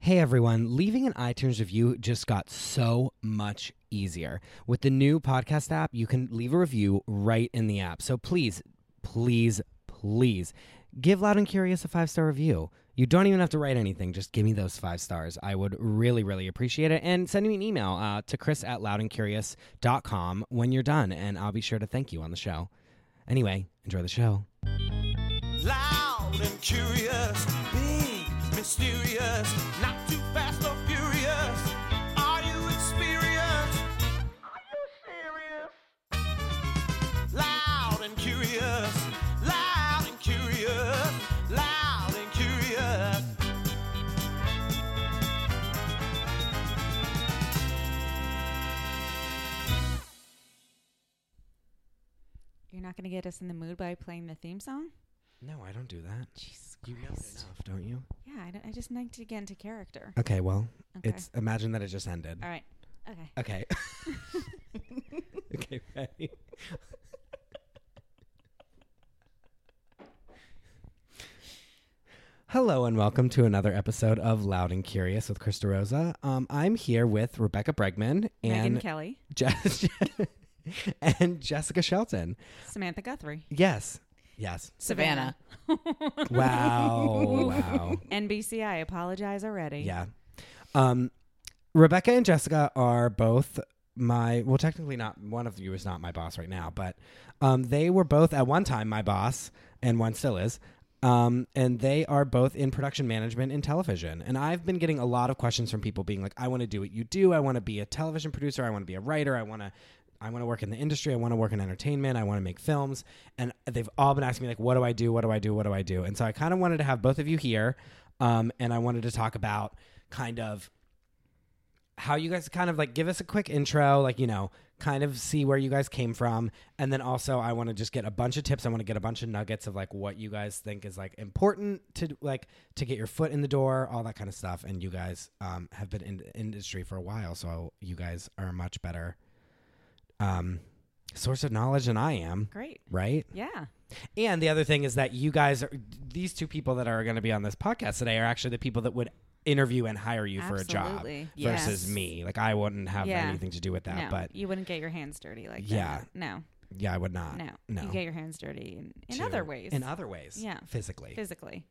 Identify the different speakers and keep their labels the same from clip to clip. Speaker 1: Hey everyone, leaving an iTunes review just got so much easier. With the new podcast app, you can leave a review right in the app. So please, please, please give Loud and Curious a five star review. You don't even have to write anything, just give me those five stars. I would really, really appreciate it. And send me an email uh, to chris at loudandcurious.com when you're done, and I'll be sure to thank you on the show. Anyway, enjoy the show.
Speaker 2: Loud and curious, big, mysterious, not too fast or furious. Are you experienced? Are you serious? Loud and curious, loud and curious, loud and curious.
Speaker 3: You're not going to get us in the mood by playing the theme song?
Speaker 1: No, I don't do that.
Speaker 3: Jesus
Speaker 1: You know it
Speaker 3: Christ.
Speaker 1: enough, don't you?
Speaker 3: Yeah, I, don't- I just need to get into character.
Speaker 1: Okay, well,
Speaker 3: Okay.
Speaker 1: it's imagine that it just ended.
Speaker 3: All right. Okay.
Speaker 1: Okay. okay, ready? Hello and welcome to another episode of Loud and Curious with Krista Rosa. Um, I'm here with Rebecca Bregman
Speaker 3: Megan
Speaker 1: and
Speaker 3: Kelly,
Speaker 1: Je- and Jessica Shelton.
Speaker 3: Samantha Guthrie,
Speaker 1: Yes, yes.
Speaker 4: Savannah.
Speaker 1: Wow, wow.
Speaker 3: NBC, I apologize already.
Speaker 1: Yeah. Um, Rebecca and Jessica are both my well, technically not one of you is not my boss right now, but um, they were both at one time my boss, and one still is. Um, and they are both in production management in television. And I've been getting a lot of questions from people being like, "I want to do what you do. I want to be a television producer. I want to be a writer. I want to." I want to work in the industry. I want to work in entertainment. I want to make films. And they've all been asking me, like, what do I do? What do I do? What do I do? And so I kind of wanted to have both of you here. Um, and I wanted to talk about kind of how you guys kind of like give us a quick intro, like, you know, kind of see where you guys came from. And then also, I want to just get a bunch of tips. I want to get a bunch of nuggets of like what you guys think is like important to like to get your foot in the door, all that kind of stuff. And you guys um, have been in the industry for a while. So you guys are a much better um, source of knowledge than I am,
Speaker 3: Great.
Speaker 1: right?
Speaker 3: Yeah.
Speaker 1: And the other thing is that you guys are these two people that are going to be on this podcast today are actually the people that would interview and hire you for a job
Speaker 3: Absolutely. Yes.
Speaker 1: versus me. Like I wouldn't have
Speaker 3: Yeah.
Speaker 1: anything to do with that,
Speaker 3: no,
Speaker 1: but
Speaker 3: you wouldn't get your hands dirty like
Speaker 1: Yeah.
Speaker 3: that. No,
Speaker 1: yeah, I would not.
Speaker 3: no,
Speaker 1: No.
Speaker 3: You get your hands dirty in, in
Speaker 1: To-
Speaker 3: other ways.
Speaker 1: In other ways.
Speaker 3: Yeah.
Speaker 1: Physically.
Speaker 3: physically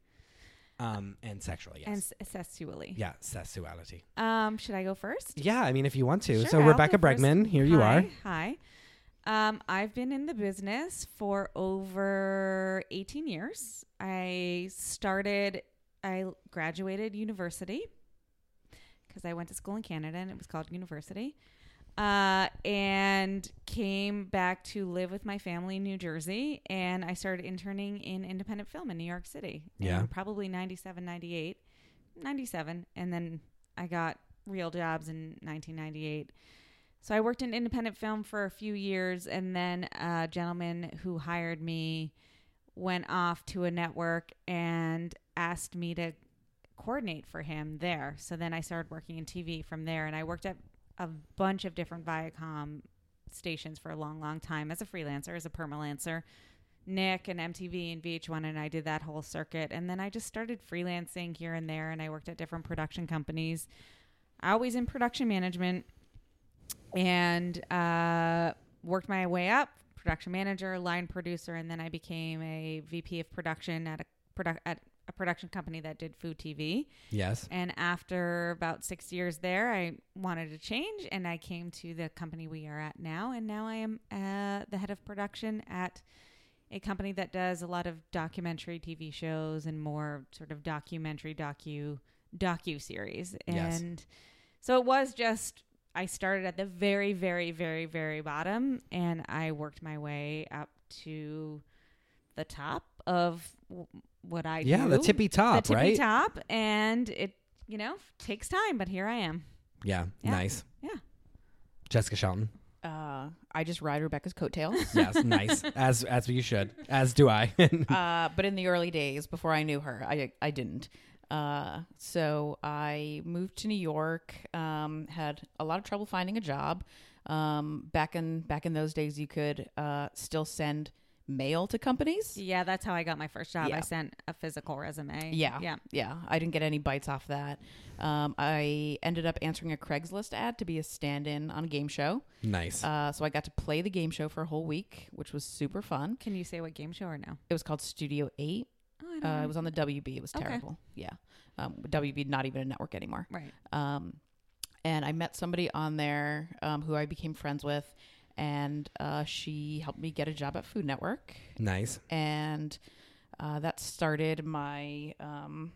Speaker 1: um and sexually, yes.
Speaker 3: and s- sexually.
Speaker 1: yeah, sexuality.
Speaker 3: Um, should I go first?
Speaker 1: Yeah, I mean if you want to.
Speaker 3: Sure,
Speaker 1: so
Speaker 3: I'll
Speaker 1: Rebecca
Speaker 3: go first.
Speaker 1: Bregman, here you
Speaker 3: Hi,
Speaker 1: are.
Speaker 3: Hi. Um, I've been in the business for over 18 years. I started, I graduated university because I went to school in Canada and it was called university. Uh, and came back to live with my family in New Jersey. And I started interning in independent film in New York City. in
Speaker 1: Yeah.
Speaker 3: Probably 97, 98, 97. And then I got real jobs in 1998. So I worked in independent film for a few years, and then a gentleman who hired me went off to a network and asked me to coordinate for him there. So then I started working in TV from there, and I worked at a bunch of different Viacom stations for a long, long time as a freelancer, as a permalancer. Nick and MTV and VH1, and I did that whole circuit. And then I just started freelancing here and there, and I worked at different production companies, always in production management and uh, worked my way up production manager line producer and then i became a vp of production at a, produ- at a production company that did food tv
Speaker 1: Yes.
Speaker 3: and after about six years there i wanted to change and i came to the company we are at now and now i am uh, the head of production at a company that does a lot of documentary tv shows and more sort of documentary docu docu series and
Speaker 1: Yes.
Speaker 3: so it was just I started at the very, very, very, very bottom, and I worked my way up to the top of w- what I
Speaker 1: Yeah,
Speaker 3: do.
Speaker 1: the tippy top,
Speaker 3: the tippy
Speaker 1: right?
Speaker 3: top, and it you know takes time, but here I am.
Speaker 1: Yeah,
Speaker 3: Yeah.
Speaker 1: nice.
Speaker 3: Yeah.
Speaker 1: Jessica Shelton.
Speaker 4: Uh, I just ride Rebecca's coattails.
Speaker 1: Yes, nice. As as you should. As do I.
Speaker 4: uh, but in the early days, before I knew her, I I didn't. Uh, so I moved to New York. Um, had a lot of trouble finding a job. Um, back in back in those days, you could uh, still send mail to companies.
Speaker 3: Yeah, that's how I got my first job.
Speaker 4: Yeah.
Speaker 3: I sent a physical resume.
Speaker 4: Yeah.
Speaker 3: Yeah.
Speaker 4: Yeah. I didn't get any bites off that. Um, I ended up answering a Craigslist ad to be a stand in on a game show.
Speaker 1: Nice.
Speaker 4: Uh, so I got to play the game show for a whole week, which was super fun.
Speaker 3: Can you say what game show or no?
Speaker 4: It was called Studio 8.
Speaker 3: Oh, I don't
Speaker 4: Uh,
Speaker 3: know.
Speaker 4: it was on the WB. It was
Speaker 3: Okay.
Speaker 4: terrible. Yeah. Um, WB, not even a network anymore.
Speaker 3: right.
Speaker 4: Um, and I met somebody on there um, who I became friends with, and uh, she helped me get a job at Food Network.
Speaker 1: nice.
Speaker 4: and uh, that started my um,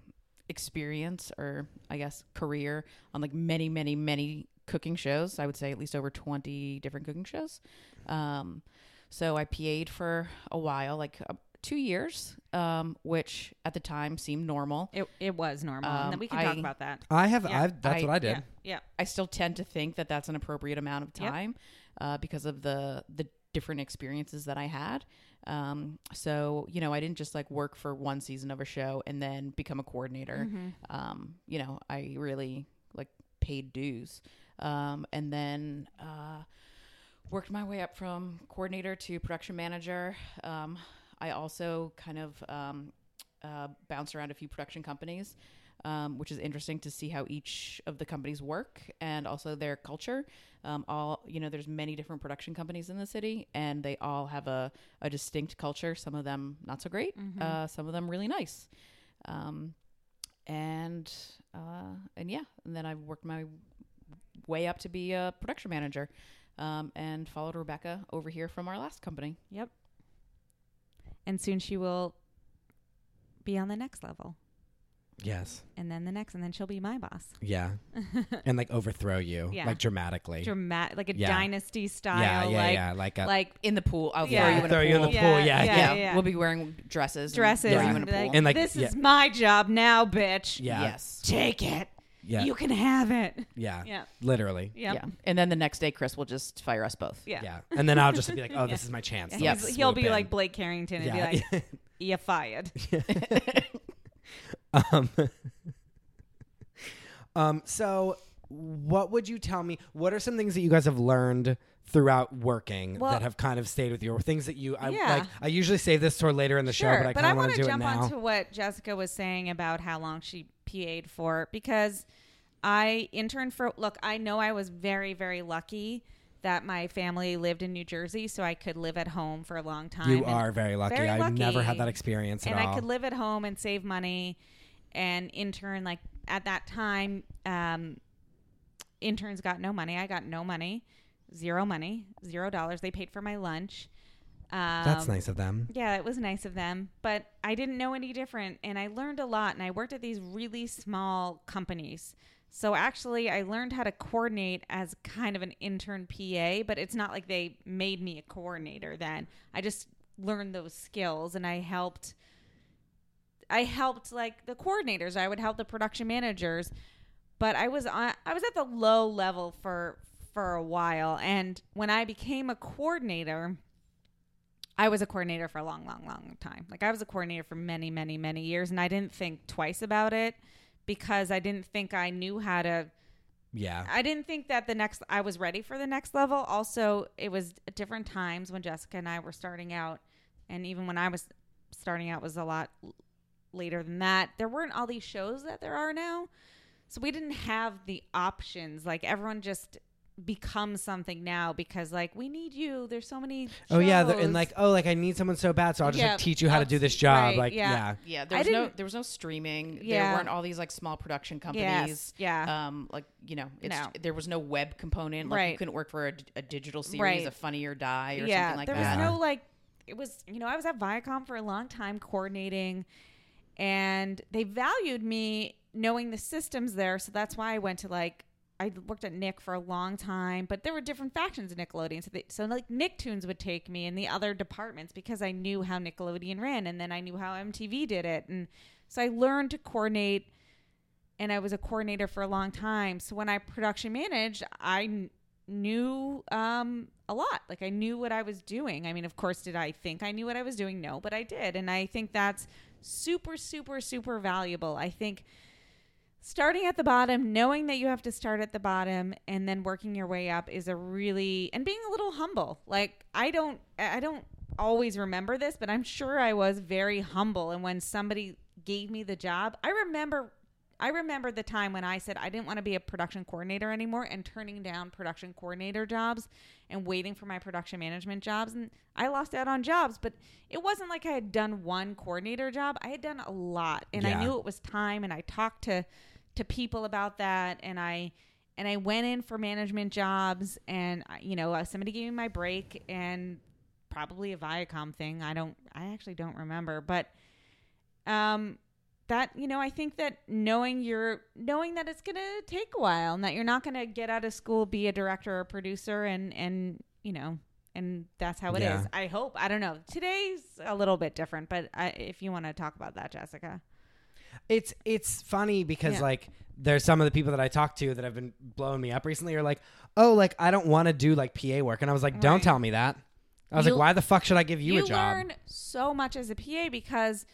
Speaker 4: experience or i guess career on like many many many cooking shows i would say at least over 20 different cooking shows um, so i pa'd for a while like uh, two years um, which at the time seemed normal
Speaker 3: It, it was normal.
Speaker 4: Um,
Speaker 3: and then we can talk
Speaker 4: I-
Speaker 3: about that.
Speaker 1: I have.
Speaker 4: Yeah,
Speaker 1: I've, that's
Speaker 4: I-
Speaker 1: what I did.
Speaker 3: Yeah. Yeah.
Speaker 4: I still tend to think that that's an appropriate amount of
Speaker 3: Yep.
Speaker 4: time uh, because of the the different experiences that I had. Um, so you know, I didn't just like work for one season of a show and then become a coordinator. Um, you know, I really like paid dues, um, and then. Uh, worked my way up from coordinator to production manager. Um, I also kind of um, uh, bounced around a few production companies, um, which is interesting to see how each of the companies work and also their culture. Um, all you know, there's many different production companies in the city, and they all have a, a distinct culture. Some of them not so great,
Speaker 3: Mm-hmm.
Speaker 4: uh, some of them really nice. Um, and uh, and yeah, and then I worked my way up to be a production manager, um, and followed Rebecca over here from our last company.
Speaker 3: Yep. And soon she will be on the next level
Speaker 1: Yes.
Speaker 3: and then the next and then she'll be my boss.
Speaker 1: Yeah. and like overthrow you,
Speaker 3: Yeah.
Speaker 1: like dramatically.
Speaker 3: Dramatic like a
Speaker 1: Yeah.
Speaker 3: dynasty
Speaker 1: yeah,
Speaker 3: style
Speaker 1: yeah,
Speaker 3: like
Speaker 1: yeah. Like a,
Speaker 3: like
Speaker 4: In the pool, I'll
Speaker 3: Yeah.
Speaker 4: throw you in
Speaker 1: Throw
Speaker 4: a pool.
Speaker 1: you in the pool, yeah,
Speaker 4: yeah,
Speaker 1: yeah.
Speaker 4: we'll be wearing dresses. and
Speaker 3: dresses
Speaker 4: throw you in
Speaker 3: and
Speaker 4: a
Speaker 3: be
Speaker 4: pool.
Speaker 3: like,
Speaker 1: And, like,
Speaker 3: this
Speaker 1: yeah.
Speaker 3: is my job now, bitch.
Speaker 1: yeah,
Speaker 4: Yes.
Speaker 3: Take it.
Speaker 1: yeah,
Speaker 3: You can have it.
Speaker 1: yeah,
Speaker 3: Yeah.
Speaker 1: Literally.
Speaker 3: Yeah.
Speaker 4: Yeah. And then the next day, Chris will just fire us both.
Speaker 3: Yeah.
Speaker 1: Yeah. And then I'll just be like, oh, this is my chance. to,
Speaker 3: He's-
Speaker 1: like,
Speaker 4: Yes.
Speaker 3: He'll
Speaker 1: swoop
Speaker 3: be
Speaker 1: in.
Speaker 3: like Blake Carrington and
Speaker 1: yeah.
Speaker 3: be like, you fired.
Speaker 1: um, um, so what would you tell me? What are some things that you guys have learned throughout working
Speaker 3: Well-
Speaker 1: that have kind of stayed with you or things that you, I
Speaker 3: Yeah.
Speaker 1: like, I usually save this toward later in the show, but I kind of want
Speaker 3: wanna
Speaker 1: to do
Speaker 3: jump
Speaker 1: it now.
Speaker 3: onto what Jessica was saying about how long she PA'd for because I interned for. Look, I know I was very, very lucky that my family lived in New Jersey, so I could live at home for a long time.
Speaker 1: you
Speaker 3: and-
Speaker 1: are very lucky.
Speaker 3: very
Speaker 1: I've never had
Speaker 3: lucky.
Speaker 1: that experience
Speaker 3: and
Speaker 1: at all.
Speaker 3: I could live at home and save money and intern like at that time um interns got no money I got no money zero money zero dollars they paid for my lunch um,
Speaker 1: That's nice of them.
Speaker 3: yeah, it was nice of them, but I didn't know any different and I learned a lot and I worked at these really small companies. So actually I learned how to coordinate as kind of an intern PA, but it's not like they made me a coordinator then. I just learned those skills and I helped I helped like the coordinators. I would help the production managers, but I was on I was at the low level for for a while and when I became a coordinator, I was a coordinator for a long, long, long time. Like I was a coordinator for many, many, many years, and I didn't think twice about it because I didn't think I knew how to.
Speaker 1: Yeah.
Speaker 3: I didn't think that the next I was ready for the next level. Also, it was at different times when Jessica and I were starting out, and even when I was starting out was a lot l- later than that. There weren't all these shows that there are now, so we didn't have the options. Like everyone just becomes something now because like we need you. There's so many.
Speaker 1: Oh yeah, the- and
Speaker 3: shows.
Speaker 1: like oh like I need someone so bad, so I'll just
Speaker 4: Yeah,
Speaker 1: like, teach you how to do this
Speaker 3: that's
Speaker 1: job.
Speaker 3: right,
Speaker 1: like
Speaker 3: yeah.
Speaker 1: yeah,
Speaker 4: Yeah, there
Speaker 3: I
Speaker 4: was no
Speaker 3: didn't-
Speaker 4: there was no streaming.
Speaker 3: Yeah.
Speaker 4: There weren't all these like small production companies.
Speaker 3: yeah.
Speaker 4: Um, like you know, it's
Speaker 3: No.
Speaker 4: there was no web component. Like
Speaker 3: Right.
Speaker 4: you couldn't work for a, d- a digital series,
Speaker 3: Right.
Speaker 4: a Funny or Die, or something like
Speaker 3: there
Speaker 4: that.
Speaker 3: was no like it was you know, I was at Viacom for a long time coordinating and they valued me knowing the systems there, so that's why I went to like I worked at Nick for a long time, but there were different factions of Nickelodeon. So, they, so like Nicktoons would take me and the other departments because I knew how Nickelodeon ran, and then I knew how MTV did it, and so I learned to coordinate and I was a coordinator for a long time. So when I production managed, I kn- knew um, a lot. Like I knew what I was doing. I mean, of course, did I think I knew what I was doing? No, but I did. And I think that's super, super, super valuable. I think starting at the bottom, knowing that you have to start at the bottom and then working your way up is a really and being a little humble. Like I don't I don't always remember this, but I'm sure I was very humble. And when somebody gave me the job, I remember. I remember the time when I said I didn't want to be a production coordinator anymore and turning down production coordinator jobs and waiting for my production management jobs. And I lost out on jobs, but it wasn't like I had done one coordinator job. I had done a lot and
Speaker 1: Yeah.
Speaker 3: I knew it was time and I talked to to people about that and I and I went in for management jobs and I- you know, uh, somebody gave me my break and probably a Viacom thing. I don't I actually don't remember, but um that you know, I think that knowing you're knowing that it's going to take a while and that you're not going to get out of school be a director or producer and and you know, and that's how it is.
Speaker 1: Yeah.
Speaker 3: I hope. I don't know. Today's a little bit different, but I, if you want to talk about that, Jessica.
Speaker 1: It's it's funny because
Speaker 3: Yeah.
Speaker 1: like there's some of the people that I talk to that have been blowing me up recently are like, oh, like I don't want to do like PA work, and I was like, don't
Speaker 3: Right.
Speaker 1: tell me that. I was
Speaker 4: You-
Speaker 1: like, why the fuck should I give you, a job?
Speaker 3: learn so much as a PA because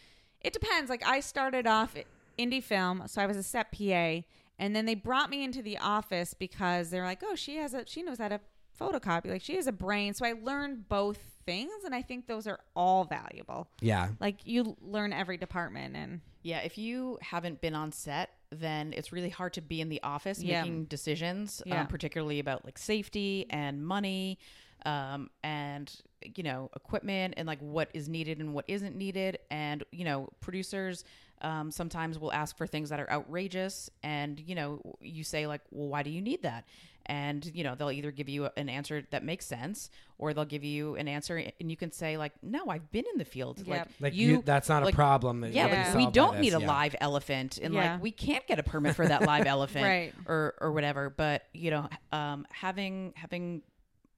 Speaker 3: it depends. Like I started off at indie film, so I was a set PA, and then they brought me into the office because they're like, "Oh, she has a she knows how to photocopy. Like she has a brain." So I learned both things, and I think those are all valuable.
Speaker 1: yeah,
Speaker 3: Like you learn every department, and
Speaker 4: Yeah, if you haven't been on set, then it's really hard to be in the office
Speaker 3: Yeah.
Speaker 4: making decisions,
Speaker 3: Yeah.
Speaker 4: um, particularly about like safety and money, um, and you know equipment and like what is needed and what isn't needed. And you know producers um, sometimes will ask for things that are outrageous, and you know you say like, well, why do you need that? And you know they'll either give you an answer that makes sense, or they'll give you an answer and you can say like, no, I've been in the field. Like,
Speaker 3: Yep.
Speaker 1: like you, that's not
Speaker 4: like,
Speaker 1: a problem. That
Speaker 4: yeah,
Speaker 1: that
Speaker 3: Yeah.
Speaker 1: is
Speaker 4: like we
Speaker 1: solved by
Speaker 4: don't
Speaker 1: this.
Speaker 4: need a
Speaker 1: Yeah.
Speaker 4: live elephant, and
Speaker 3: Yeah.
Speaker 4: like we can't get a permit for that live elephant,
Speaker 3: Right.
Speaker 4: Or or whatever. But you know, um, having having,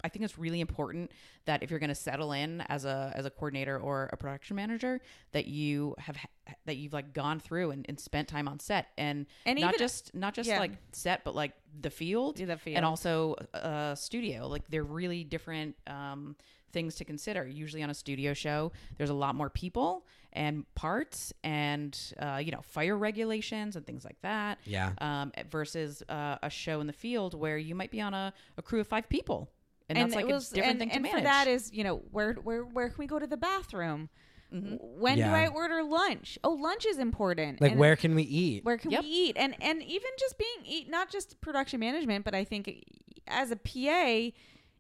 Speaker 4: I think it's really important that if you're going to settle in as a as a coordinator or a production manager, that you have ha- that you've like gone through and, and spent time on set, and,
Speaker 3: And
Speaker 4: not
Speaker 3: even-
Speaker 4: just not just
Speaker 3: yeah.
Speaker 4: like set, but like the field,
Speaker 3: Yeah, the field.
Speaker 4: and also uh, studio. Like they're really different. Um, things to consider. Usually on a studio show, there's a lot more people and parts and, uh, you know, fire regulations and things like that.
Speaker 1: Yeah.
Speaker 4: Um, versus uh, a show in the field where you might be on a, a crew of five people. And, that's like
Speaker 3: it was-
Speaker 4: a different
Speaker 3: and-
Speaker 4: thing to
Speaker 3: and
Speaker 4: manage.
Speaker 3: for that is you know where where where can we go to the bathroom?
Speaker 4: Mm-hmm.
Speaker 3: When do
Speaker 1: Yeah.
Speaker 3: I order lunch? Oh, lunch is important.
Speaker 1: Like
Speaker 3: And-
Speaker 1: where can we eat?
Speaker 3: where can
Speaker 4: Yep.
Speaker 3: we eat and and even just being eat not just production management but i think as a pa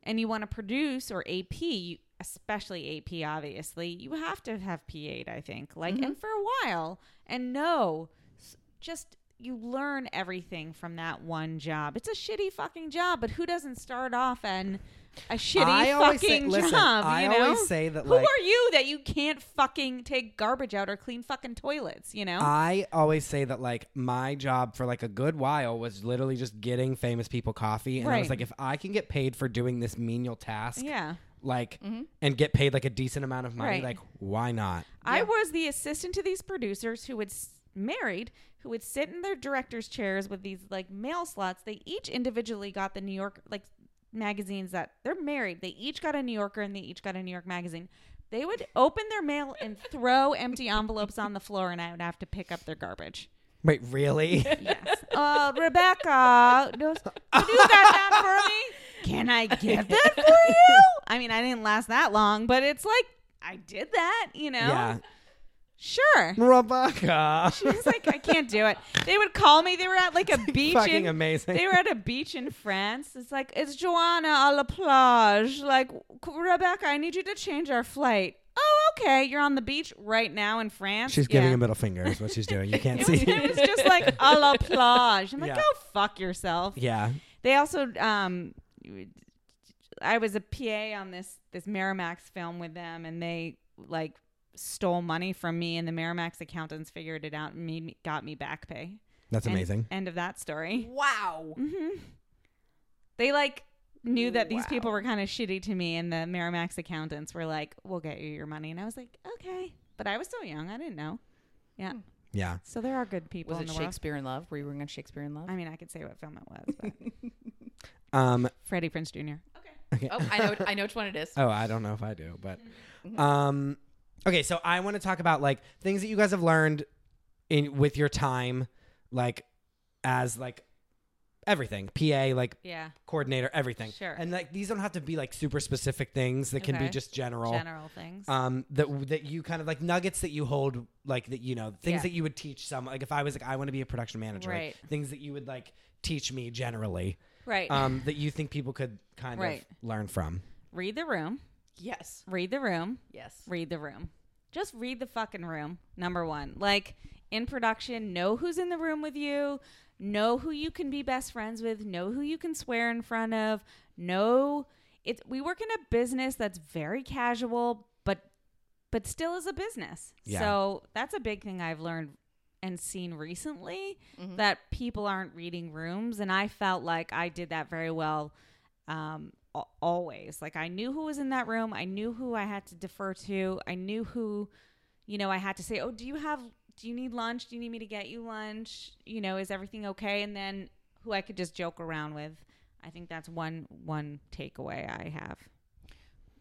Speaker 3: and you want to produce or ap you- especially ap obviously you have to have pa i think like
Speaker 1: Mm-hmm.
Speaker 3: and for a while and no s- just you learn everything from that one job it's a shitty fucking job but who doesn't start off and a shitty
Speaker 1: I always say-
Speaker 3: fucking
Speaker 1: listen,
Speaker 3: job
Speaker 1: I
Speaker 3: you know
Speaker 1: always say that,
Speaker 3: who
Speaker 1: like-
Speaker 3: are you that you can't fucking take garbage out or clean fucking toilets you know
Speaker 1: I always say that like my job for like a good while was literally just getting famous people coffee, and I was
Speaker 3: Right.
Speaker 1: like, if I can get paid for doing this menial task,
Speaker 3: yeah
Speaker 1: like, and get paid like a decent amount of money,
Speaker 3: Right.
Speaker 1: like, why not?
Speaker 3: I was the assistant to these producers who would s- married who would sit in their directors' chairs with these like mail slots. They each individually got the New York like magazines that they're married. They each got a New Yorker and they each got a New York magazine. They would open their mail and throw empty envelopes on the floor, and I would have to pick up their garbage.
Speaker 1: Wait, really?
Speaker 3: Yes. Uh, Rebecca, no, can you got that for me? Can I get that for you? I mean, I didn't last that long, but it's like I did that, you know?
Speaker 1: yeah,
Speaker 3: Sure.
Speaker 1: Rebecca.
Speaker 3: She was like, I can't do it. They would call me. They were at like a beach.
Speaker 1: fucking
Speaker 3: in,
Speaker 1: amazing.
Speaker 3: They were at a beach in France. It's like, it's Joanna à la plage. Like, Rebecca, I need you to change our flight. Oh, okay. You're on the beach right now in France.
Speaker 1: She's giving
Speaker 3: Yeah.
Speaker 1: a middle finger. Is what she's doing. You can't
Speaker 3: It was,
Speaker 1: see.
Speaker 3: it was just like à la plage. I'm like,
Speaker 1: Yeah.
Speaker 3: go fuck yourself.
Speaker 1: yeah.
Speaker 3: They also, um, I was a PA on this this Miramax film with them, and they like stole money from me, and the Miramax accountants figured it out and made me, got me back pay.
Speaker 1: That's
Speaker 3: End-
Speaker 1: amazing.
Speaker 3: End of that story. Mm-hmm.
Speaker 4: wow.
Speaker 3: They like knew that these people were kind of shitty to me, and the Miramax accountants were like, "We'll get you your money," and I was like, "Okay," but I was still young. I didn't know. Yeah.
Speaker 1: yeah.
Speaker 3: So there are good people
Speaker 4: Was
Speaker 3: in
Speaker 4: it
Speaker 3: the world.
Speaker 4: Shakespeare in Love? Were you on Shakespeare in Love?
Speaker 3: I mean, I could say what film it was. But
Speaker 1: Um.
Speaker 3: Freddie Prince Jr.
Speaker 4: oh, I know, I know which one it is.
Speaker 1: Oh, I don't know if I do, but um okay, so I want to talk about like things that you guys have learned in with your time like as like everything, PA, like
Speaker 3: Yeah.
Speaker 1: coordinator, everything.
Speaker 3: Sure.
Speaker 1: And like these don't have to be like super specific things that can be
Speaker 3: Okay.
Speaker 1: just general.
Speaker 3: General things.
Speaker 1: Um, that that you kind of like nuggets that you hold, like that you know things
Speaker 3: Yeah.
Speaker 1: that you would teach some. Like if I was like, I want to be a production manager, like,
Speaker 3: Right.
Speaker 1: things that you would like teach me generally,
Speaker 3: right.
Speaker 1: um, that you think people could kind
Speaker 3: Right.
Speaker 1: of learn from.
Speaker 3: read the room.
Speaker 4: Yes.
Speaker 3: Read the room.
Speaker 4: Yes.
Speaker 3: read the room. Just read the fucking room. Number one, like in production, know who's in the room with you, know who you can be best friends with, know who you can swear in front of, know it. We work in a business that's very casual, but but still is a business.
Speaker 1: Yeah.
Speaker 3: So that's a big thing I've learned and seen recently that people aren't reading rooms, and I felt like I did that very well um, al- always. Like I knew who was in that room. I knew who I had to defer to. I knew who, you know, I had to say, "Oh, do you have? Do you need lunch? Do you need me to get you lunch? You know, is everything okay?" And then who I could just joke around with. I think that's one one takeaway I have.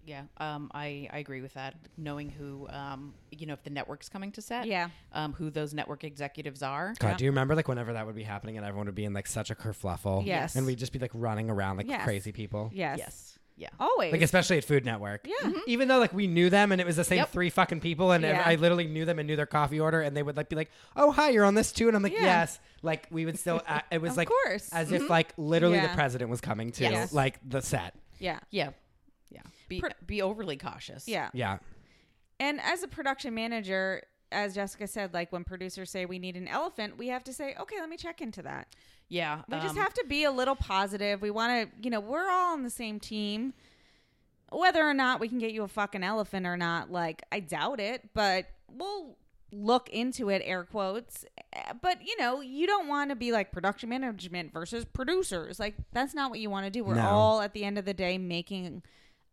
Speaker 4: Yeah. Um, I, I agree with that. Knowing who, um, you know, if the network's coming to set,
Speaker 3: Yeah.
Speaker 4: um, who those network executives are.
Speaker 1: God, do you remember like whenever that would be happening and everyone would be in like such a kerfluffle?
Speaker 3: Yes.
Speaker 1: And we'd just be like running around like
Speaker 3: Yes.
Speaker 1: crazy people.
Speaker 3: Yes.
Speaker 4: Yes. Yeah.
Speaker 3: Always.
Speaker 1: Like especially at Food Network.
Speaker 3: Yeah. Mhm.
Speaker 1: Mm-hmm. Even though like we knew them and it was the same
Speaker 4: Yep.
Speaker 1: three fucking people and ev-
Speaker 3: Yeah.
Speaker 1: I literally knew them and knew their coffee order and they would like be like, "Oh, hi, you're on this too." And I'm like,
Speaker 3: Yeah.
Speaker 1: "Yes." Like we would still uh, it was
Speaker 3: Of
Speaker 1: like
Speaker 3: course. Mm-hmm.
Speaker 1: as if like literally
Speaker 3: Yeah.
Speaker 1: the president was coming to
Speaker 4: Yes.
Speaker 1: like the set.
Speaker 3: yeah.
Speaker 4: Yeah. Yeah. Be,
Speaker 3: Per-
Speaker 4: be overly cautious.
Speaker 3: Yeah.
Speaker 1: Yeah.
Speaker 3: And as a production manager, as Jessica said, like when producers say we need an elephant, we have to say, okay, let me check into that.
Speaker 4: Yeah.
Speaker 3: We just
Speaker 4: um,
Speaker 3: have to be a little positive. We want to, you know, we're all on the same team. Whether or not we can get you a fucking elephant or not, like, I doubt it, but we'll look into it, air quotes. Eh, But, you know, you don't want to be like production management versus producers. Like, that's not what you want to do. We're
Speaker 1: No.
Speaker 3: all, at the end of the day, making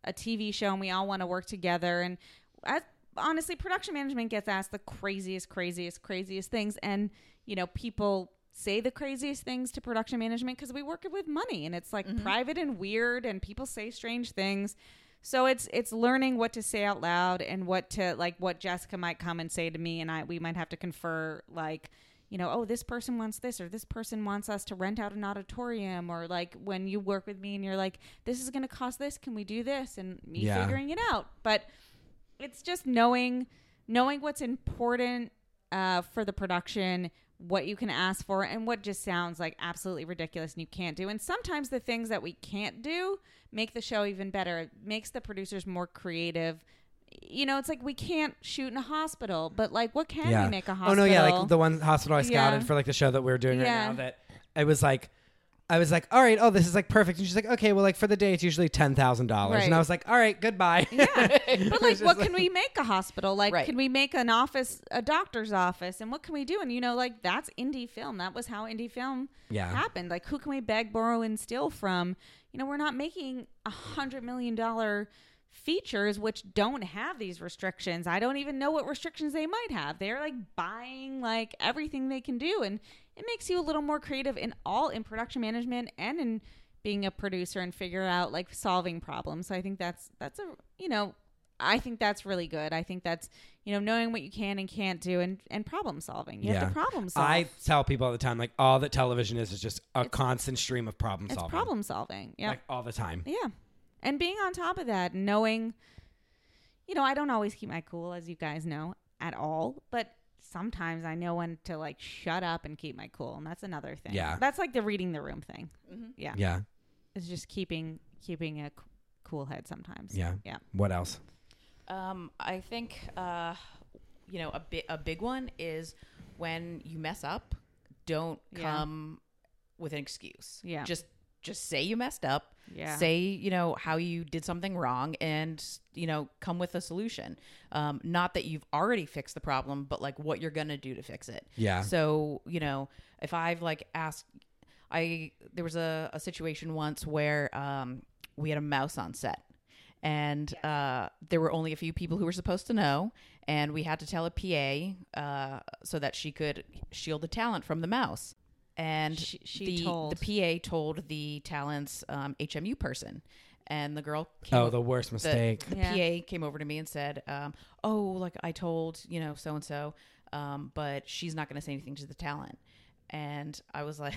Speaker 3: a TV show and we all want to work together. And as, honestly, production management gets asked the craziest, craziest, craziest things. And, you know, people say the craziest things to production management because we work with money and it's like private and weird and people say strange things. So it's it's learning what to say out loud and what to like what Jessica might come and say to me and I we might have to confer like you know, oh, this person wants this, or this person wants us to rent out an auditorium, or like when you work with me and you're like, this is going to cost this, can we do this? And me
Speaker 1: Yeah.
Speaker 3: figuring it out. But it's just knowing knowing what's important uh, for the production, what you can ask for, and what just sounds like absolutely ridiculous and you can't do. And sometimes the things that we can't do make the show even better, It makes the producers more creative. You know, it's like we can't shoot in a hospital, but like, what can
Speaker 1: yeah.
Speaker 3: we make a hospital?
Speaker 1: Oh no, yeah, like the one hospital I scouted
Speaker 3: Yeah.
Speaker 1: for like the show that we were doing
Speaker 3: Yeah.
Speaker 1: right now that it was like I was like, all right, oh, this is like perfect. And she's like, okay, well, like for the day, it's usually ten thousand dollars. And
Speaker 3: Right.
Speaker 1: I was like, all right, goodbye.
Speaker 3: But like, what can we make a hospital? Like,
Speaker 4: Right.
Speaker 3: can we make an office, a doctor's office, and what can we do? And you know, like that's indie film. That was how indie film
Speaker 1: Yeah.
Speaker 3: happened. Like, who can we beg, borrow, and steal from? You know, we're not making a hundred million dollar features which don't have these restrictions. I don't even know what restrictions they might have. They're like buying like everything they can do, and it makes you a little more creative in all in production management and in being a producer and figure out like solving problems. So I think that's that's a you know I think that's really good. I think that's you know knowing what you can and can't do and and problem solving. You have to problem solve.
Speaker 1: I tell people all the time, like all that television is is just a constant stream of problem
Speaker 3: it's
Speaker 1: solving.
Speaker 3: problem solving. Yeah,
Speaker 1: Like all the time.
Speaker 3: yeah, and being on top of that, and knowing, you know, I don't always keep my cool, as you guys know, at all, but. Sometimes I know when to like shut up and keep my cool, and that's another thing.
Speaker 1: Yeah.
Speaker 3: that's like the reading the room thing. Yeah,
Speaker 1: Yeah.
Speaker 3: it's just keeping keeping a c- cool head sometimes.
Speaker 1: Yeah.
Speaker 3: yeah.
Speaker 1: What else?
Speaker 4: Um, I think uh, you know a bi- a big one is when you mess up, don't
Speaker 3: Yeah.
Speaker 4: come with an excuse.
Speaker 3: Yeah.
Speaker 4: just just say you messed up.
Speaker 3: Yeah.
Speaker 4: say you know how you did something wrong, and you know come with a solution. Um, not that you've already fixed the problem, but like what you're gonna do to fix it.
Speaker 1: Yeah.
Speaker 4: So you know if I've like asked, I there was a, a situation once where um, we had a mouse on set and uh, there were only a few people who were supposed to know and we had to tell a pa uh, so that she could shield the talent from the mouse and
Speaker 3: She- she
Speaker 4: the,
Speaker 3: told.
Speaker 4: the pa told the talent's um, hmu person and the girl came
Speaker 1: Oh, the worst mistake.
Speaker 4: the PA came over to me and said, um, "Oh, like I told you know um, so and so, but she's not going to say anything to the talent." And I was like,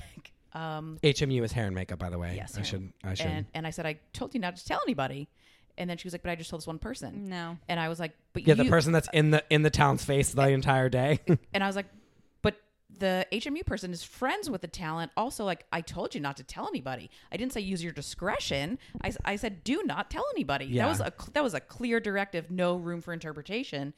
Speaker 4: Um,
Speaker 1: HMU is hair and makeup, by the way.
Speaker 4: Yes,
Speaker 1: I
Speaker 4: hair
Speaker 1: should. I should.
Speaker 4: and, and I said, I told you not to tell anybody. And then she was like, but I just told this one person.
Speaker 3: No.
Speaker 4: And I was like, but
Speaker 1: yeah,
Speaker 4: you,
Speaker 1: the person that's in the in the town's face the entire day.
Speaker 4: And I was like, but the HMU person is friends with the talent. Also, like, I told you not to tell anybody. I didn't say use your discretion. I, s- I said, do not tell anybody.
Speaker 1: Yeah.
Speaker 4: That was a cl- that was a clear directive. No room for interpretation.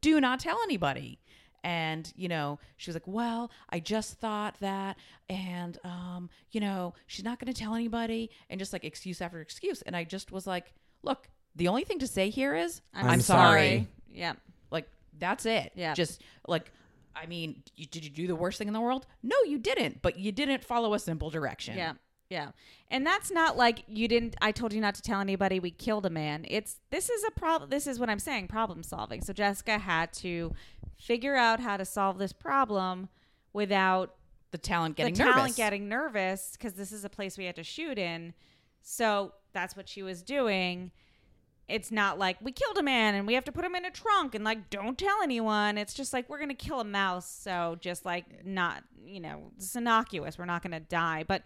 Speaker 4: Do not tell anybody. And you know, she was like, "Well, I just thought that, and um, you know, she's not going to tell anybody." And just like excuse after excuse. And I just was like, "Look, the only thing to say here is,
Speaker 3: I'm
Speaker 1: sorry.
Speaker 3: Yeah.
Speaker 4: like that's it.
Speaker 3: Yeah.
Speaker 4: Just like I mean, you, did you do the worst thing in the world? No, you didn't. But you didn't follow a simple direction.
Speaker 3: Yeah. Yeah. And that's not like you didn't I told you not to tell anybody we killed a man. It's this is a problem this is what I'm saying, problem solving. So Jessica had to figure out how to solve this problem without
Speaker 4: The talent getting
Speaker 3: the talent
Speaker 4: nervous.
Speaker 3: getting nervous because this is a place we had to shoot in. So that's what she was doing. It's not like we killed a man and we have to put him in a trunk and like don't tell anyone. It's just like we're gonna kill a mouse, so just like not you know it's innocuous. We're not gonna die. But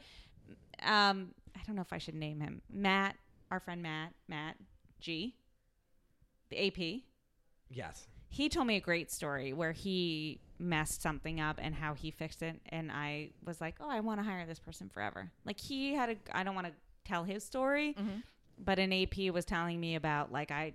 Speaker 3: um, I don't know if I should name him Matt, our friend Matt, Matt G, the AP
Speaker 1: yes.
Speaker 3: he told me a great story where he messed something up and how he fixed it and i was like oh i want to hire this person forever like he had a i don't want to tell his story but an ap was telling me about like i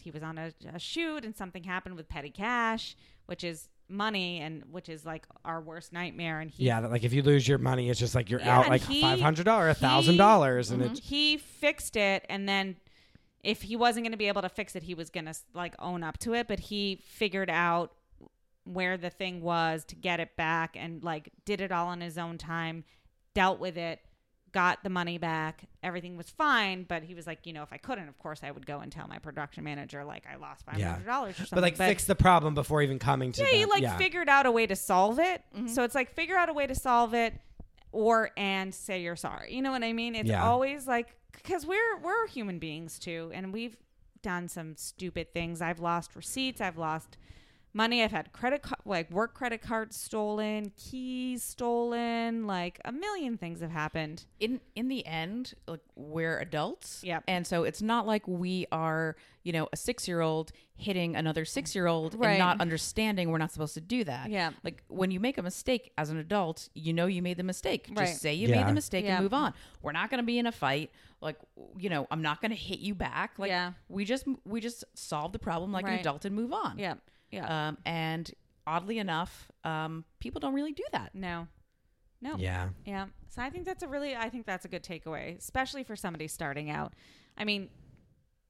Speaker 3: he was on a, a shoot and something happened with petty cash which is money and which is like our worst nightmare and he
Speaker 1: Yeah, that, like if you lose your money, it's just like you're
Speaker 3: Yeah,
Speaker 1: out
Speaker 3: and
Speaker 1: like
Speaker 3: he-
Speaker 1: five hundred dollars,
Speaker 3: he-
Speaker 1: thousand dollars, and
Speaker 3: Mhm.
Speaker 1: it's
Speaker 3: he fixed it and then if he wasn't going to be able to fix it he was going to like own up to it but he figured out where the thing was to get it back and like did it all on his own time dealt with it got the money back everything was fine but he was like you know if i couldn't of course i would go and tell my production manager like i lost $500
Speaker 1: Yeah.
Speaker 3: or something
Speaker 1: but like fix the problem before even coming to.
Speaker 3: yeah,
Speaker 1: the,
Speaker 3: you like
Speaker 1: yeah.
Speaker 3: figured out a way to solve it. So it's like figure out a way to solve it, or and say you're sorry. You know what I mean? It's
Speaker 1: Yeah.
Speaker 3: always like because we're we're human beings too, and we've done some stupid things. I've lost receipts. I've lost money. I've had credit card, like work credit cards stolen, keys stolen. Like a million things have happened.
Speaker 4: in in the end, like we're adults.
Speaker 3: Yep.
Speaker 4: And so it's not like we are, you know, a six year old hitting another six year old
Speaker 3: Right.
Speaker 4: and not understanding we're not supposed to do that.
Speaker 3: Yeah.
Speaker 4: Like when you make a mistake as an adult, you know you made the mistake.
Speaker 3: Right.
Speaker 4: Just say you
Speaker 1: Yeah.
Speaker 4: made the mistake
Speaker 3: Yeah.
Speaker 4: and move on. We're not gonna be in a fight. Like you know, I'm not gonna hit you back. Like
Speaker 3: Yeah.
Speaker 4: we just we just solve the problem like an
Speaker 3: Right.
Speaker 4: adult and move on.
Speaker 3: Yeah, yeah.
Speaker 4: Um and oddly enough, um, people don't really do that.
Speaker 3: no, no.
Speaker 1: Yeah.
Speaker 3: Yeah. So I think that's a really I think that's a good takeaway, especially for somebody starting out. I mean,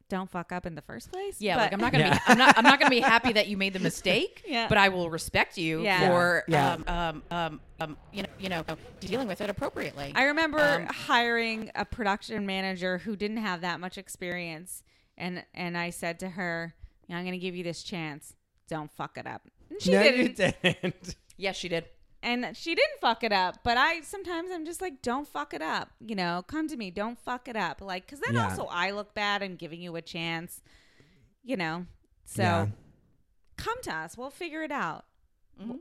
Speaker 3: don't fuck up in the first place.
Speaker 4: Yeah,
Speaker 3: but-
Speaker 4: like I'm not gonna
Speaker 1: Yeah.
Speaker 4: be, I'm not, I'm not gonna be happy that you made the mistake.
Speaker 3: Yeah.
Speaker 4: but I will respect you
Speaker 3: Yeah.
Speaker 4: for
Speaker 1: Yeah.
Speaker 4: Um, um, um, um, you know, you know, dealing with it appropriately.
Speaker 3: I remember
Speaker 4: Um,
Speaker 3: hiring a production manager who didn't have that much experience and and I said to her, "Yeah, I'm gonna give you this chance. Don't fuck it up. And she
Speaker 1: no,
Speaker 3: didn't
Speaker 1: you didn't.
Speaker 4: yes, she did.
Speaker 3: and she didn't fuck it up but i sometimes i'm just like don't fuck it up you know come to me don't fuck it up like because then
Speaker 1: Yeah.
Speaker 3: also i look bad and giving you a chance you know so
Speaker 1: Yeah.
Speaker 3: come to us we'll figure it out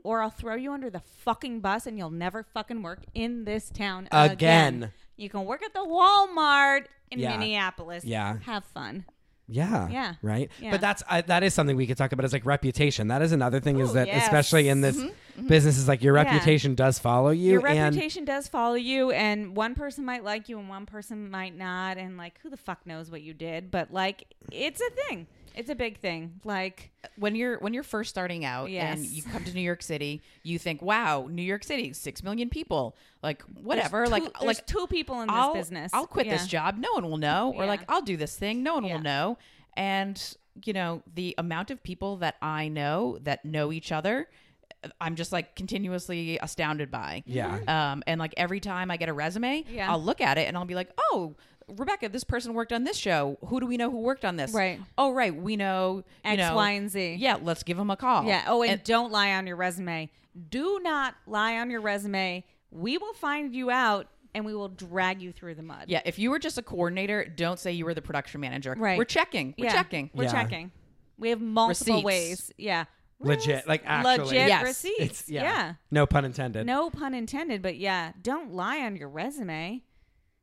Speaker 3: or i'll throw you under the fucking bus and you'll never fucking work in this town again,
Speaker 1: Again.
Speaker 3: you can work at the walmart in
Speaker 1: Yeah.
Speaker 3: minneapolis
Speaker 1: Yeah.
Speaker 3: have fun
Speaker 1: Yeah.
Speaker 3: Yeah.
Speaker 1: Right.
Speaker 3: Yeah.
Speaker 1: But that's I, that is something we could talk about is like reputation. That is another thing
Speaker 3: Oh,
Speaker 1: is that
Speaker 3: yes. Mm-hmm.
Speaker 1: especially in this business is like your
Speaker 3: Yeah.
Speaker 1: reputation does follow you.
Speaker 3: your
Speaker 1: and
Speaker 3: reputation does follow you and one person might like you and one person might not and like who the fuck knows what you did but like it's a thing it's a big thing like
Speaker 4: When you're when you're first starting out and
Speaker 3: Yes.
Speaker 4: you come to New York City, you think, "Wow, New York City, six million people, like whatever."
Speaker 3: there's
Speaker 4: like
Speaker 3: two, there's
Speaker 4: like
Speaker 3: two people in this
Speaker 4: I'll
Speaker 3: business
Speaker 4: I'll quit this
Speaker 3: Yeah.
Speaker 4: job. No one will know. Or
Speaker 3: Yeah.
Speaker 4: like I'll do this thing. No one
Speaker 3: Yeah.
Speaker 4: will know. And you know the amount of people that I know that know each other, I'm just like continuously astounded by.
Speaker 1: Yeah. Mhm.
Speaker 4: Um. And like every time I get a resume,
Speaker 3: Mm-hmm. Yeah.
Speaker 4: I'll look at it and I'll be like, oh. Rebecca, this person worked on this show. Who do we know who worked on this?
Speaker 3: Right.
Speaker 4: Oh, right. We know you
Speaker 3: X,
Speaker 4: know,
Speaker 3: Y, and Z.
Speaker 4: Yeah, let's give them a call.
Speaker 3: yeah oh and, don't lie on your resume do not lie on your resume we will find you out and we will drag you through the mud
Speaker 4: yeah. If you were just a coordinator, don't say you were the production manager.
Speaker 3: Right.
Speaker 4: We're checking. We're
Speaker 3: Yeah.
Speaker 4: checking.
Speaker 3: we're
Speaker 1: Yeah.
Speaker 3: checking we have multiple
Speaker 4: Receipts.
Speaker 3: ways yeah
Speaker 1: legit, like actually,
Speaker 3: legit
Speaker 4: Yes.
Speaker 3: receipts.
Speaker 1: It's, yeah.
Speaker 3: yeah.
Speaker 1: no pun intended.
Speaker 3: No pun intended, but yeah, don't lie on your resume.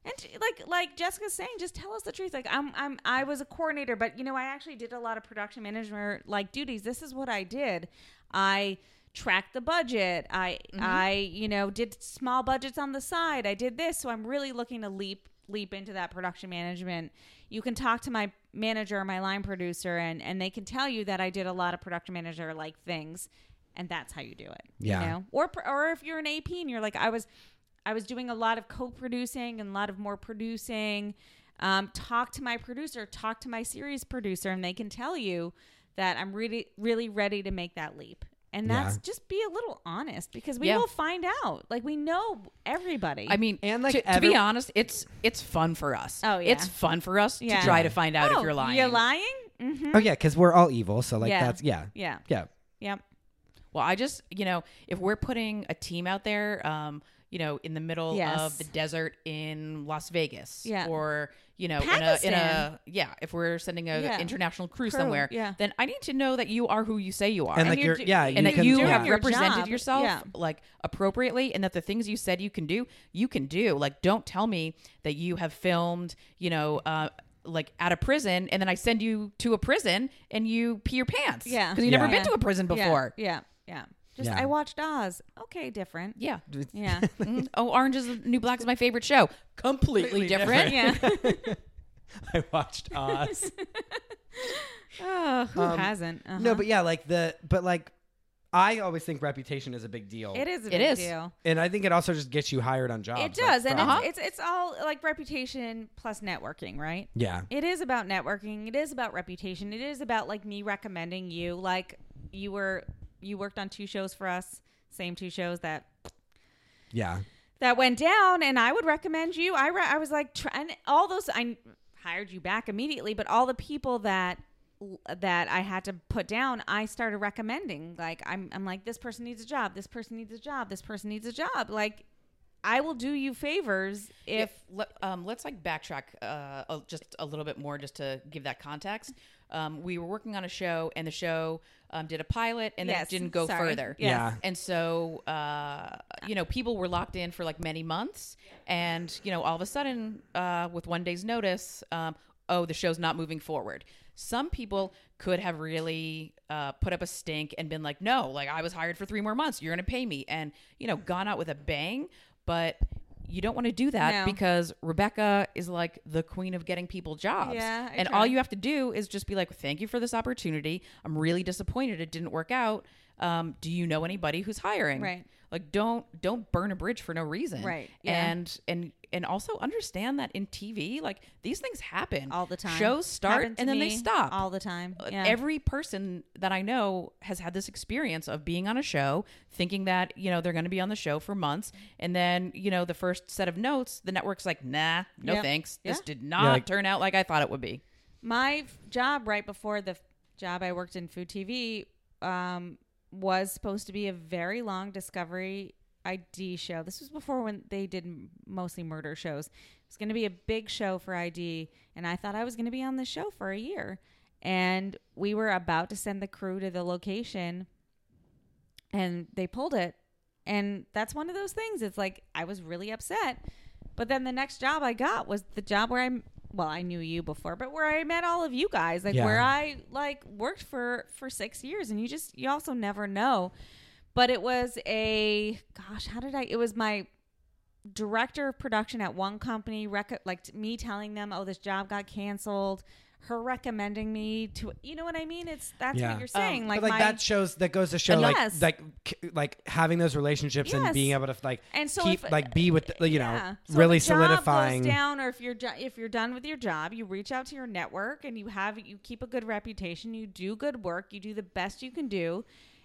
Speaker 3: And t- like like Jessica's saying, just tell us the truth. Like I'm I'm I was a coordinator, but you know, I actually did a lot of production management like duties. This is what I did. I tracked the budget. I
Speaker 1: Mm-hmm.
Speaker 3: I you know, did small budgets on the side. I did this, so I'm really looking to leap leap into that production management. You can talk to my manager or my line producer and and they can tell you that I did a lot of production manager like things and that's how you do it.
Speaker 1: Yeah.
Speaker 3: You know? Or pr- or if you're an AP and you're like I was I was doing a lot of co-producing and a lot of more producing. Um, talk to my producer, talk to my series producer, and they can tell you that I'm really really ready to make that leap. And that's
Speaker 1: Yeah.
Speaker 3: just be a little honest because we
Speaker 4: Yeah.
Speaker 3: will find out. Like we know everybody.
Speaker 4: I mean,
Speaker 1: And,
Speaker 4: and
Speaker 1: like,
Speaker 4: like to, to
Speaker 1: every-
Speaker 4: be honest, it's it's fun for us.
Speaker 3: Oh, yeah.
Speaker 4: it's fun for us
Speaker 3: Yeah.
Speaker 4: to try to find out
Speaker 3: Oh,
Speaker 4: if you're lying.
Speaker 3: You're lying. Mm-hmm.
Speaker 1: Oh yeah, because we're all evil. So like
Speaker 3: Yeah.
Speaker 1: that's yeah,
Speaker 3: Yeah.
Speaker 1: yeah.
Speaker 3: Yep.
Speaker 4: Well, I just, you know, if we're putting a team out there, um, you know, in the middle
Speaker 3: Yes.
Speaker 4: of the desert in Las Vegas,
Speaker 3: Yeah.
Speaker 4: or you know, in a, in
Speaker 3: Pakistan.
Speaker 4: a, yeah, if we're sending a
Speaker 3: Yeah.
Speaker 4: international cruise
Speaker 3: Crew,
Speaker 4: somewhere,
Speaker 3: yeah.
Speaker 4: then I need to know that you are who you say you are,
Speaker 1: And,
Speaker 4: and,
Speaker 1: like
Speaker 3: you're
Speaker 1: you're,
Speaker 3: do-
Speaker 1: yeah,
Speaker 3: and
Speaker 1: you
Speaker 4: that
Speaker 1: can,
Speaker 4: you
Speaker 1: yeah.
Speaker 4: have
Speaker 3: your
Speaker 4: represented
Speaker 3: job.
Speaker 4: yourself
Speaker 3: Yeah.
Speaker 4: like appropriately, and that the things you said you can do, you can do. Like, don't tell me that you have filmed, you know. uh like out of prison, and then I send you to a prison, and you pee your pants.
Speaker 3: Yeah.
Speaker 4: because you've never
Speaker 1: Yeah.
Speaker 4: been to a prison
Speaker 3: Yeah.
Speaker 4: before.
Speaker 3: Yeah. Yeah. Just
Speaker 1: Yeah.
Speaker 3: I watched Oz. Okay, different.
Speaker 4: yeah.
Speaker 3: Yeah.
Speaker 4: Mhm. Oh, Orange is the New Black is my favorite show. Completely different.
Speaker 3: yeah.
Speaker 1: I watched
Speaker 3: Uh-huh.
Speaker 1: Oz.
Speaker 3: Oh, who
Speaker 1: Um,
Speaker 3: hasn't? Uh-huh.
Speaker 1: No, but yeah, like the but like I always think reputation is a big deal.
Speaker 3: it is. A
Speaker 4: It
Speaker 3: big
Speaker 4: is.
Speaker 3: Deal.
Speaker 1: and I think it also just gets you hired on jobs.
Speaker 3: It does,
Speaker 1: Oh, like,
Speaker 3: and
Speaker 1: from-
Speaker 4: Uh-huh.
Speaker 3: it's, it's it's all like reputation plus networking, right?
Speaker 1: yeah,
Speaker 3: It is about networking. It is about reputation. It is about like me recommending you. Like you were you worked on two shows for us, same two shows that
Speaker 1: yeah,
Speaker 3: that went down, and I would recommend you. I re- I was like, try, and all those I hired you back immediately, but all the people that that I had to put down, I started recommending. Like I'm I'm like this person needs a job. This person needs a job. This person needs a job. Like I will do you favors if
Speaker 4: If let, um, let's like backtrack uh, a- just a little bit more, just to give that context. Um, we were working on a show, and the show um, did a pilot, and then
Speaker 3: Yes,
Speaker 4: it didn't go
Speaker 3: sorry.
Speaker 4: further.
Speaker 3: Yes.
Speaker 1: Yeah.
Speaker 4: And so, uh, you know, people were locked in for like many months, and you know, all of a sudden, uh, with one day's notice, um, oh, the show's not moving forward. Some people could have really uh, put up a stink and been like, no, like I was hired for three more months, you're gonna pay me, and you know, gone out with a bang. But you don't want to do that
Speaker 3: No.
Speaker 4: because Rebecca is like the queen of getting people jobs,
Speaker 3: Yeah, I
Speaker 4: and
Speaker 3: try.
Speaker 4: all you have to do is just be like, thank you for this opportunity. I'm really disappointed it didn't work out. Um, do you know anybody who's hiring?
Speaker 3: Right.
Speaker 4: Like don't don't burn a bridge for no reason.
Speaker 3: Right, yeah.
Speaker 4: And and and also understand that in TV, like these things happen
Speaker 3: all the time
Speaker 4: Shows start
Speaker 3: Happened
Speaker 4: and
Speaker 3: to
Speaker 4: then they
Speaker 3: me
Speaker 4: stop.
Speaker 3: all the time.
Speaker 4: Uh,
Speaker 3: Yeah.
Speaker 4: Every person that I know has had this experience of being on a show, thinking that, you know, they're going to be on the show for months. And then, you know, the first set of notes, the network's like, nah, no
Speaker 3: Yep.
Speaker 4: thanks. This
Speaker 3: Yeah.
Speaker 4: did not
Speaker 1: like-
Speaker 4: turn out like I thought it would be.
Speaker 3: my f- job right before the f- job I worked in Food TV um, was supposed to be a very long discovery ID show. This was before when they did m- mostly murder shows. It was going to be a big show for ID, and I thought I was going to be on the show for a year. And we were about to send the crew to the location, and they pulled it. And that's one of those things. It's like I was really upset. But then the next job I got was the job where I am well, I knew you before, but where I met all of you guys, like
Speaker 1: Yeah.
Speaker 3: where I like worked for for 6 years and you just you also never know. But it was a gosh, how did I it was my director of production at one company rec- like t- me telling them oh this job got canceled her recommending me to you know what i mean it's that's
Speaker 1: Yeah.
Speaker 3: what you're saying like,
Speaker 1: Um, but like
Speaker 3: my,
Speaker 1: that shows that goes to show like
Speaker 3: Yes.
Speaker 1: like c- like having those relationships and
Speaker 3: Yes.
Speaker 1: being able to like
Speaker 3: And so
Speaker 1: keep
Speaker 3: if-
Speaker 1: like be with the, you know
Speaker 3: Yeah. So if
Speaker 1: really
Speaker 3: a job
Speaker 1: solidifying
Speaker 3: goes down, or if you're jo- if you're done with your job, you reach out to your network and you have you keep a good reputation. You do good work. You do the best you can do,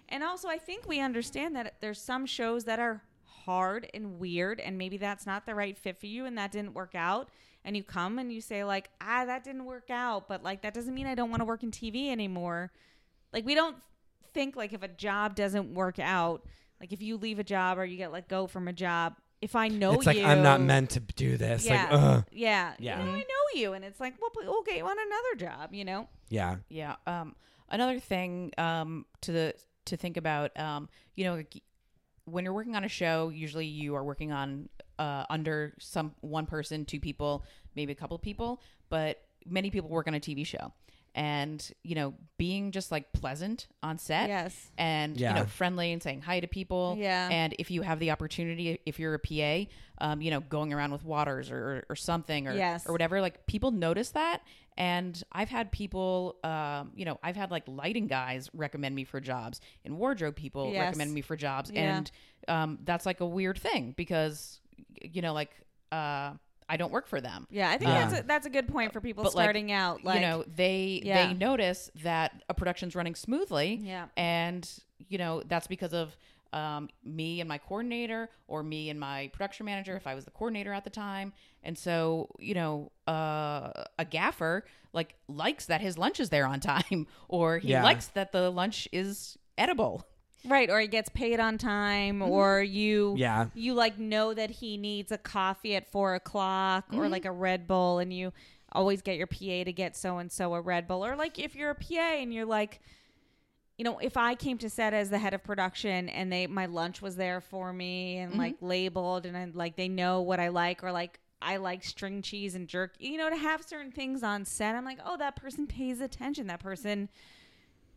Speaker 3: and also I think we understand that there's some shows that are hard and weird, and maybe that's not the right fit for you, and that didn't work out. And you come and you say like, ah, that didn't work out, but like that doesn't mean I don't want to work in TV anymore. Like we don't think like if a job doesn't work out, like if you leave a job or you get let go from a job, if I know
Speaker 1: it's like
Speaker 3: you,
Speaker 1: I'm not meant to do this
Speaker 3: Yeah,
Speaker 1: like ugh.
Speaker 3: yeah,
Speaker 1: Yeah.
Speaker 3: You know, I know you, and it's like, well, but we'll get you on another job. You know,
Speaker 1: yeah
Speaker 4: Yeah. Um, another thing um, to the to think about um, you know like, when you're working on a show usually you are working on uh, under some one person two people maybe a couple people but many people work on a tv show and you know being just like pleasant on set
Speaker 3: Yes.
Speaker 4: and
Speaker 1: Yeah.
Speaker 4: you know friendly and saying hi to people
Speaker 3: Yeah.
Speaker 4: and if you have the opportunity if you're a pa um, you know going around with waters or, or something or,
Speaker 3: Yes.
Speaker 4: or whatever like people notice that and i've had people um, you know i've had like lighting guys recommend me for jobs and wardrobe people
Speaker 3: Yes.
Speaker 4: recommend me for jobs
Speaker 3: Yeah.
Speaker 4: and um, that's like a weird thing because y- you know like uh, i don't work for them
Speaker 3: Yeah, I think
Speaker 1: Yeah.
Speaker 3: that's a, that's a good point for people
Speaker 4: But, like,
Speaker 3: starting out. Like,
Speaker 4: you know they
Speaker 3: Yeah.
Speaker 4: they notice that a production's running smoothly
Speaker 3: Yeah.
Speaker 4: and you know that's because of um, me and my coordinator or me and my production manager if i was the coordinator at the time and so you know uh, a gaffer like likes that his lunch is there on time or he
Speaker 1: Yeah.
Speaker 4: likes that the lunch is edible
Speaker 3: right, or he gets paid on time,
Speaker 4: Mm-hmm.
Speaker 3: or you,
Speaker 1: Yeah.
Speaker 3: you like know that he needs a coffee at four o'clock
Speaker 4: Mm-hmm.
Speaker 3: or like a Red Bull, and you always get your PA to get so and so a Red Bull, or like if you're a PA and you're like. You know, if I came to set as the head of production and they my lunch was there for me
Speaker 1: Mm-hmm.
Speaker 3: and like labeled and I, like they know what I like or like I like string cheese and jerk, you know, to have certain things on set, I'm like, oh, that person pays attention. That person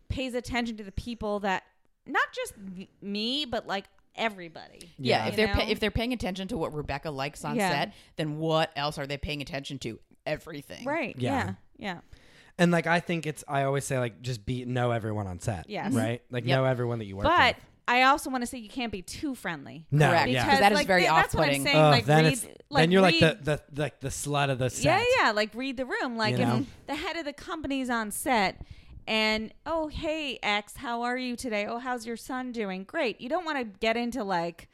Speaker 3: pays attention to the people that not just th- me but like everybody
Speaker 1: Yeah.
Speaker 4: yeah, if
Speaker 3: You
Speaker 4: they're
Speaker 3: know?
Speaker 4: pa- if they're paying attention to what rebecca likes on
Speaker 3: Yeah.
Speaker 4: set then what else are they paying attention to everything
Speaker 3: right yeah
Speaker 1: Yeah.
Speaker 3: yeah
Speaker 1: And like I think it's I always say like just be know everyone on set.
Speaker 3: Yes. Mm-hmm.
Speaker 1: Right? Like
Speaker 4: Yep.
Speaker 1: know everyone that you work
Speaker 3: but
Speaker 1: with.
Speaker 3: i also want to say you can't be too friendly
Speaker 1: No,
Speaker 4: Correct.
Speaker 1: yeah.
Speaker 4: Because that is
Speaker 3: like,
Speaker 4: very
Speaker 3: th- that's what I'm
Speaker 4: off-putting.
Speaker 3: saying,
Speaker 1: Oh,
Speaker 3: like,
Speaker 1: then
Speaker 3: read-
Speaker 1: it's
Speaker 3: like,
Speaker 1: then you're like
Speaker 3: read-
Speaker 1: the, the the the slut of the set.
Speaker 3: yeah yeah like read the room like
Speaker 1: You know?
Speaker 3: if the head of the company's on set and oh hey x how are you today oh how's your son doing great you don't want to get into like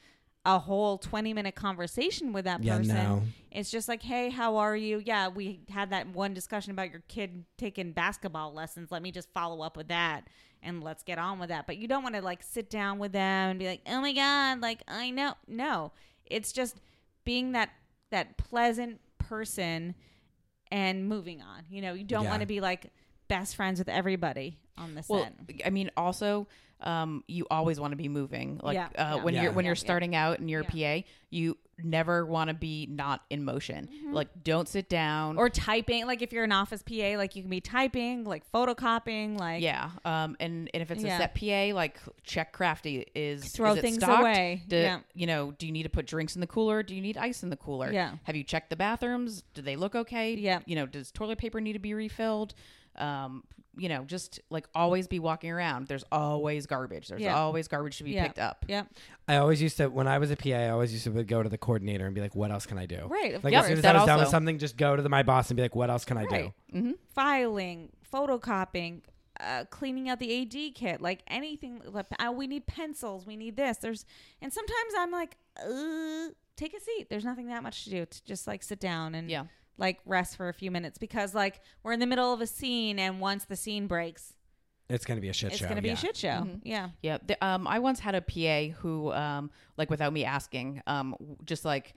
Speaker 3: a whole 20 minute conversation with that
Speaker 1: Yeah,
Speaker 3: person
Speaker 1: no.
Speaker 3: it's just like hey how are you yeah we had that one discussion about your kid taking basketball lessons let me just follow up with that and let's get on with that but you don't want to like sit down with them and be like oh my god like i know no it's just being that that pleasant person and moving on. You know, you don't
Speaker 1: Yeah.
Speaker 3: want to be like best friends with everybody on the set.
Speaker 4: Well, I mean, also, um, you always want to be moving. Like
Speaker 3: Yeah,
Speaker 4: uh,
Speaker 3: yeah.
Speaker 4: when
Speaker 1: Yeah.
Speaker 4: you're when
Speaker 3: Yeah,
Speaker 4: you're
Speaker 3: yeah.
Speaker 4: starting out and you're
Speaker 3: Yeah.
Speaker 4: a PA, you never want to be not in motion. Like, don't sit down.
Speaker 3: Mm-hmm. or typing, like if you're an office PA, like you can be typing, like photocopying, like
Speaker 4: yeah, um, and, and if it's
Speaker 3: Yeah.
Speaker 4: a set PA, like check crafty is
Speaker 3: Throw
Speaker 4: is it
Speaker 3: things
Speaker 4: stocked?
Speaker 3: away.
Speaker 4: Do,
Speaker 3: Yeah.
Speaker 4: you know, do you need to put drinks in the cooler? Do you need ice in the cooler?
Speaker 3: Yeah.
Speaker 4: have you checked the bathrooms? Do they look okay?
Speaker 3: Yeah.
Speaker 4: you know, does toilet paper need to be refilled? Um, you know, just like always be walking around. There's always garbage. There's
Speaker 3: Yeah.
Speaker 4: always garbage to be
Speaker 3: yeah,
Speaker 4: picked up.
Speaker 3: Yep.
Speaker 1: I always used to when I was a PA, I always used to go to the coordinator and be like, "What else can I do?"
Speaker 3: Right, of
Speaker 1: Like
Speaker 4: course.
Speaker 1: as soon as
Speaker 4: That
Speaker 1: I was done with
Speaker 4: also-
Speaker 1: something, just go to the, my boss and be like, "What else can I do?"
Speaker 3: Right. Filing, photocopying, uh, cleaning out the AD kit, like anything. Like, uh, we need pencils. We need this. There's, and sometimes I'm like, uh, take a seat. There's nothing that much to do. To just like sit down and
Speaker 4: Yeah.
Speaker 3: like rest for a few minutes because like we're in the middle of a scene and once the scene breaks,
Speaker 1: It's gonna be a shit
Speaker 3: it's
Speaker 1: show.
Speaker 3: gonna be
Speaker 1: yeah.
Speaker 3: a shit show.
Speaker 4: Mm-hmm.
Speaker 3: Yeah.
Speaker 4: Yeah. The, um, I once had a PA who, um, like without me asking, um, w- just like,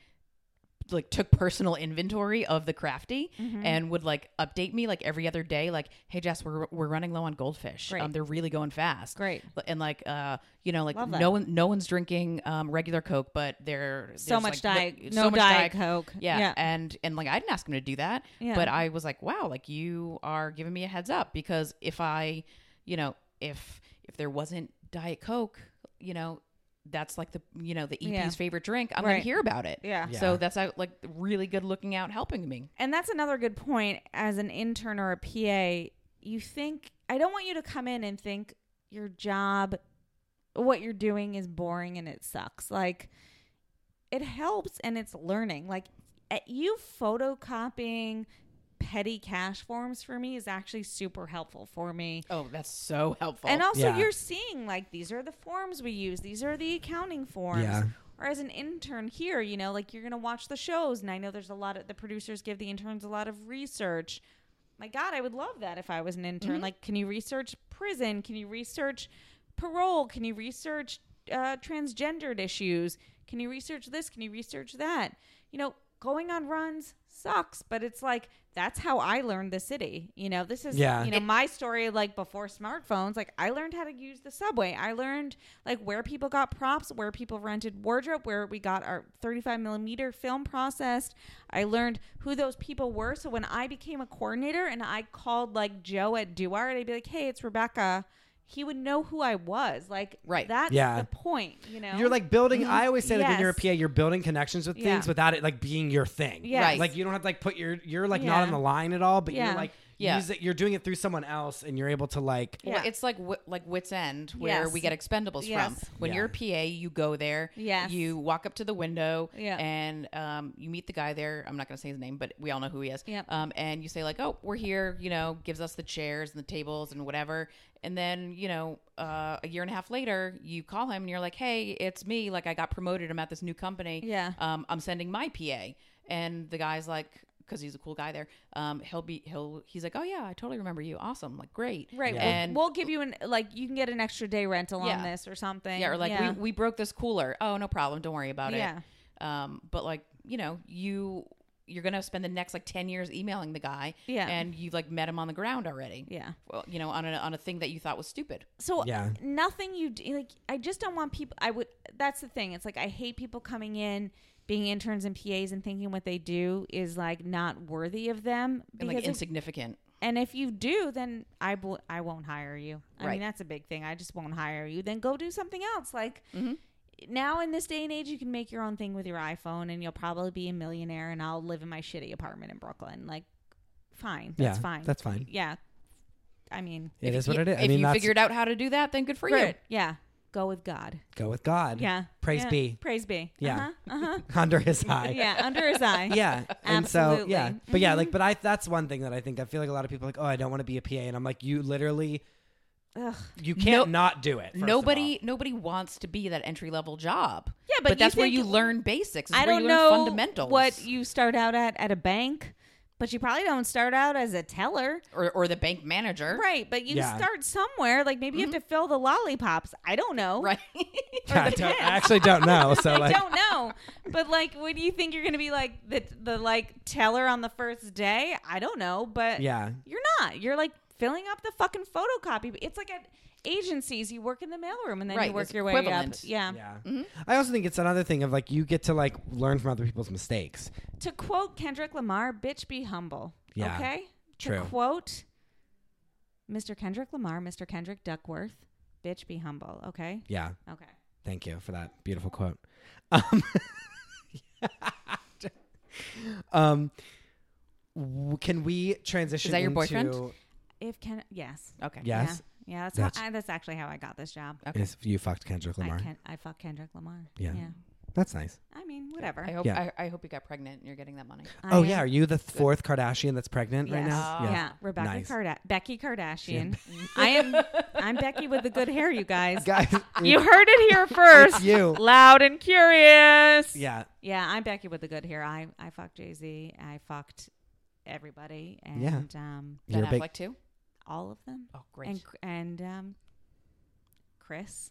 Speaker 4: like took personal inventory of the crafty
Speaker 3: Mm-hmm.
Speaker 4: and would like update me like every other day. Like, Hey Jess, we're, we're running low on goldfish.
Speaker 3: Great.
Speaker 4: Um, they're really going fast.
Speaker 3: Great.
Speaker 4: L- And like, uh, you know, like
Speaker 3: Love that.
Speaker 4: no one, no one's drinking, um, regular Coke, but they're
Speaker 3: so
Speaker 4: there's,
Speaker 3: much
Speaker 4: like,
Speaker 3: diet, no, diet,
Speaker 4: Coke.
Speaker 3: coke.
Speaker 4: Yeah. And and like I didn't ask him to do that.
Speaker 3: Yeah.
Speaker 4: But I was like, wow, like you are giving me a heads up because if I, you know, if if there wasn't Diet Coke, you know, that's like the you know, the EP's
Speaker 3: Yeah.
Speaker 4: favorite drink, I'm
Speaker 3: Right.
Speaker 4: gonna hear about it.
Speaker 3: Yeah.
Speaker 1: Yeah.
Speaker 4: So that's uh, like really good looking out helping me.
Speaker 3: And that's another good point. As an intern or a PA, you think I don't want you to come in and think your job, what you're doing, is boring and it sucks. Like it helps and it's learning. Like eh, you photocopying petty cash forms for me is actually super helpful for me.
Speaker 4: Oh, that's so helpful.
Speaker 3: And also,
Speaker 1: Yeah.
Speaker 3: you're seeing like these are the forms we use. These are the accounting forms.
Speaker 1: Yeah.
Speaker 3: Or as an intern here, you know, like you're gonna watch the shows, and I know there's a lot of the producers give the interns a lot of research. My God, I would love that if I was an intern. Like, can you research prison? Can you research parole? Can you research uh, transgendered issues? Can you research this? Can you research that? You know, going on runs sucks, but it's like that's how I learned the city. You know, this is
Speaker 1: Yeah.
Speaker 3: you know my story like before smartphones, like I learned how to use the subway. I learned like where people got props, where people rented wardrobe, where we got our 35 millimeter film processed. I learned who those people were. So when I became a coordinator and I called like Joe at Duart, I'd be like, "Hey, it's Rebecca." He would know who I was. Like
Speaker 4: Right.
Speaker 3: that's
Speaker 1: Yeah.
Speaker 3: the point, you know.
Speaker 1: You're like building. I always say like when you're a
Speaker 3: Mm-hmm. Yes.
Speaker 1: PA, you're building connections with
Speaker 3: Yeah.
Speaker 1: things without it like being your thing.
Speaker 3: Yes. Right.
Speaker 1: Like you don't have to like put your you're like not on
Speaker 3: Yeah.
Speaker 1: the line at all, but
Speaker 3: Yeah.
Speaker 1: you're like
Speaker 4: Yeah.
Speaker 1: use it. You're doing it through someone else, and you're able to like.
Speaker 4: Well,
Speaker 3: Yeah.
Speaker 4: it's like wi- like Wits End where
Speaker 3: Yes.
Speaker 4: we get Expendables
Speaker 3: Yes.
Speaker 4: from. When
Speaker 1: Yeah.
Speaker 4: you're a PA, you go there.
Speaker 3: Yes.
Speaker 4: You walk up to the window.
Speaker 3: Yeah.
Speaker 4: And um, you meet the guy there. I'm not going to say his name, but we all know who he is.
Speaker 3: Yep.
Speaker 4: Um, and you say like, "Oh, we're here." You know, gives us the chairs and the tables and whatever. And then you know, uh, a year and a half later, you call him and you're like, "Hey, it's me. Like, I got promoted. I'm at this new company.
Speaker 3: Yeah.
Speaker 4: Um, I'm sending my PA." And the guy's like. Because he's a cool guy there, um, he'll be he'll he's like, oh yeah, I totally remember you, awesome, like great,
Speaker 3: Right.
Speaker 1: Yeah.
Speaker 3: We'll,
Speaker 4: And
Speaker 3: we'll give you an like you can get an extra day rental on
Speaker 4: Yeah.
Speaker 3: this or something.
Speaker 4: yeah, or like We, we broke this cooler. Oh, no problem. Don't worry about
Speaker 3: Yeah.
Speaker 4: it. Um, but like you know, you you're gonna spend the next like ten years emailing the guy.
Speaker 3: Yeah.
Speaker 4: and you like met him on the ground already.
Speaker 3: Yeah.
Speaker 4: well, you know, on a on a thing that you thought was stupid.
Speaker 3: So
Speaker 1: Yeah.
Speaker 3: nothing you do, like I just don't want people I would that's the thing. It's like I hate people coming in being interns and PAs and thinking what they do is like not worthy of them
Speaker 4: And like
Speaker 3: because if-
Speaker 4: insignificant.
Speaker 3: and if you do then I will I won't hire you. I mean
Speaker 4: Right.
Speaker 3: that's a big thing. I just won't hire you. Then go do something else like
Speaker 4: Mm-hmm.
Speaker 3: Now in this day and age, you can make your own thing with your iPhone, and you'll probably be a millionaire. And I'll live in my shitty apartment in Brooklyn. Like, fine, that's
Speaker 1: Yeah,
Speaker 3: fine,
Speaker 1: that's fine.
Speaker 3: Yeah, I mean,
Speaker 1: It is what
Speaker 4: You-
Speaker 1: it is.
Speaker 4: If
Speaker 1: I mean,
Speaker 4: you
Speaker 1: that's
Speaker 4: figured out how to do that, then good for you.
Speaker 3: Great. Yeah. Go with God.
Speaker 1: go with God.
Speaker 3: Yeah.
Speaker 1: Praise
Speaker 3: Yeah.
Speaker 1: be
Speaker 3: Praise be.
Speaker 1: Yeah.
Speaker 3: Uh huh.
Speaker 1: under His eye.
Speaker 3: yeah. Under his eye.
Speaker 1: Yeah. And so
Speaker 3: Absolutely. Mm-hmm.
Speaker 1: yeah. But yeah, like but I that's one thing that I think I feel like a lot of people are like, "Oh, I don't want to be a PA." And I'm like, "You literally
Speaker 3: Ugh.
Speaker 1: you can't
Speaker 4: No-
Speaker 1: not do it." first of
Speaker 4: Nobody nobody wants to be that entry level job.
Speaker 3: Yeah, but you
Speaker 4: that's where
Speaker 3: think-
Speaker 4: you learn basics. It's
Speaker 3: I
Speaker 4: where
Speaker 3: don't
Speaker 4: you learn
Speaker 3: know
Speaker 4: fundamentals.
Speaker 3: what you start out at at a bank, but you probably don't start out as a teller.
Speaker 4: or or the bank manager.
Speaker 3: Right, but you
Speaker 1: Er. Yeah. Mm-hmm.
Speaker 3: start somewhere. Like maybe you have to fill the lollipops. I don't know.
Speaker 4: Right.
Speaker 1: all. Yeah, I, don't, I actually don't know. So like
Speaker 3: I don't know. But like, when you think you're gonna be like the the like teller on the first day, I don't know. But
Speaker 1: Yeah.
Speaker 3: you're not. You're like filling up the fucking photocopy. It's like at agencies, you work in the mailroom and then you
Speaker 4: Right,
Speaker 3: work
Speaker 4: it's
Speaker 3: your way
Speaker 4: equivalent.
Speaker 3: up. Yeah.
Speaker 1: Yeah. I also think it's another thing of like you get to like learn from other people's mistakes.
Speaker 3: To quote Kendrick Lamar, "Bitch, be humble."
Speaker 1: Yeah.
Speaker 3: Okay.
Speaker 1: True.
Speaker 3: To quote Mr. Kendrick Lamar, Mr. Kendrick Duckworth, "Bitch, be humble." Okay.
Speaker 1: Yeah.
Speaker 3: Okay.
Speaker 1: Thank you for that beautiful quote. Um, um w- can we transition
Speaker 4: Is that your
Speaker 1: into-
Speaker 4: boyfriend?
Speaker 3: If Ken, yes.
Speaker 4: Okay.
Speaker 1: Yes.
Speaker 3: Yeah. Yeah. That's
Speaker 1: That's-
Speaker 3: how, I, that's actually how I got this job.
Speaker 4: Okay.
Speaker 1: Is you fucked Kendrick Lamar.
Speaker 3: I can I fuck Kendrick Lamar.
Speaker 1: Yeah. That's nice.
Speaker 3: I mean, whatever.
Speaker 4: I hope
Speaker 1: Yeah.
Speaker 4: I, I hope you got pregnant and you're getting that money.
Speaker 3: I
Speaker 1: oh
Speaker 3: am-
Speaker 1: yeah, are you the fourth Kardashian that's pregnant right
Speaker 3: Yes.
Speaker 1: now?
Speaker 4: Oh.
Speaker 3: Yeah. Rebecca
Speaker 1: Nice.
Speaker 3: Karda- Becky Kardashian. I am I'm Becky with the good hair, you guys.
Speaker 1: Guys,
Speaker 3: You heard it here first.
Speaker 1: you.
Speaker 3: Loud and curious.
Speaker 1: yeah.
Speaker 3: Yeah, I'm Becky with the good hair. I I fucked Jay-Z. I fucked everybody and
Speaker 1: Yeah.
Speaker 3: um
Speaker 4: Ben
Speaker 1: You're a
Speaker 4: Affleck
Speaker 1: big
Speaker 4: too.
Speaker 3: all of them.
Speaker 4: Oh great.
Speaker 3: And and um Chris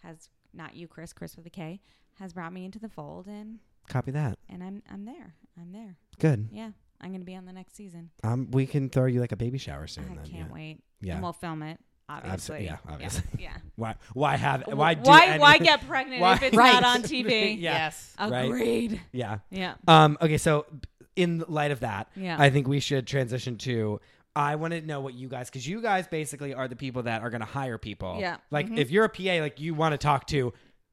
Speaker 3: has not you Chris, Chris with a K has brought me into the fold and
Speaker 1: copy that.
Speaker 3: and I'm I'm there. I'm there.
Speaker 1: Good.
Speaker 3: Yeah, I'm gonna be on the next season.
Speaker 1: Um we can throw you like a baby shower soon
Speaker 3: I
Speaker 1: then.
Speaker 3: can't
Speaker 1: yeah.
Speaker 3: wait.
Speaker 1: Yeah.
Speaker 3: and we'll film it.
Speaker 1: Abso-
Speaker 3: Obviously,
Speaker 1: yeah, obviously.
Speaker 3: Yeah.
Speaker 1: Why why have
Speaker 3: yeah.
Speaker 1: why
Speaker 3: Why?
Speaker 1: do
Speaker 3: Why,
Speaker 1: any-
Speaker 3: get pregnant
Speaker 1: Why-
Speaker 3: if it's
Speaker 4: Right.
Speaker 3: not on TV?
Speaker 1: Yeah.
Speaker 4: Yes.
Speaker 1: Right.
Speaker 3: Agreed.
Speaker 1: Yeah.
Speaker 3: Yeah.
Speaker 1: Um, okay, so in light of that,
Speaker 3: Yeah.
Speaker 1: I think we should transition to. I want to know what you guys, because you guys basically are the people that are going to hire people.
Speaker 3: Yeah. mm-hmm.
Speaker 1: Like if you're a PA, like you want to talk to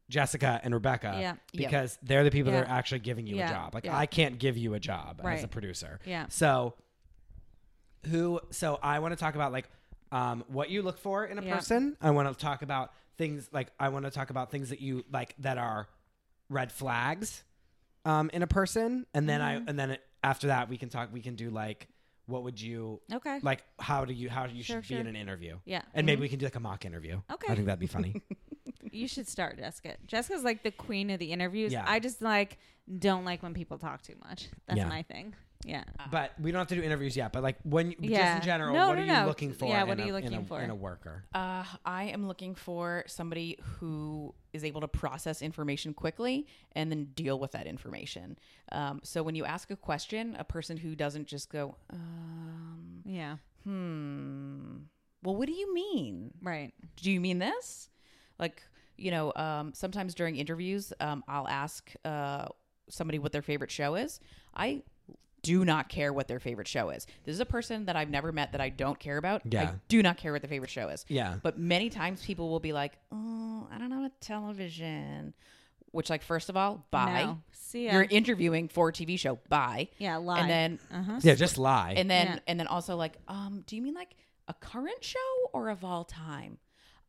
Speaker 1: Jessica and Rebecca.
Speaker 3: Yeah.
Speaker 4: Yep.
Speaker 1: Because they're the people that
Speaker 3: Yeah.
Speaker 1: are actually giving you a
Speaker 3: Yeah.
Speaker 1: job. Like
Speaker 4: Yeah.
Speaker 1: I can't give you a job as a
Speaker 3: Right.
Speaker 1: producer.
Speaker 3: Yeah.
Speaker 1: So who? So I want to talk about like um, what you look for in a
Speaker 3: Yeah.
Speaker 1: person. I want to talk about things like I want to talk about things that you like that are red flags um, in a person, and then
Speaker 3: Mm-hmm.
Speaker 1: I and then it, after that we can talk. We can do like what would you
Speaker 3: Okay.
Speaker 1: like? How do you how you
Speaker 3: Sure,
Speaker 1: should be in
Speaker 3: sure.
Speaker 1: an interview?
Speaker 3: Yeah. Mm-hmm.
Speaker 1: and maybe we can do like a mock interview.
Speaker 3: Okay.
Speaker 1: I think that'd be funny.
Speaker 3: You should start, Jessica. Jessica's like the queen of the interviews.
Speaker 1: Yeah.
Speaker 3: I just like don't like when people talk too much. That's
Speaker 1: Yeah.
Speaker 3: my thing. Yeah.
Speaker 1: But we don't have to do interviews yet. But like when, just
Speaker 3: Yeah.
Speaker 1: in general,
Speaker 3: No,
Speaker 1: what
Speaker 3: no,
Speaker 1: are you
Speaker 3: no.
Speaker 1: looking for?
Speaker 3: Yeah,
Speaker 1: in
Speaker 3: what are
Speaker 1: a-
Speaker 3: you
Speaker 1: in a-
Speaker 3: looking for?
Speaker 1: in a worker?
Speaker 4: Uh, I am looking for somebody who is able to process information quickly and then deal with that information. Um, so when you ask a question, a person who doesn't just go, um,
Speaker 3: Yeah.
Speaker 4: hmm, well, what do you mean?
Speaker 3: Right.
Speaker 4: do you mean this? Like, you know, um, sometimes during interviews, um, I'll ask uh, somebody what their favorite show is. I do not care what their favorite show is. This is a person that I've never met that I don't care about.
Speaker 1: Yeah.
Speaker 4: I do not care what the favorite show is.
Speaker 1: Yeah.
Speaker 4: But many times people will be like, oh, I don't know what television. Which, like, first of all, bye.
Speaker 3: No. See ya.
Speaker 4: You're interviewing for a TV show. Bye.
Speaker 3: yeah. Lie.
Speaker 4: And then
Speaker 3: Uh-huh.
Speaker 1: Yeah, just lie.
Speaker 4: and then
Speaker 3: Yeah.
Speaker 4: and then also like, um, do you mean like a current show or of all time?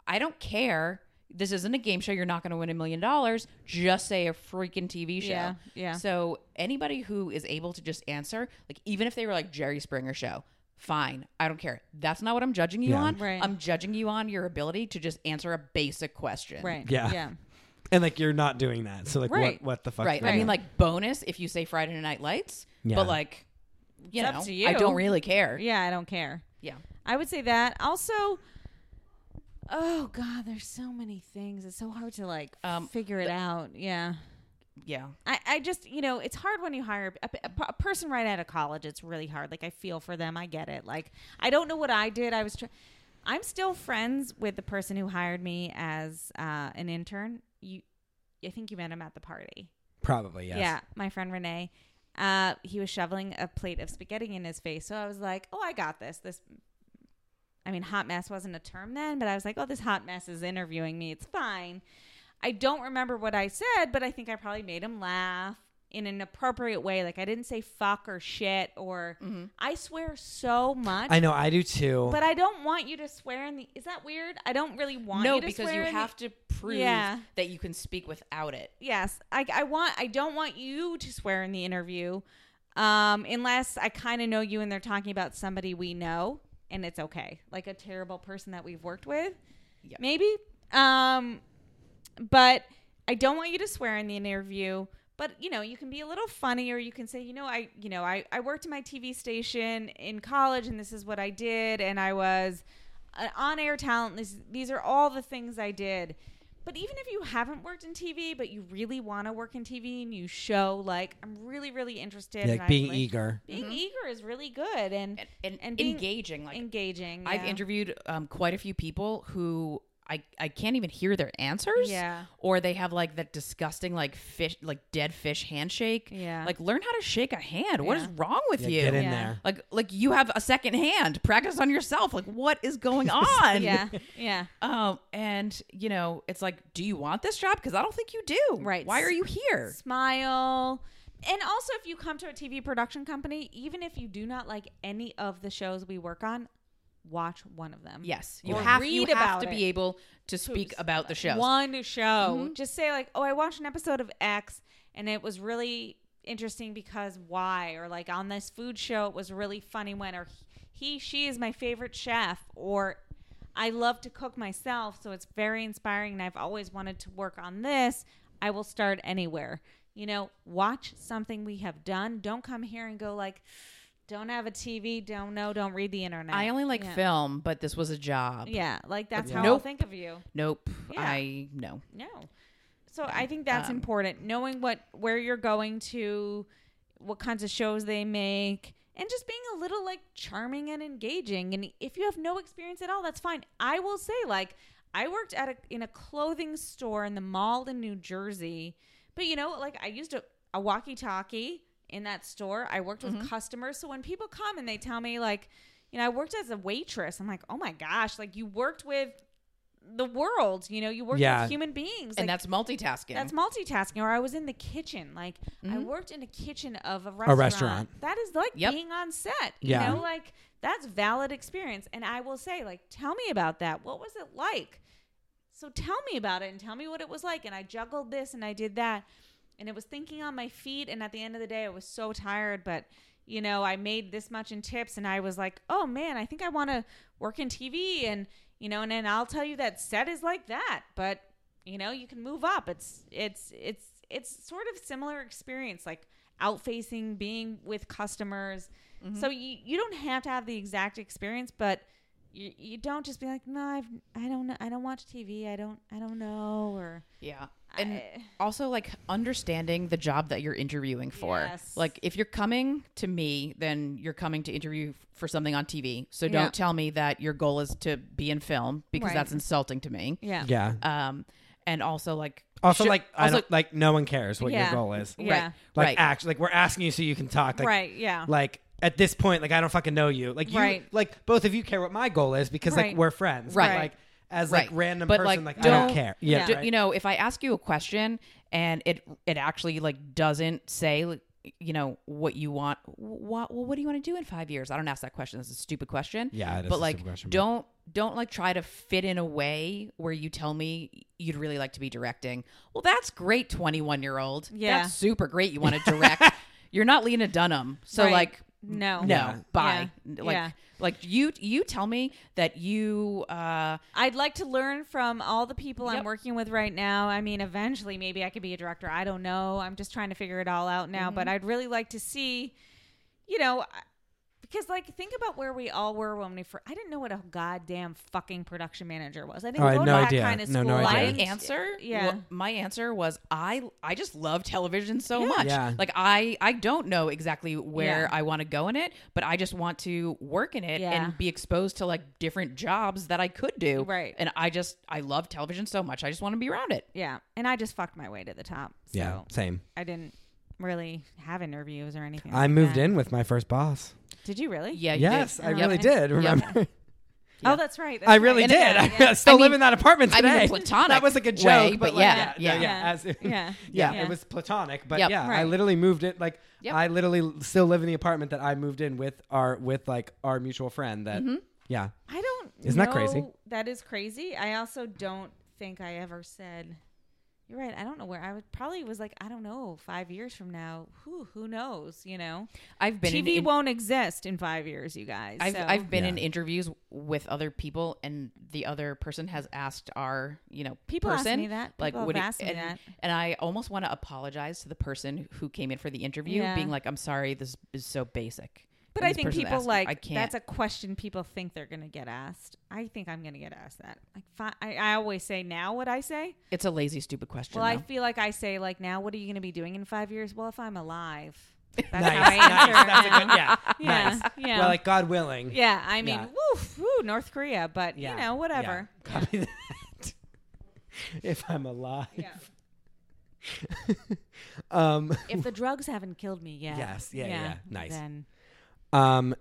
Speaker 4: I don't care. This isn't a game show. You're not going to win a million dollars. Just say a freaking TV show.
Speaker 3: Yeah, yeah.
Speaker 4: So anybody who is able to just answer, like even if they were like Jerry Springer show, fine. I don't care. That's not what I'm judging you
Speaker 1: Yeah.
Speaker 4: on.
Speaker 3: Right.
Speaker 4: I'm judging you on your ability to just answer a basic question.
Speaker 3: Right.
Speaker 1: Yeah.
Speaker 3: Yeah.
Speaker 1: and like you're not doing that. So like
Speaker 3: Right.
Speaker 1: what what the fuck?
Speaker 4: Right.
Speaker 1: do you
Speaker 4: I mean,
Speaker 1: want?
Speaker 4: like bonus if you say Friday Night Lights,
Speaker 1: Yeah.
Speaker 4: but like, you
Speaker 3: It's up
Speaker 4: know,
Speaker 3: to you.
Speaker 4: I don't really care.
Speaker 3: Yeah. I don't care.
Speaker 4: yeah.
Speaker 3: I would say that. Also, oh god, there's so many things. It's so hard to like
Speaker 4: Um,
Speaker 3: figure it out. Yeah.
Speaker 4: Yeah.
Speaker 3: I, I just you know it's hard when you hire a, a, a person right out of college it's really hard like i feel for them i get it like i don't know what i did i was tr- i'm still friends with the person who hired me as uh, an intern you i think you met him at the party
Speaker 1: probably yes.
Speaker 3: yeah my friend renee uh, he was shoveling a plate of spaghetti in his face so i was like oh i got this this i mean hot mess wasn't a term then but i was like oh this hot mess is interviewing me it's fine I don't remember what I said, but I think I probably made him laugh in an appropriate way. Like I didn't say fuck or shit or
Speaker 4: Mm-hmm.
Speaker 3: I swear so much.
Speaker 1: I know I do too.
Speaker 3: but I don't want you to swear in the Is that weird? I don't really want
Speaker 4: no
Speaker 3: you to
Speaker 4: because
Speaker 3: swear
Speaker 4: you
Speaker 3: in the-
Speaker 4: have to prove
Speaker 3: Yeah.
Speaker 4: that you can speak without it
Speaker 3: Yes. I I want I don't want you to swear in the interview. Um unless I kind of know you and they're talking about somebody we know and it's okay. Like a terrible person that we've worked with.
Speaker 4: Yeah.
Speaker 3: Maybe. Um but I don't want you to swear in the interview. But you know, you can be a little funny, or you can say, you know, I, you know, I, I worked at my TV station in college, and this is what I did, and I was an on-air talent. This, these are all the things I did. But even if you haven't worked in TV, but you really want to work in TV, and you show like I'm really, really interested, and
Speaker 1: like
Speaker 3: I
Speaker 1: being
Speaker 3: like-
Speaker 1: eager.
Speaker 3: being eager is really good, and
Speaker 4: Mm-hmm. and, and,
Speaker 3: being
Speaker 4: engaging like
Speaker 3: engaging.
Speaker 4: i've
Speaker 3: yeah.
Speaker 4: interviewed um, quite a few people who I, I can't even hear their answers
Speaker 3: Yeah.
Speaker 4: or they have like that disgusting like fish like dead fish handshake
Speaker 3: Yeah.
Speaker 4: like learn how to shake a hand what is
Speaker 3: Yeah.
Speaker 4: wrong with
Speaker 1: Yeah,
Speaker 4: you
Speaker 1: Get in
Speaker 3: Yeah.
Speaker 1: there.
Speaker 4: like like you have a second hand practice on yourself like what is going on
Speaker 3: Yeah, yeah,
Speaker 4: um and you know it's like do you want this job because i don't think you do
Speaker 3: Right.
Speaker 4: why are you here
Speaker 3: smile. And also, if you come to a TV production company, even if you do not like any of the shows we work on, watch one of them.
Speaker 4: Yes, you
Speaker 3: Or
Speaker 4: have
Speaker 3: read
Speaker 4: you have
Speaker 3: about
Speaker 4: to
Speaker 3: it.
Speaker 4: be able to speak about the shows. Mm-hmm.
Speaker 3: One show. Just say like, "Oh, I watched an episode of X, and it was really interesting because why?" Or like on this food show, it was really funny when, or he, she is my favorite chef, or I love to cook myself, so it's very inspiring, and I've always wanted to work on this. I will start anywhere. You know, watch something we have done. Don't come here and go like, "Don't have a TV, don't know, don't read the internet."
Speaker 4: I only like
Speaker 3: yeah.
Speaker 4: film, but this was a job.
Speaker 3: Yeah, like that's how I'll
Speaker 4: Nope.
Speaker 3: think of you.
Speaker 4: Nope.
Speaker 3: Yeah.
Speaker 4: I no.
Speaker 3: No. So I think that's
Speaker 4: Um,
Speaker 3: important. Knowing what where you're going to, what kinds of shows they make, and just being a little like charming and engaging. And if you have no experience at all, that's fine. I will say like I worked at a in a clothing store in the mall in New Jersey, but you know like I used a, a walkie-talkie in that store. I worked with customers, so when people come and they tell me like, you know, I worked as a waitress. I'm like, oh my gosh, like you worked with the world. You know, you worked
Speaker 1: Yeah.
Speaker 3: with human beings. like,
Speaker 4: and that's multitasking.
Speaker 3: that's multitasking. Or I was in the kitchen. Like I worked in a kitchen of a restaurant.
Speaker 1: restaurant.
Speaker 3: That is like
Speaker 4: Mm-hmm. Yep.
Speaker 3: being on set. You
Speaker 1: Yeah.
Speaker 3: know, like that's valid experience. And I will say, like, tell me about that. What was it like? So tell me about it and tell me what it was like. And I juggled this and I did that. And it was thinking on my feet. And at the end of the day, I was so tired, but you know, I made this much in tips and I was like, oh man, I think I want to work in TV. And, you know, and then I'll tell you that set is like that, but you know, you can move up. It's, it's, it's, it's sort of similar experience. Like out facing, being with customers. So you, you don't have to have the exact experience, but you, you don't just be like, no, I've, I don't know. I don't watch TV. I don't, I don't know. Or
Speaker 4: Yeah. And
Speaker 3: I-
Speaker 4: also like understanding the job that you're interviewing for.
Speaker 3: Yes.
Speaker 4: Like if you're coming to me, then you're coming to interview f- for something on TV. So
Speaker 3: Yeah.
Speaker 4: don't tell me that your goal is to be in film because
Speaker 3: Right.
Speaker 4: that's insulting to me.
Speaker 3: yeah.
Speaker 1: Yeah.
Speaker 4: Um and also like
Speaker 1: Also,
Speaker 4: sho-
Speaker 1: like I
Speaker 4: also-
Speaker 1: don't like no one cares what
Speaker 3: Yeah.
Speaker 1: your goal is.
Speaker 3: Yeah.
Speaker 4: Right.
Speaker 1: Like
Speaker 4: Right.
Speaker 1: act like we're asking you so you can talk. Like,
Speaker 3: right. Yeah.
Speaker 1: Like at this point, like I don't fucking know you. Like you,
Speaker 3: Right.
Speaker 1: like both of you care what my goal is because
Speaker 3: Right.
Speaker 1: like we're friends.
Speaker 4: Right.
Speaker 1: But, like as like
Speaker 4: Right.
Speaker 1: random
Speaker 4: But,
Speaker 1: person, like,
Speaker 4: like,
Speaker 1: I
Speaker 4: don't-
Speaker 1: don't care.
Speaker 3: Yeah.
Speaker 1: Yeah.
Speaker 4: Do-
Speaker 1: right.
Speaker 4: you know if i ask you a question and it it actually like doesn't say like, you know what you want what well what do you want to do in five years i don't ask that question that's a stupid question
Speaker 1: Yeah, it is
Speaker 4: but
Speaker 1: a
Speaker 4: like
Speaker 1: stupid question, but-
Speaker 4: don't don't like try to fit in a way where you tell me you'd really like to be directing well that's great 21 year old
Speaker 3: Yeah.
Speaker 4: that's super great you want to direct you're not lena dunham so
Speaker 3: Right.
Speaker 4: like
Speaker 3: no,
Speaker 4: no
Speaker 1: Yeah.
Speaker 4: bye
Speaker 3: Yeah.
Speaker 4: like
Speaker 3: Yeah.
Speaker 4: like you you tell me that you uh
Speaker 3: I'd like to learn from all the people I'm
Speaker 4: Yep.
Speaker 3: working with right now. I mean, eventually maybe I could be a director. I don't know. I'm just trying to figure it all out now,
Speaker 4: Mm-hmm.
Speaker 3: but I'd really like to see, you know, I- because like think about where we all were when we first. I didn't know what a goddamn fucking production manager was. I didn't
Speaker 1: Oh, I
Speaker 3: go
Speaker 1: had
Speaker 3: to
Speaker 1: no
Speaker 3: that
Speaker 1: idea.
Speaker 3: kind of
Speaker 1: No,
Speaker 3: school.
Speaker 1: no
Speaker 3: I
Speaker 1: idea.
Speaker 4: my
Speaker 3: didn't-
Speaker 4: answer
Speaker 3: Yeah.
Speaker 4: wa- my answer was i i just love television so much
Speaker 1: Yeah.
Speaker 4: like i i don't know exactly where
Speaker 3: Yeah.
Speaker 4: i want to go in it but i just want to work in it
Speaker 3: Yeah.
Speaker 4: and be exposed to like different jobs that i could do
Speaker 3: Right.
Speaker 4: and i just i love television so much i just want to be around it
Speaker 3: Yeah, and I just fucked my way to the top. So
Speaker 1: yeah. Same.
Speaker 3: I didn't really have interviews or anything.
Speaker 1: I
Speaker 3: like
Speaker 1: moved
Speaker 3: that.
Speaker 1: in with my first boss.
Speaker 3: Did you really?
Speaker 4: yeah you
Speaker 1: Yes,
Speaker 4: did.
Speaker 1: I
Speaker 3: Yep.
Speaker 1: really did. Remember,
Speaker 3: Oh, that's right. that's
Speaker 1: I really
Speaker 3: right.
Speaker 1: did.
Speaker 3: Yeah,
Speaker 1: I still
Speaker 4: I mean-
Speaker 1: live in that apartment
Speaker 4: I
Speaker 1: today.
Speaker 4: mean, in a platonic
Speaker 1: That was like a
Speaker 4: way,
Speaker 1: joke,
Speaker 4: but
Speaker 1: like,
Speaker 4: yeah,
Speaker 1: yeah,
Speaker 4: yeah.
Speaker 1: yeah, as-
Speaker 3: yeah,
Speaker 1: yeah,
Speaker 3: yeah.
Speaker 1: it was platonic, but
Speaker 4: Yep.
Speaker 1: yeah, I
Speaker 3: Right.
Speaker 1: literally moved it. Like
Speaker 4: Yep.
Speaker 1: I literally still live in the apartment that I moved in with our with like our mutual friend. That yeah,
Speaker 3: I don't.
Speaker 1: Isn't that crazy?
Speaker 3: know- That is crazy. I also don't think I ever said. You're right. I don't know where I would probably was like I don't know five years from now. Who who knows? You know,
Speaker 4: i've been in,
Speaker 3: TV
Speaker 4: in-
Speaker 3: won't exist in five years, you guys.
Speaker 4: I've,
Speaker 3: so.
Speaker 4: I've been
Speaker 1: Yeah.
Speaker 4: in interviews with other people and the other person has asked our you know
Speaker 3: People ask
Speaker 4: person
Speaker 3: me that. People have
Speaker 4: would it-
Speaker 3: asked me
Speaker 4: and,
Speaker 3: that.
Speaker 4: and I almost want to apologize to the person who came in for the interview
Speaker 3: Yeah.
Speaker 4: being like I'm sorry this is so basic
Speaker 3: but
Speaker 4: And
Speaker 3: I
Speaker 4: this
Speaker 3: think
Speaker 4: person
Speaker 3: people
Speaker 4: asked me,
Speaker 3: like
Speaker 4: I can't
Speaker 3: that's a question people think they're gonna get asked. I think I'm gonna get asked that. Like fi- I, I always say now what I say.
Speaker 4: it's a lazy stupid question
Speaker 3: Well, I
Speaker 4: though.
Speaker 3: feel like I say like now what are you gonna be doing in five years? Well, if I'm alive, that's
Speaker 1: nice,
Speaker 3: how I answer.
Speaker 1: nice. That's
Speaker 3: now.
Speaker 1: a good, yeah,
Speaker 3: Yeah,
Speaker 1: nice.
Speaker 3: yeah.
Speaker 1: Well, like God willing,
Speaker 3: Yeah, I mean,
Speaker 1: Yeah.
Speaker 3: woof, woo, North Korea, but
Speaker 1: Yeah,
Speaker 3: you know, whatever.
Speaker 1: yeah. Copy that. if I'm alive,
Speaker 3: Yeah.
Speaker 1: um,
Speaker 3: If the drugs haven't killed me yet,
Speaker 1: Yes, yeah, yeah, nice.
Speaker 3: Then
Speaker 1: um,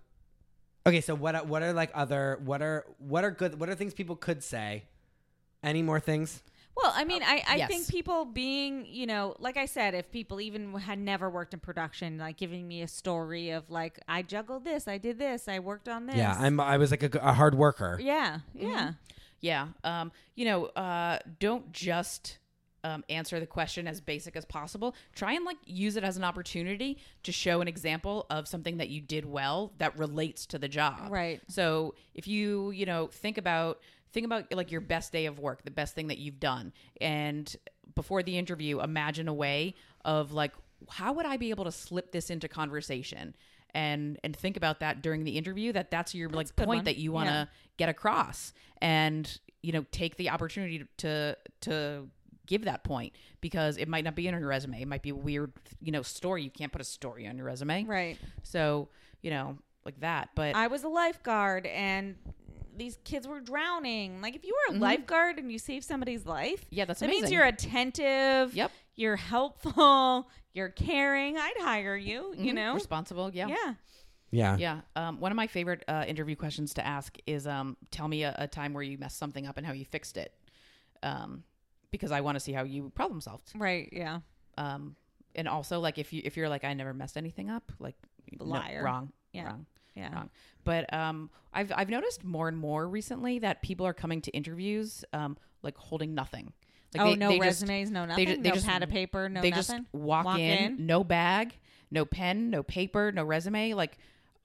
Speaker 1: okay. So what are- what are like other what are what are good what are things people could say? Any more things?
Speaker 3: well, I mean, I, I
Speaker 4: yes.
Speaker 3: think people being, you know, like I said, if people even had never worked in production, like giving me a story of like I juggled this, I did this, I worked on this.
Speaker 1: Yeah, I'm. Mm-hmm. I was like a, g- a hard worker.
Speaker 3: Yeah, yeah,
Speaker 4: yeah um you know uh don't just um, answer the question as basic as possible try and like use it as an opportunity to show an example of something that you did well that relates to the job
Speaker 3: Right.
Speaker 4: So if you, you know, think about think about like your best day of work, the best thing that you've done, and before the interview, imagine a way of like how would I be able to slip this into conversation? And and think about that during the interview that that's your like
Speaker 3: good
Speaker 4: point
Speaker 3: one.
Speaker 4: that you want to
Speaker 3: Yeah.
Speaker 4: get across and you know take the opportunity to to give that point because it might not be in your resume it might be a weird you know story you can't put a story on your resume
Speaker 3: right.
Speaker 4: so you know like that but
Speaker 3: I was a lifeguard and these kids were drowning. Like if you were a lifeguard and you save somebody's life,
Speaker 4: Mm-hmm. Yeah, that's
Speaker 3: that means
Speaker 4: amazing.
Speaker 3: you're attentive.
Speaker 4: Yep.
Speaker 3: You're helpful. You're caring. I'd hire you. You
Speaker 4: Mhm.
Speaker 3: know.
Speaker 4: responsible yeah
Speaker 3: yeah.
Speaker 1: Yeah.
Speaker 4: yeah um, one of my favorite uh, interview questions to ask is um, tell me a, a time where you messed something up and how you fixed it um, because i want to see how you problem solved
Speaker 3: Right. Yeah.
Speaker 4: um, and also like if you if you're like i never messed anything up like no,
Speaker 3: Liar.
Speaker 4: wrong
Speaker 3: Yeah.
Speaker 4: wrong
Speaker 3: Yeah.
Speaker 4: wrong. But um, I've I've noticed more and more recently that people are coming to interviews um, like holding nothing. Like
Speaker 3: oh no
Speaker 4: just-
Speaker 3: resumes, no nothing.
Speaker 4: ju- they
Speaker 3: no
Speaker 4: just-
Speaker 3: pad of paper, no
Speaker 4: they
Speaker 3: nothing.
Speaker 4: just walk, in, no bag, no pen, no paper, no resume. Like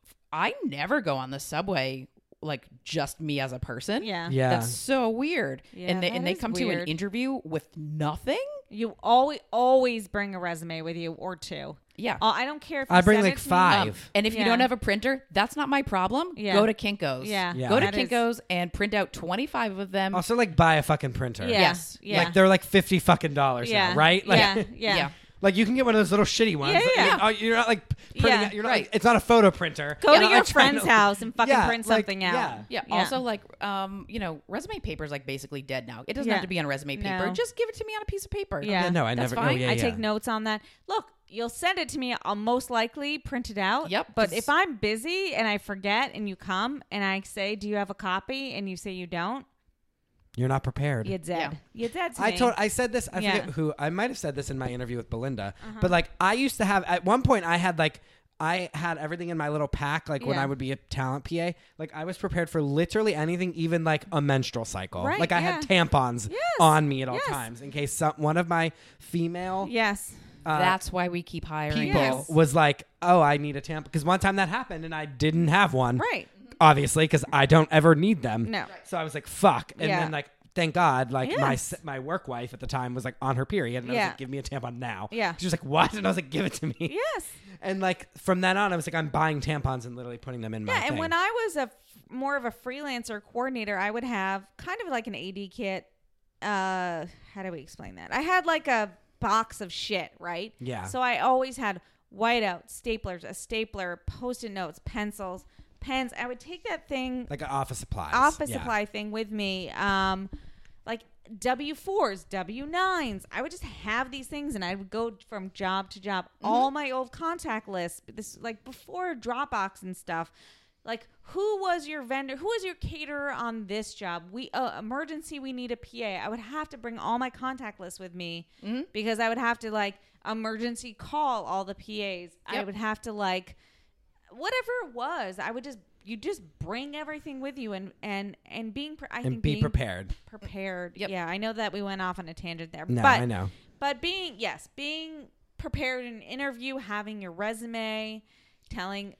Speaker 4: f- I never go on the subway like just me as a person.
Speaker 3: Yeah.
Speaker 1: Yeah.
Speaker 4: That's so weird.
Speaker 3: Yeah,
Speaker 4: and they
Speaker 3: that
Speaker 4: and they
Speaker 3: is
Speaker 4: come to an
Speaker 3: weird.
Speaker 4: interview with nothing.
Speaker 3: You always always bring a resume with you or two.
Speaker 4: Yeah.
Speaker 3: Uh, I don't care if
Speaker 1: I
Speaker 3: you
Speaker 1: bring
Speaker 3: send
Speaker 1: like
Speaker 3: it to me.
Speaker 1: five.
Speaker 4: Um, and if
Speaker 3: Yeah.
Speaker 4: you don't have a printer, that's not my problem.
Speaker 3: Yeah.
Speaker 4: Go to Kinko's.
Speaker 3: Yeah. Yeah.
Speaker 4: Go to
Speaker 3: That is-
Speaker 4: Kinko's and print out 25 of them.
Speaker 1: also, like buy a fucking printer.
Speaker 3: Yeah,
Speaker 4: Yes.
Speaker 3: Yeah.
Speaker 1: Like they're like fifty fucking dollars
Speaker 3: yeah.
Speaker 1: now, right? Like,
Speaker 3: yeah. Yeah.
Speaker 4: Yeah.
Speaker 1: like you can get one of those little shitty ones.
Speaker 3: Yeah, yeah,
Speaker 1: Like, You're not like printing.
Speaker 3: Yeah.
Speaker 1: out- you're not.
Speaker 4: Right.
Speaker 1: It's not a photo printer.
Speaker 3: Go
Speaker 1: You're
Speaker 3: to
Speaker 1: not
Speaker 3: your
Speaker 1: trying
Speaker 3: friend's
Speaker 1: to-
Speaker 3: house and fucking
Speaker 1: Yeah,
Speaker 3: print
Speaker 1: like,
Speaker 3: something out.
Speaker 1: yeah.
Speaker 4: Yeah.
Speaker 3: Yeah.
Speaker 4: Also, like, um, you know, resume paper is like basically dead now. It doesn't
Speaker 3: Yeah.
Speaker 4: have to be on resume paper.
Speaker 3: No.
Speaker 4: Just give it to me on a piece of paper.
Speaker 3: Yeah.
Speaker 1: Yeah, no, I
Speaker 4: That's
Speaker 1: never.
Speaker 4: fine.
Speaker 1: Oh, yeah,
Speaker 3: I
Speaker 1: yeah.
Speaker 3: take notes on that. Look, you'll send it to me. I'll most likely print it out.
Speaker 4: Yep,
Speaker 3: But
Speaker 4: 'cause-
Speaker 3: if I'm busy and I forget and you come and I say, "Do you have a copy?" and you say you don't,
Speaker 1: You're not prepared.
Speaker 3: you're dead.
Speaker 4: Yeah.
Speaker 3: You're dead. To
Speaker 1: I
Speaker 3: me.
Speaker 1: told I said this I
Speaker 3: Yeah. Uh-huh.
Speaker 1: forget who I might have said this in my interview with Belinda, but like I used to have at one point I had like I had everything in my little pack like when
Speaker 3: Yeah.
Speaker 1: I would be a talent PA like I was prepared for literally anything even like a menstrual cycle
Speaker 3: Right,
Speaker 1: like I had
Speaker 3: yeah.
Speaker 1: tampons
Speaker 3: Yes,
Speaker 1: on me at all
Speaker 3: yes.
Speaker 1: times in case some, one of my female
Speaker 3: Yes.
Speaker 1: uh,
Speaker 4: That's why we keep hiring
Speaker 1: people
Speaker 3: Yes.
Speaker 1: was like oh I need a tampon because one time that happened and I didn't have one
Speaker 3: Right.
Speaker 1: obviously because I don't ever need them.
Speaker 3: No. Right.
Speaker 1: So I was like, fuck. And
Speaker 3: Yeah.
Speaker 1: then like, thank God, like my
Speaker 3: Yes.
Speaker 1: s- my work wife at the time was like on her period, and I was
Speaker 3: Yeah.
Speaker 1: like, give me a tampon now.
Speaker 3: Yeah.
Speaker 1: She was like, what? And I was like, give it to me.
Speaker 3: Yes.
Speaker 1: And like from then on, I was like, I'm buying tampons and literally putting them in my.
Speaker 3: Yeah, and
Speaker 1: thing.
Speaker 3: when I was a f- more of a freelancer coordinator, I would have kind of like an AD kit. Uh, how do we explain that? I had like a box of shit, right?
Speaker 1: Yeah.
Speaker 3: So I always had whiteout, staplers, a stapler, post-it notes, pencils, pens. I would take that thing
Speaker 1: like an office supplies.
Speaker 3: office
Speaker 1: Yeah.
Speaker 3: supply thing with me. Um, like W fours, W nines. I would just have these things, and I would go from job to job. All my old contact lists. but This like before Dropbox and stuff. Like who was your vendor? Who was your caterer on this job? We uh, emergency. We need a PA. I would have to bring all my contact lists with me because I would have to like emergency call all the PAs. I
Speaker 4: Yep.
Speaker 3: would have to like whatever it was, I would just you just bring everything with you and and and being pre- I
Speaker 1: And
Speaker 3: think
Speaker 1: be
Speaker 3: being
Speaker 1: prepared.
Speaker 3: Prepared.
Speaker 4: Yep.
Speaker 3: Yeah, I know that we went off on a tangent there.
Speaker 1: No,
Speaker 3: but,
Speaker 1: I know.
Speaker 3: But being yes, being prepared in an interview, having your resume, telling,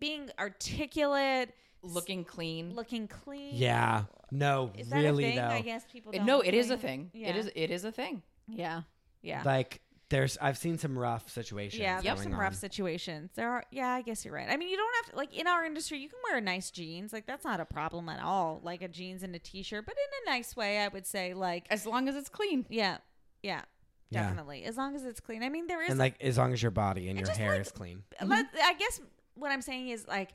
Speaker 3: being articulate,
Speaker 4: Looking clean.
Speaker 3: looking clean.
Speaker 1: Yeah. No,
Speaker 3: Is that
Speaker 1: really
Speaker 3: a thing?
Speaker 1: though.
Speaker 3: I guess people. Don't
Speaker 4: no, it is
Speaker 3: really-
Speaker 4: a thing.
Speaker 3: Yeah.
Speaker 4: It is it is a thing.
Speaker 3: Yeah. Yeah.
Speaker 1: Like there's, I've seen some rough situations.
Speaker 3: Yeah, there's
Speaker 1: going
Speaker 3: some rough
Speaker 1: on.
Speaker 3: situations. There are, yeah, I guess you're right. I mean, you don't have to, like, in our industry, you can wear nice jeans. Like, that's not a problem at all. Like, a jeans and a t shirt, but in a nice way, I would say, like,
Speaker 4: As long as it's clean.
Speaker 3: yeah, yeah,
Speaker 1: Yeah.
Speaker 3: definitely. As long as it's clean. I mean, there is,
Speaker 1: And like as long as your body and your
Speaker 3: just,
Speaker 1: hair
Speaker 3: like,
Speaker 1: is clean.
Speaker 3: let, I guess what I'm saying is, like,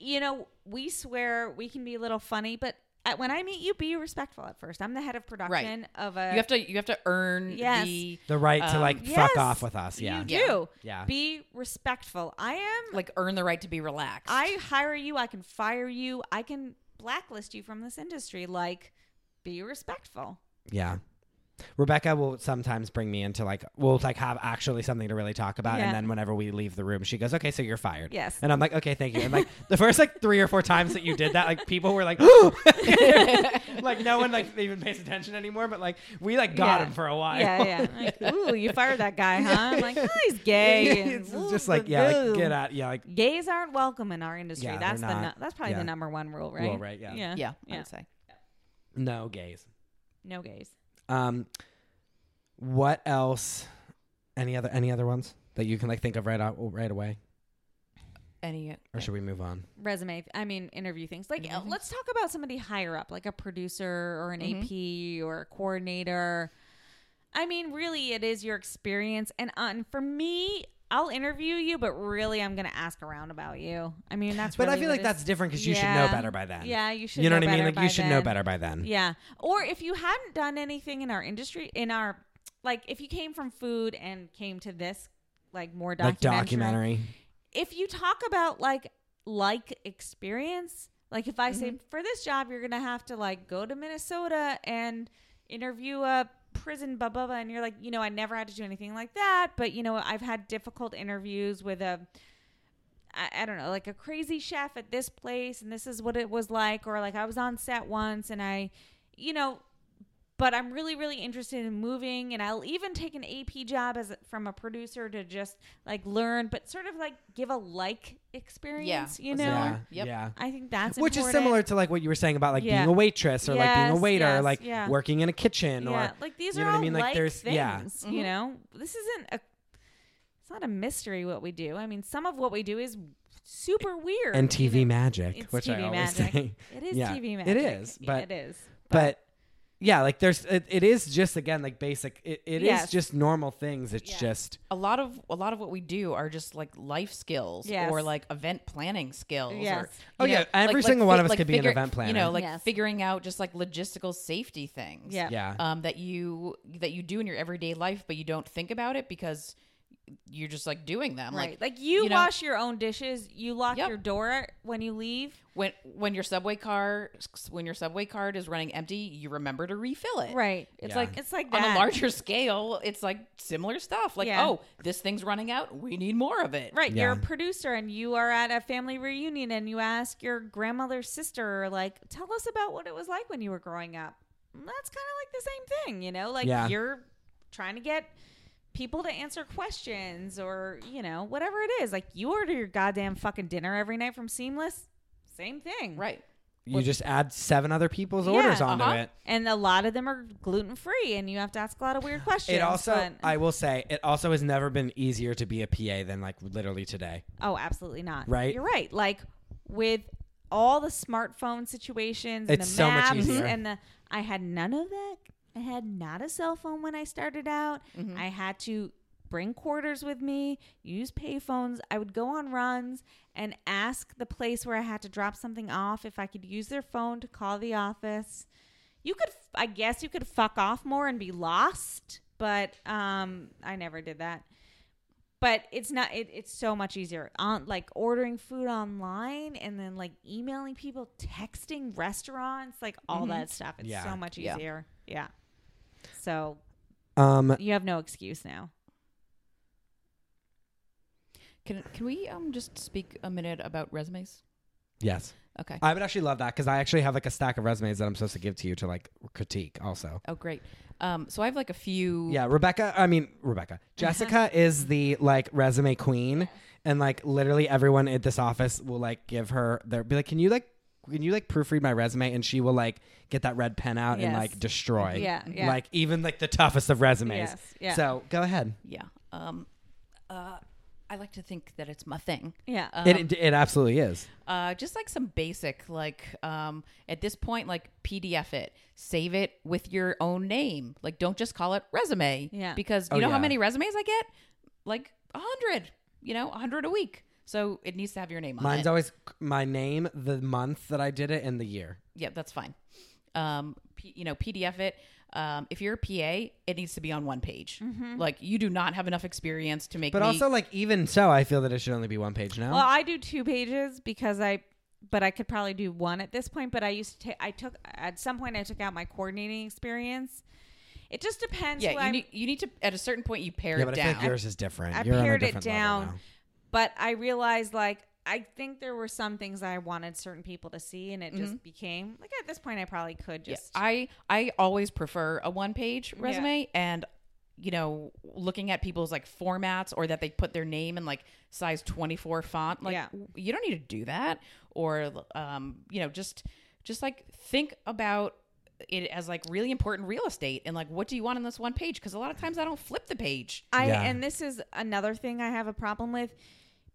Speaker 3: you know, we swear we can be a little funny, but at, when I meet you, be respectful at first. I'm the head of production of a.
Speaker 4: You have to you have to earn
Speaker 3: Yes.
Speaker 4: the
Speaker 1: The right to
Speaker 4: Um,
Speaker 1: like
Speaker 3: Yes,
Speaker 1: fuck off with us. Yeah.
Speaker 3: You
Speaker 4: Yeah.
Speaker 3: do.
Speaker 1: Yeah.
Speaker 3: Be respectful. I am
Speaker 4: like earn the right to be relaxed.
Speaker 3: I hire you, I can fire you, I can blacklist you from this industry. Like, be respectful.
Speaker 1: Yeah. Rebecca will sometimes bring me into like we'll like have actually something to really talk about,
Speaker 3: Yeah.
Speaker 1: and then whenever we leave the room, she goes, "Okay, so you're fired."
Speaker 3: Yes.
Speaker 1: and I'm like, "Okay, thank you." And like the first like three or four times that you did that, like people were like, like no one like even pays attention anymore. But like we like got
Speaker 3: Yeah.
Speaker 1: him for a while.
Speaker 3: Yeah, yeah. Like, Ooh, you fired that guy, huh? I'm like, oh, he's gay. and,
Speaker 1: it's
Speaker 3: ooh,
Speaker 1: just like yeah,
Speaker 3: boo.
Speaker 1: like, get out. Yeah, like
Speaker 3: Gays aren't welcome in our industry.
Speaker 1: Yeah,
Speaker 3: that's the
Speaker 1: they're
Speaker 3: nu-
Speaker 1: not.
Speaker 3: that's probably
Speaker 1: Yeah.
Speaker 3: the number one rule, right?
Speaker 1: Rule, right, yeah.
Speaker 3: yeah,
Speaker 4: yeah, I
Speaker 3: yeah.
Speaker 4: would say.
Speaker 1: no gays.
Speaker 3: No gays.
Speaker 1: Um, what else? Any other any other ones that you can like think of right out right away,
Speaker 4: Any
Speaker 1: or should we move on?
Speaker 3: Resume. I mean, interview things. Like,
Speaker 1: Mm-hmm.
Speaker 3: uh, let's talk about somebody higher up, like a producer or an AP or a coordinator. I mean, really, it is your experience. And on for me, I'll interview you, but really, I'm going to ask around about you. I mean, that's.
Speaker 1: But I
Speaker 3: really
Speaker 1: feel
Speaker 3: what
Speaker 1: like
Speaker 3: it's-
Speaker 1: that's different because you should
Speaker 3: Yeah.
Speaker 1: know better by then.
Speaker 3: Yeah, you should
Speaker 1: You know,
Speaker 3: know
Speaker 1: what I mean?
Speaker 3: better
Speaker 1: Like
Speaker 3: by
Speaker 1: you should know
Speaker 3: then.
Speaker 1: better by then.
Speaker 3: Yeah. Or if you hadn't done anything in our industry, in our like, if you came from food and came to this, like more
Speaker 1: Like
Speaker 3: documentary,
Speaker 1: documentary.
Speaker 3: if you talk about like like experience, like if I say for this job you're gonna have to like go to Minnesota and interview a prison blah blah blah, and you're like, you know, I never had to do anything like that, but you know, I've had difficult interviews with a I, I don't know, like a crazy chef at this place, and this is what it was like, or like I was on set once and I, you know, but I'm really, really interested in moving, and I'll even take an AP job as from a producer to just like learn, but sort of like give a like experience, you
Speaker 4: a
Speaker 3: know.
Speaker 1: Yeah.
Speaker 4: similar- Yep.
Speaker 1: Yeah.
Speaker 3: I think that's
Speaker 1: Which is
Speaker 3: important.
Speaker 1: similar to like what you were saying about like
Speaker 3: Yeah.
Speaker 1: being a waitress or like being a
Speaker 3: Yes,
Speaker 1: waiter or
Speaker 3: yes,
Speaker 1: like
Speaker 3: yeah.
Speaker 1: working in a kitchen
Speaker 3: yeah,
Speaker 1: or
Speaker 3: like these
Speaker 1: you
Speaker 3: are
Speaker 1: know what
Speaker 3: all
Speaker 1: I mean? Like,
Speaker 4: Mm-hmm.
Speaker 3: like
Speaker 1: there's-
Speaker 3: things,
Speaker 1: yeah.
Speaker 3: you know. This isn't a it's not a mystery what we do. I mean, some of what we do is super weird.
Speaker 1: and
Speaker 3: you
Speaker 1: TV
Speaker 3: know?
Speaker 1: magic,
Speaker 3: It's
Speaker 1: which I
Speaker 3: TV
Speaker 1: always
Speaker 3: magic.
Speaker 1: say.
Speaker 3: It is
Speaker 1: Yeah,
Speaker 3: TV
Speaker 1: it
Speaker 3: magic.
Speaker 1: is,
Speaker 3: Yeah,
Speaker 1: but-
Speaker 3: it is.
Speaker 1: but yeah, like there's it, it is just again like basic. It, it is
Speaker 3: Yes.
Speaker 1: just normal things. It's
Speaker 3: Yes.
Speaker 1: just
Speaker 4: a lot of a lot of what we do are just like life skills
Speaker 3: Yes.
Speaker 4: or like event planning skills.
Speaker 3: Yes.
Speaker 4: Or,
Speaker 1: Oh,
Speaker 4: you
Speaker 1: yeah,
Speaker 4: know,
Speaker 1: every single one of us could be an
Speaker 4: figure-
Speaker 1: event
Speaker 4: You
Speaker 1: planner.
Speaker 4: know, like
Speaker 3: Yes.
Speaker 4: figuring out just like logistical safety things.
Speaker 3: Yeah.
Speaker 1: yeah.
Speaker 4: Um, that you that you do in your everyday life, but you don't think about it because you're just like doing them.
Speaker 3: right.
Speaker 4: Like,
Speaker 3: Like you,
Speaker 4: you know-
Speaker 3: wash your own dishes, you lock
Speaker 4: Yep.
Speaker 3: your door when you leave.
Speaker 4: when when your subway car when your subway card is running empty, you remember to refill it.
Speaker 3: Right. It's
Speaker 1: Yeah.
Speaker 3: like it's like
Speaker 4: on
Speaker 3: that.
Speaker 4: a larger scale, it's like similar stuff. Like,
Speaker 3: Yeah.
Speaker 4: oh, this thing's running out. We need more of it.
Speaker 3: Right, you're a
Speaker 1: Yeah.
Speaker 3: producer and you are at a family reunion and you ask your grandmother's sister, like, tell us about what it was like when you were growing up. And That's kind of like the same thing, you know? Like,
Speaker 1: Yeah.
Speaker 3: you're trying to get people to answer questions or, you know, whatever it is. Like, you order your goddamn fucking dinner every night from Seamless. Same thing.
Speaker 4: Right.
Speaker 1: you just add seven other people's orders
Speaker 3: Yeah,
Speaker 1: onto
Speaker 4: uh-huh.
Speaker 1: it.
Speaker 3: And a lot of them are gluten free and you have to ask a lot of weird questions.
Speaker 1: It also,
Speaker 3: but-
Speaker 1: I will say, it also has never been easier to be a PA than like literally today.
Speaker 3: Oh, absolutely not.
Speaker 1: Right?
Speaker 3: You're right. Like with all the smartphone situations and
Speaker 1: It's
Speaker 3: the
Speaker 1: so much
Speaker 3: maps
Speaker 1: easier.
Speaker 3: and the I had none of that. I had not a cell phone when I started out.
Speaker 1: Mm-hmm.
Speaker 3: I had to bring quarters with me, use payphones. I would go on runs and ask the place where I had to drop something off if I could use their phone to call the office. You could I guess you could fuck off more and be lost, but um I never did that but it's not it, it's so much easier on like ordering food online and then like emailing people texting restaurants like all that stuff it's
Speaker 1: Mm-hmm. Yeah.
Speaker 3: so much
Speaker 4: Yeah.
Speaker 3: easier yeah. so
Speaker 1: Um,
Speaker 3: you have no excuse now
Speaker 4: Can can we um just speak a minute about resumes?
Speaker 1: yes,
Speaker 4: Okay.
Speaker 3: Uh,
Speaker 1: I would actually love that because I actually have like a stack of resumes that I'm supposed to give to you to like critique also.
Speaker 4: oh, great. Um, so I have like a few.
Speaker 1: Yeah, Rebecca. I mean, Rebecca. Jessica is the like resume queen, and like literally everyone at this office will like give her. They'll be like, "Can you like, can you like proofread my resume?" And she will like get that red pen out and
Speaker 3: Yes.
Speaker 1: like destroy.
Speaker 3: Yeah, yeah.
Speaker 1: Like even like the toughest of resumes.
Speaker 3: Yes, yeah.
Speaker 1: So go ahead.
Speaker 4: Yeah. Um, uh, I like to think that it's my thing.
Speaker 3: yeah
Speaker 1: it, it it absolutely is.
Speaker 4: Uh, just like some basic, like um, at this point, like PDF it, save it with your own name. Like, don't just call it resume.
Speaker 3: Yeah.
Speaker 4: Because you
Speaker 1: Oh,
Speaker 4: know
Speaker 1: yeah.
Speaker 4: how many resumes I get? Like a hundred. You know, a hundred a week. So it needs to have your name on it.
Speaker 1: Mine's always my name, the month that I did it, and the year.
Speaker 4: yeah, that's fine. Um, P- you know, PDF it. Um, if you're a PA, it needs to be on one page.
Speaker 3: Mm-hmm.
Speaker 4: Like you do not have enough experience to make.
Speaker 1: But
Speaker 4: me-
Speaker 1: also, like even so, I feel that it should only be one page now.
Speaker 3: well i do two pages because i but i could probably do one at this point but i used to take i took at some point i took out my coordinating experience it just depends who
Speaker 4: yeah, you
Speaker 3: I'm-
Speaker 4: need, you need to at a certain point you pare
Speaker 1: yeah,
Speaker 4: it
Speaker 1: but I
Speaker 4: down.
Speaker 1: feel like yours is different.
Speaker 3: I
Speaker 1: You're on a
Speaker 3: pared it
Speaker 1: different level
Speaker 3: down.
Speaker 1: now.
Speaker 3: but I realized like I think there were some things I wanted certain people to see, and it just became like at this point I probably could
Speaker 4: Mm-hmm. Yeah,
Speaker 3: just
Speaker 4: I I always prefer a one page resume and you know looking at people's like formats or that they put their name in like size 24 font like
Speaker 3: Yeah.
Speaker 4: you don't need to do that or um you know just just like think about it as like really important real estate and like what do you want on this one page because a lot of times i don't flip the page
Speaker 3: I
Speaker 1: Yeah.
Speaker 3: and this is another thing I have a problem with.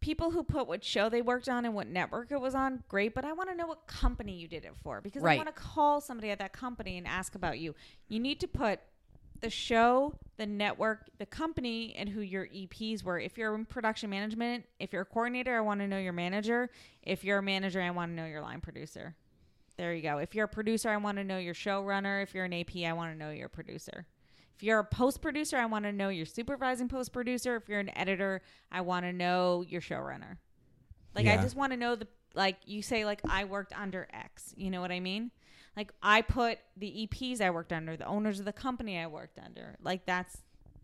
Speaker 3: People who put what show they worked on and what network it was on, great, but I want to know what company you did it for because I
Speaker 4: Right.
Speaker 3: want to call somebody at that company and ask about you. You need to put the show, the network, the company, and who your EPs were. If you're in production management, if you're a coordinator, I want to know your manager. If you're a manager, I want to know your line producer. There you go. If you're a producer, I want to know your showrunner. If you're an AP, I want to know your producer. If you're a post producer, I want to know your supervising post producer. If you're an editor, I want to know your showrunner. Like I
Speaker 1: Yeah.
Speaker 3: just want to know the like you say like I worked under X. You know what I mean? Like I put the EPs I worked under, the owners of the company I worked under. Like that's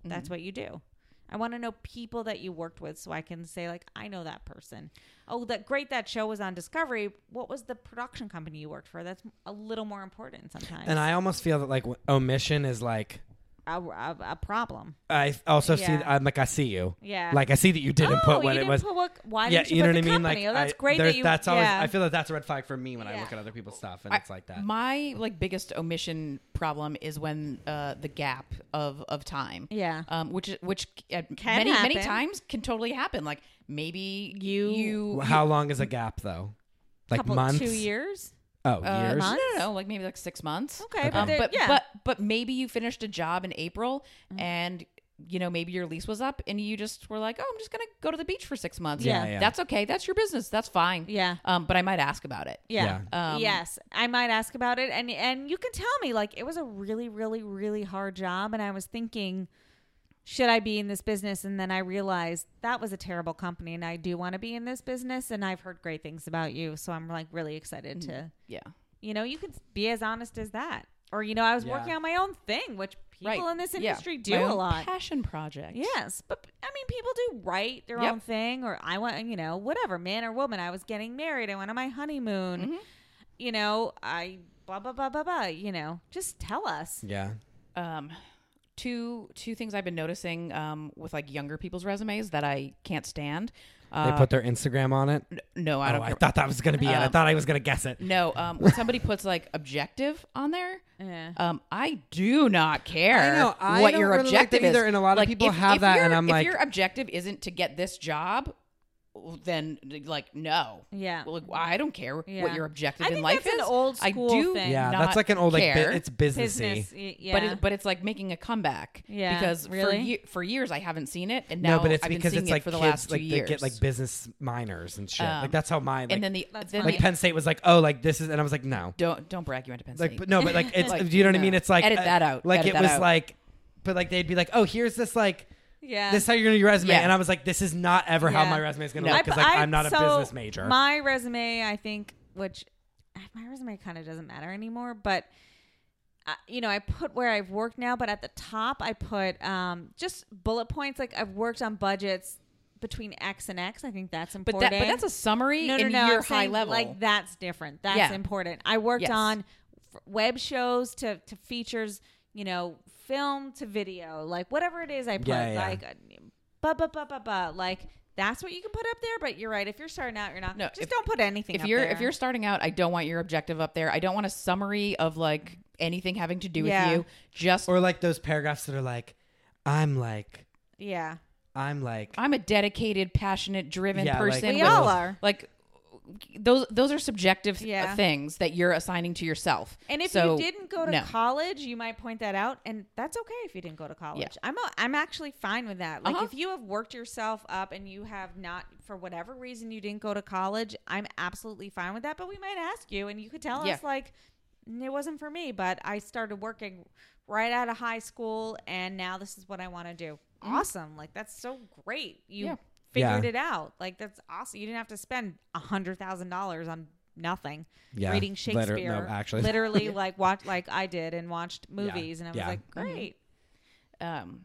Speaker 3: that's what you do. I want to know people that you worked with so I can say like I know that person. Oh, that great that show was on Discovery. What was the production company you worked for? That's a little more important sometimes.
Speaker 1: And I almost feel that like w- omission is like
Speaker 3: a, a, a problem.
Speaker 1: I also see.
Speaker 3: Yeah.
Speaker 1: I'm like, I see you.
Speaker 3: Yeah.
Speaker 1: Like, I see that you didn't
Speaker 3: oh,
Speaker 1: put what
Speaker 3: you
Speaker 1: it
Speaker 3: didn't
Speaker 1: was.
Speaker 3: Put what, why
Speaker 1: yeah,
Speaker 3: didn't you,
Speaker 1: you know
Speaker 3: put
Speaker 1: what I
Speaker 3: the
Speaker 1: mean.
Speaker 3: company?
Speaker 1: Like,
Speaker 3: oh, that's
Speaker 1: I-
Speaker 3: great that
Speaker 1: there's-
Speaker 3: you.
Speaker 1: That's always.
Speaker 3: yeah.
Speaker 1: I feel that that's a red flag for me when I look
Speaker 3: Yeah.
Speaker 1: at other people's stuff, and
Speaker 4: I-
Speaker 1: it's like that.
Speaker 4: My like biggest omission problem is when uh, the gap of of time.
Speaker 3: Yeah.
Speaker 4: Um, which is- which at
Speaker 3: Can
Speaker 4: many many
Speaker 3: happen.
Speaker 4: times can totally happen. Like maybe
Speaker 3: You-
Speaker 4: you you
Speaker 1: How long is a gap though? Like
Speaker 3: couple
Speaker 1: months.
Speaker 3: two years.
Speaker 1: Oh,
Speaker 4: uh,
Speaker 1: years.
Speaker 4: No, no,
Speaker 3: Months?
Speaker 4: no, like maybe like six months.
Speaker 3: Okay, but
Speaker 4: Um,
Speaker 3: there-
Speaker 4: but
Speaker 3: yeah. Mm.
Speaker 4: but but maybe you finished a job in April and you know maybe your lease was up and you just were like, oh, I'm just gonna go to the beach for six months.
Speaker 1: Yeah, Yeah. yeah.
Speaker 4: that's okay. That's your business. That's fine.
Speaker 3: Yeah.
Speaker 4: Um, but I might ask about it.
Speaker 3: Yeah.
Speaker 4: Yeah. Um,
Speaker 3: yes, I might ask about it, and and you can tell me like it was a really, really, really hard job, and I was thinking, should I be in this business? And then I realized that was a terrible company, and I do want to be in this business, and I've heard great things about you, so I'm like really excited
Speaker 4: Mm.
Speaker 3: to,
Speaker 4: Yeah.
Speaker 3: you know, you can be as honest as that, or you know, I was
Speaker 1: Yeah.
Speaker 3: working on my own thing, which people
Speaker 4: Right.
Speaker 3: in this
Speaker 4: Yeah.
Speaker 3: industry
Speaker 4: My
Speaker 3: do a
Speaker 4: own
Speaker 3: lot.
Speaker 4: Passion project.
Speaker 3: Yes, but p- I mean, people do write their
Speaker 4: Yep.
Speaker 3: own thing, or I want, you know, whatever, man or woman. I was getting married. I went on my honeymoon.
Speaker 4: Mm-hmm.
Speaker 3: You know, I blah blah blah blah blah. You know, just tell us.
Speaker 1: Yeah.
Speaker 4: um two two things i've been noticing um with like younger people's resumes that i can't stand
Speaker 1: They
Speaker 4: uh,
Speaker 1: put their Instagram on it.
Speaker 4: no
Speaker 1: Oh,
Speaker 4: i don't
Speaker 1: I
Speaker 4: care.
Speaker 1: thought that was gonna be it. I
Speaker 4: Um,
Speaker 1: thought I was gonna guess it.
Speaker 4: no um when somebody puts like objective on there
Speaker 3: Yeah.
Speaker 4: um i do not care
Speaker 1: I know, I
Speaker 4: what
Speaker 1: don't
Speaker 4: your
Speaker 1: really like
Speaker 4: objective
Speaker 1: that
Speaker 4: is
Speaker 1: either, and a lot of
Speaker 4: Like,
Speaker 1: people
Speaker 4: if-
Speaker 1: have
Speaker 4: if
Speaker 1: that,
Speaker 4: your-
Speaker 1: and I'm
Speaker 4: if
Speaker 1: like-
Speaker 4: your objective isn't to get this job then like no
Speaker 3: Yeah.
Speaker 4: like i don't care
Speaker 3: Yeah.
Speaker 4: what your objective
Speaker 3: I
Speaker 4: in
Speaker 3: think
Speaker 4: life
Speaker 3: that's an
Speaker 4: is
Speaker 3: old
Speaker 4: i
Speaker 3: school
Speaker 4: do
Speaker 3: thing.
Speaker 1: Yeah,
Speaker 4: not
Speaker 1: that's like an old like
Speaker 4: care.
Speaker 1: bu- it's businessy.
Speaker 3: Business. y- Yeah.
Speaker 4: but it, but it's like making a comeback.
Speaker 3: Yeah,
Speaker 4: because
Speaker 3: really?
Speaker 4: for ye- for years I haven't seen it, and now
Speaker 1: No, but it's
Speaker 4: I've
Speaker 1: because
Speaker 4: been seeing
Speaker 1: it's like
Speaker 4: it for the
Speaker 1: kids
Speaker 4: last two
Speaker 1: like
Speaker 4: years.
Speaker 1: they get like business minors and shit. like
Speaker 4: Um,
Speaker 1: that's how mine. Like,
Speaker 4: and then the
Speaker 3: That's
Speaker 4: then
Speaker 1: like
Speaker 4: the,
Speaker 1: Penn State was like, oh, like this is, and I was like, no,
Speaker 4: don't don't brag you went to Penn State.
Speaker 1: like but no, but like it's
Speaker 4: Like,
Speaker 1: do you know what I
Speaker 4: no.
Speaker 1: mean? It's like
Speaker 4: Edit
Speaker 1: uh,
Speaker 4: that out.
Speaker 1: Like
Speaker 4: Edit
Speaker 1: it
Speaker 4: that
Speaker 1: was
Speaker 4: out.
Speaker 1: like, but like they'd be like, oh, here's this like.
Speaker 3: yeah.
Speaker 1: This is how you're gonna do your resume,
Speaker 4: Yeah.
Speaker 1: and I was like, "This is not ever how
Speaker 3: Yeah.
Speaker 1: my resume is gonna
Speaker 4: No.
Speaker 1: look." Because
Speaker 3: I-
Speaker 1: like
Speaker 3: I-
Speaker 1: I'm not
Speaker 3: so
Speaker 1: a business major.
Speaker 3: My resume, I think, which eh, my resume kind of doesn't matter anymore, but uh, you know, I put where I've worked now, but at the top, I put um, just bullet points like I've worked on budgets between X and X. I think that's
Speaker 4: but
Speaker 3: important.
Speaker 4: that but that's a summary
Speaker 3: no, no,
Speaker 4: in
Speaker 3: no.
Speaker 4: your
Speaker 3: I'm
Speaker 4: high
Speaker 3: saying,
Speaker 4: level.
Speaker 3: Like that's different. That's
Speaker 4: Yeah.
Speaker 3: important. I worked
Speaker 4: Yes.
Speaker 3: on f- web shows to to features. You know, film to video, like whatever it is I put,
Speaker 1: Yeah, yeah.
Speaker 3: like, uh, blah blah blah blah blah. Like that's what you can put up there. But you're right. If you're starting out, you're not.
Speaker 4: No,
Speaker 3: just
Speaker 4: if-
Speaker 3: don't put anything.
Speaker 4: if
Speaker 3: up
Speaker 4: you're
Speaker 3: there.
Speaker 4: if you're starting out, I don't want your objective up there. I don't want a summary of like anything having to do with
Speaker 3: Yeah.
Speaker 4: you. Just
Speaker 1: or like those paragraphs that are like, "I'm like,
Speaker 3: yeah,
Speaker 1: I'm like,
Speaker 4: I'm a dedicated, passionate, driven
Speaker 1: Yeah, like-
Speaker 4: person.
Speaker 1: We
Speaker 4: with-
Speaker 3: all are.
Speaker 4: Like those those are subjective uh,
Speaker 3: Yeah.
Speaker 4: things that you're assigning to yourself.
Speaker 3: and if you
Speaker 4: So,
Speaker 3: didn't go to
Speaker 4: no.
Speaker 3: college, you might point that out, and that's okay if you didn't go to college. I'm a, I'm actually fine with that. Like
Speaker 4: Uh-huh.
Speaker 3: if you have worked yourself up and you have not, for whatever reason, you didn't go to college, I'm absolutely fine with that. But we might ask you, and you could tell
Speaker 4: Yeah.
Speaker 3: us like "N- it wasn't for me, but I started working right out of high school, and now this is what I want to do. Awesome! Like that's so great. You
Speaker 4: Mm-hmm. Yeah.
Speaker 3: figured
Speaker 1: Yeah.
Speaker 3: it out. Like that's awesome. You didn't have to spend a hundred thousand dollars on nothing.
Speaker 1: Yeah.
Speaker 3: reading
Speaker 1: Liter-
Speaker 3: Shakespeare.
Speaker 1: no, actually.
Speaker 3: literally like watch like I did and watched movies, and I was
Speaker 1: Yeah.
Speaker 4: Mm-hmm.
Speaker 3: like, great.
Speaker 4: um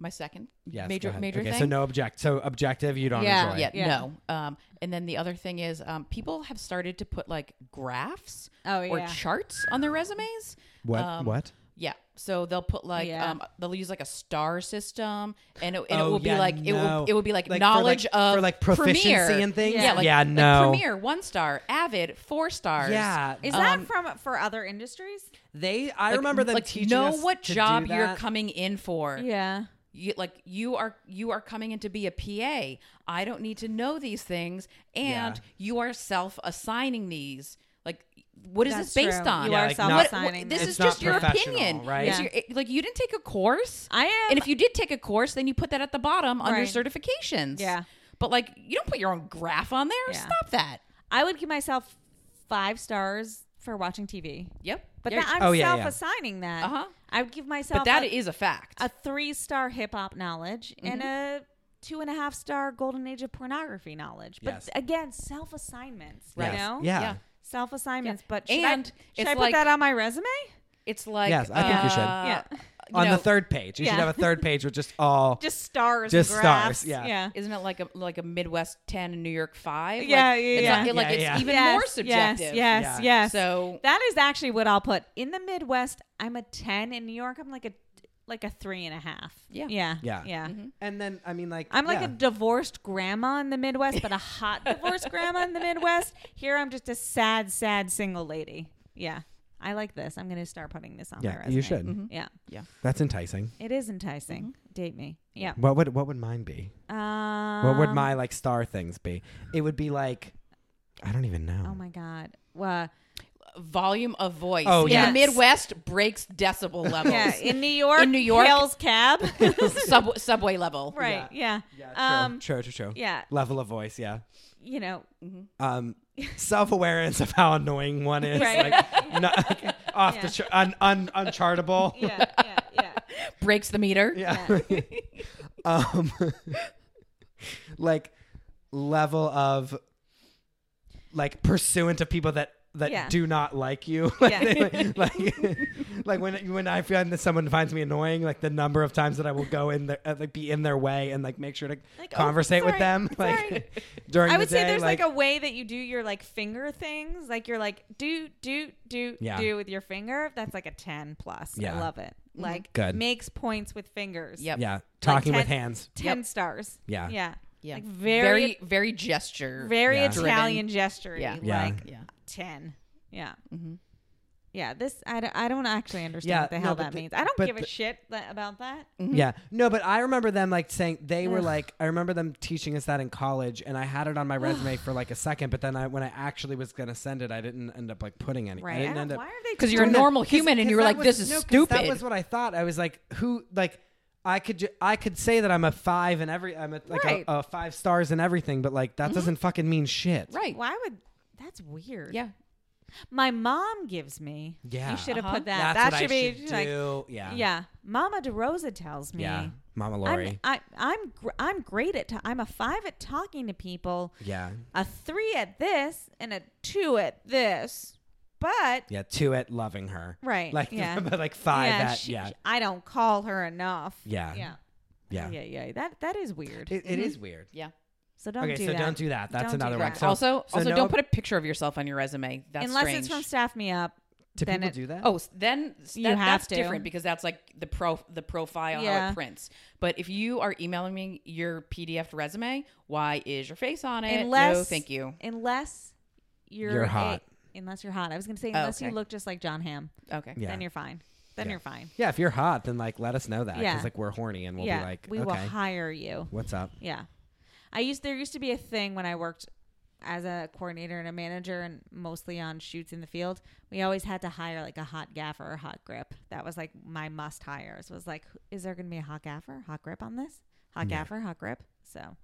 Speaker 4: my second
Speaker 1: yes, go
Speaker 4: major
Speaker 1: ahead.
Speaker 4: major
Speaker 1: okay,
Speaker 4: thing
Speaker 1: So no object. So objective, you don't
Speaker 3: Yeah,
Speaker 1: enjoy.
Speaker 4: yeah,
Speaker 3: Yeah.
Speaker 4: no um and then the other thing is um people have started to put like graphs
Speaker 3: Oh,
Speaker 4: or
Speaker 3: yeah.
Speaker 4: charts on their resumes
Speaker 1: What?
Speaker 4: Um,
Speaker 1: what?
Speaker 4: yeah so they'll put like
Speaker 3: Yeah.
Speaker 4: um they'll use like a star system and it, and
Speaker 1: Oh,
Speaker 4: it will be
Speaker 1: yeah,
Speaker 4: like it
Speaker 1: no.
Speaker 4: will it will be like,
Speaker 1: Like, for,
Speaker 4: knowledge
Speaker 1: like-
Speaker 4: of
Speaker 1: for, like, proficiency
Speaker 4: Premiere.
Speaker 1: and things?
Speaker 4: yeah,
Speaker 3: Yeah.
Speaker 4: like,
Speaker 1: Yeah,
Speaker 4: like
Speaker 1: no.
Speaker 4: premiere one star avid four stars
Speaker 1: Yeah,
Speaker 3: Is
Speaker 4: Um,
Speaker 3: that from for other industries?
Speaker 1: they. I
Speaker 4: like,
Speaker 1: remember them
Speaker 4: like
Speaker 1: teaching
Speaker 4: know
Speaker 1: us
Speaker 4: what
Speaker 1: to do
Speaker 4: job you're
Speaker 1: that.
Speaker 4: coming in for
Speaker 3: Yeah.
Speaker 4: you like you are you are coming in to be a PA. I don't need to know these things and
Speaker 1: Yeah.
Speaker 4: you are self-assigning these. Like what is
Speaker 3: That's
Speaker 4: this based
Speaker 3: true.
Speaker 4: on?
Speaker 3: You
Speaker 1: Yeah,
Speaker 3: are
Speaker 1: like, not-
Speaker 3: self-assigning.
Speaker 4: this
Speaker 3: them.
Speaker 1: It's
Speaker 4: is just
Speaker 1: not
Speaker 4: your
Speaker 1: professional,
Speaker 4: opinion,
Speaker 1: right?
Speaker 4: It's
Speaker 3: Yeah.
Speaker 4: your- it- like you didn't take a course.
Speaker 3: I am-
Speaker 4: And if you did take a course, then you put that at the bottom under
Speaker 3: Right.
Speaker 4: certifications.
Speaker 3: Yeah.
Speaker 4: But like you don't put your own graph on there.
Speaker 3: Yeah.
Speaker 4: Stop that.
Speaker 3: I would give myself five stars for watching TV,
Speaker 4: Yep.
Speaker 3: but
Speaker 4: Yeah.
Speaker 3: that, I'm
Speaker 1: Oh, yeah, yeah.
Speaker 3: self-assigning that.
Speaker 4: Uh-huh.
Speaker 3: I would give myself
Speaker 4: but that
Speaker 3: a,
Speaker 4: is a fact.
Speaker 3: a three-star hip hop knowledge and
Speaker 4: Mm-hmm.
Speaker 3: a two and a half star golden age of pornography knowledge. But
Speaker 1: Yes.
Speaker 3: again, self-assignments.
Speaker 1: Yes.
Speaker 3: You know?
Speaker 1: Yeah.
Speaker 4: Yeah.
Speaker 3: Self assignments,
Speaker 4: Yeah.
Speaker 3: but should
Speaker 4: And
Speaker 3: I, should
Speaker 4: it's
Speaker 3: I put
Speaker 4: like-
Speaker 3: that on my resume?
Speaker 4: it's like
Speaker 1: Yes, I think you should.
Speaker 4: uh,
Speaker 3: Yeah.
Speaker 4: you
Speaker 1: On
Speaker 4: know,
Speaker 1: the third page, you
Speaker 3: Yeah.
Speaker 1: should have a third page with just all.
Speaker 3: Just stars,
Speaker 1: Just
Speaker 3: and graphs.
Speaker 1: stars, yeah.
Speaker 3: yeah.
Speaker 4: isn't it like a like a Midwest ten and New York five? Like,
Speaker 3: Yeah, yeah,
Speaker 4: it's
Speaker 3: yeah.
Speaker 4: Like, it- like
Speaker 1: Yeah,
Speaker 4: it's
Speaker 1: yeah.
Speaker 4: even
Speaker 3: Yes,
Speaker 4: more subjective.
Speaker 3: Yes, yes,
Speaker 1: Yeah.
Speaker 3: yes.
Speaker 4: So-
Speaker 3: that is actually what I'll put in the Midwest. I'm a ten in New York. I'm like a like a three and a half.
Speaker 4: Yeah. Mm-hmm.
Speaker 3: Yeah.
Speaker 1: Yeah.
Speaker 3: Yeah.
Speaker 1: And then I mean, like
Speaker 3: I'm like
Speaker 1: yeah.
Speaker 3: a divorced grandma in the Midwest, but a hot divorced grandma in the Midwest. Here I'm just a sad, sad single lady. Yeah. I like this. I'm going to start putting this on my
Speaker 1: yeah.
Speaker 3: resume.
Speaker 1: You should.
Speaker 3: Yeah.
Speaker 1: That's enticing.
Speaker 3: It is enticing.
Speaker 4: Mm-hmm.
Speaker 3: Date me. Yeah.
Speaker 1: What would what would mine be?
Speaker 3: Um,
Speaker 1: Mm-hmm. what would my like star things be? It would be like I don't even know.
Speaker 3: Oh my God. Well,
Speaker 4: Volume of voice.
Speaker 1: Oh,
Speaker 4: in
Speaker 3: yes.
Speaker 4: the Midwest breaks decibel levels.
Speaker 3: yeah. In New York.
Speaker 4: In New York.
Speaker 3: Hell's Cab.
Speaker 4: Sub- subway level.
Speaker 3: right. Yeah.
Speaker 1: Yeah,
Speaker 3: Um,
Speaker 1: true, true, true, true.
Speaker 3: yeah.
Speaker 1: Level of voice, yeah.
Speaker 3: You know,
Speaker 1: Um, self-awareness of how annoying one is,
Speaker 3: Right.
Speaker 1: like no- off the char- un- un- unchartable.
Speaker 3: yeah, yeah, yeah.
Speaker 4: Breaks the meter.
Speaker 1: Yeah. um, like level of like pursuant of people that that
Speaker 3: Yeah.
Speaker 1: do not like you. Like,
Speaker 3: Yeah.
Speaker 1: like, like, when when I find that someone finds me annoying, like the number of times that I will go in there, uh, like be in their way and like make sure to
Speaker 3: Like, oh,
Speaker 1: conversate with
Speaker 3: sorry,
Speaker 1: them,
Speaker 3: sorry.
Speaker 1: like during
Speaker 3: I
Speaker 1: the
Speaker 3: would
Speaker 1: day.
Speaker 3: say there's like, a way that you do your like finger things. Like you're like do do do
Speaker 1: Yeah.
Speaker 3: do with your finger. That's like a ten plus. I
Speaker 1: Yeah. Mm-hmm.
Speaker 3: love it. Like
Speaker 1: Good.
Speaker 3: makes points with fingers.
Speaker 4: Yep.
Speaker 1: yeah, talking with
Speaker 3: ten-
Speaker 1: hands.
Speaker 3: Ten
Speaker 4: Yep.
Speaker 3: stars.
Speaker 1: Yeah.
Speaker 3: Yeah.
Speaker 4: Yeah.
Speaker 3: Like
Speaker 4: very,
Speaker 3: very
Speaker 4: very gesture.
Speaker 3: very
Speaker 1: Yeah.
Speaker 3: Italian gesture.
Speaker 4: Yeah. Mm-hmm.
Speaker 1: Yeah.
Speaker 3: Like
Speaker 4: yeah.
Speaker 3: ten. Yeah. Yeah. This I don't, I don't actually understand
Speaker 1: Yeah,
Speaker 3: what the
Speaker 1: no,
Speaker 3: hell
Speaker 1: but
Speaker 3: that
Speaker 1: the-
Speaker 3: means. I don't
Speaker 1: but
Speaker 3: give a
Speaker 1: the-
Speaker 3: shit tha- about that.
Speaker 1: Yeah. No, but I remember them like saying they were like I remember them teaching us that in college and I had it on my resume for like a second, but then I when I actually was gonna send it, I didn't end up like putting any.
Speaker 3: Right.
Speaker 1: I
Speaker 3: I
Speaker 1: didn't
Speaker 3: don't-
Speaker 1: end up
Speaker 3: why are they?
Speaker 4: Because you're a
Speaker 3: doing that?
Speaker 4: normal human and you were
Speaker 1: that
Speaker 4: like,
Speaker 1: was-
Speaker 4: this is
Speaker 1: no, 'cause
Speaker 4: stupid.
Speaker 1: That was what I thought. I was like, who like I could ju- I could say that I'm a five and every I'm a, like
Speaker 4: Right.
Speaker 1: a, a five stars and everything, but like
Speaker 3: Mm-hmm.
Speaker 1: that doesn't fucking mean shit.
Speaker 4: right.
Speaker 3: Why would? That's weird.
Speaker 4: Yeah.
Speaker 3: My mom gives me.
Speaker 1: Yeah.
Speaker 3: You should have
Speaker 4: Uh-huh.
Speaker 3: put that. that
Speaker 1: what
Speaker 3: should
Speaker 1: I
Speaker 3: be
Speaker 1: should
Speaker 3: like.
Speaker 1: do. yeah.
Speaker 3: Yeah. Mama DeRosa tells me.
Speaker 1: Yeah. Mama
Speaker 3: I'm
Speaker 1: Lori.
Speaker 3: I, I'm gr- I'm great at. i I'm a five at talking to people.
Speaker 1: yeah.
Speaker 3: A three at this and a two at this. But
Speaker 1: Yeah. Two at loving her.
Speaker 3: right.
Speaker 1: Like
Speaker 3: yeah.
Speaker 1: but like five
Speaker 3: yeah,
Speaker 1: at
Speaker 3: she-
Speaker 1: yeah.
Speaker 3: I don't call her enough.
Speaker 1: Yeah.
Speaker 3: Yeah.
Speaker 1: Yeah.
Speaker 3: Yeah. Yeah. That that is weird.
Speaker 1: It, it is weird.
Speaker 4: Yeah.
Speaker 3: so Mm-hmm. don't
Speaker 1: okay,
Speaker 3: do
Speaker 1: so
Speaker 3: that.
Speaker 1: don't do that. That's
Speaker 3: Don't do
Speaker 1: another one.
Speaker 3: that.
Speaker 1: So,
Speaker 4: also,
Speaker 1: so
Speaker 4: also
Speaker 1: no-
Speaker 4: don't put a picture of yourself on your resume. That's
Speaker 3: Unless
Speaker 4: strange.
Speaker 3: it's from staff me up.
Speaker 1: do
Speaker 3: then
Speaker 1: people
Speaker 3: it-
Speaker 1: do that?
Speaker 4: Oh, s- then s-
Speaker 3: You
Speaker 4: that-
Speaker 3: have
Speaker 4: that's
Speaker 3: to.
Speaker 4: different because that's like the pro the profile how
Speaker 3: Yeah.
Speaker 4: it prints. But if you are emailing me your PDF resume, why is your face on it?
Speaker 3: Unless
Speaker 4: no, thank you.
Speaker 3: Unless you're,
Speaker 1: You're
Speaker 3: a-
Speaker 1: hot.
Speaker 3: unless you're hot. I was gonna say unless you
Speaker 4: Oh, okay.
Speaker 3: look just like John Hamm,
Speaker 4: Okay.
Speaker 1: Yeah.
Speaker 3: then you're fine. Then
Speaker 1: Yeah.
Speaker 3: you're fine.
Speaker 1: yeah, if you're hot, then like let us know that because
Speaker 3: Yeah.
Speaker 1: like we're horny and we'll
Speaker 3: yeah,
Speaker 1: be like,
Speaker 3: we
Speaker 1: okay,
Speaker 3: will hire you.
Speaker 1: what's up?
Speaker 3: Yeah. I used there used to be a thing when I worked as a coordinator and a manager and mostly on shoots in the field. We always had to hire like a hot gaffer or hot grip. That was like my must hires was like who- is there going to be a hot gaffer, hot grip on this? Hot
Speaker 1: Yeah.
Speaker 3: gaffer, hot grip. So,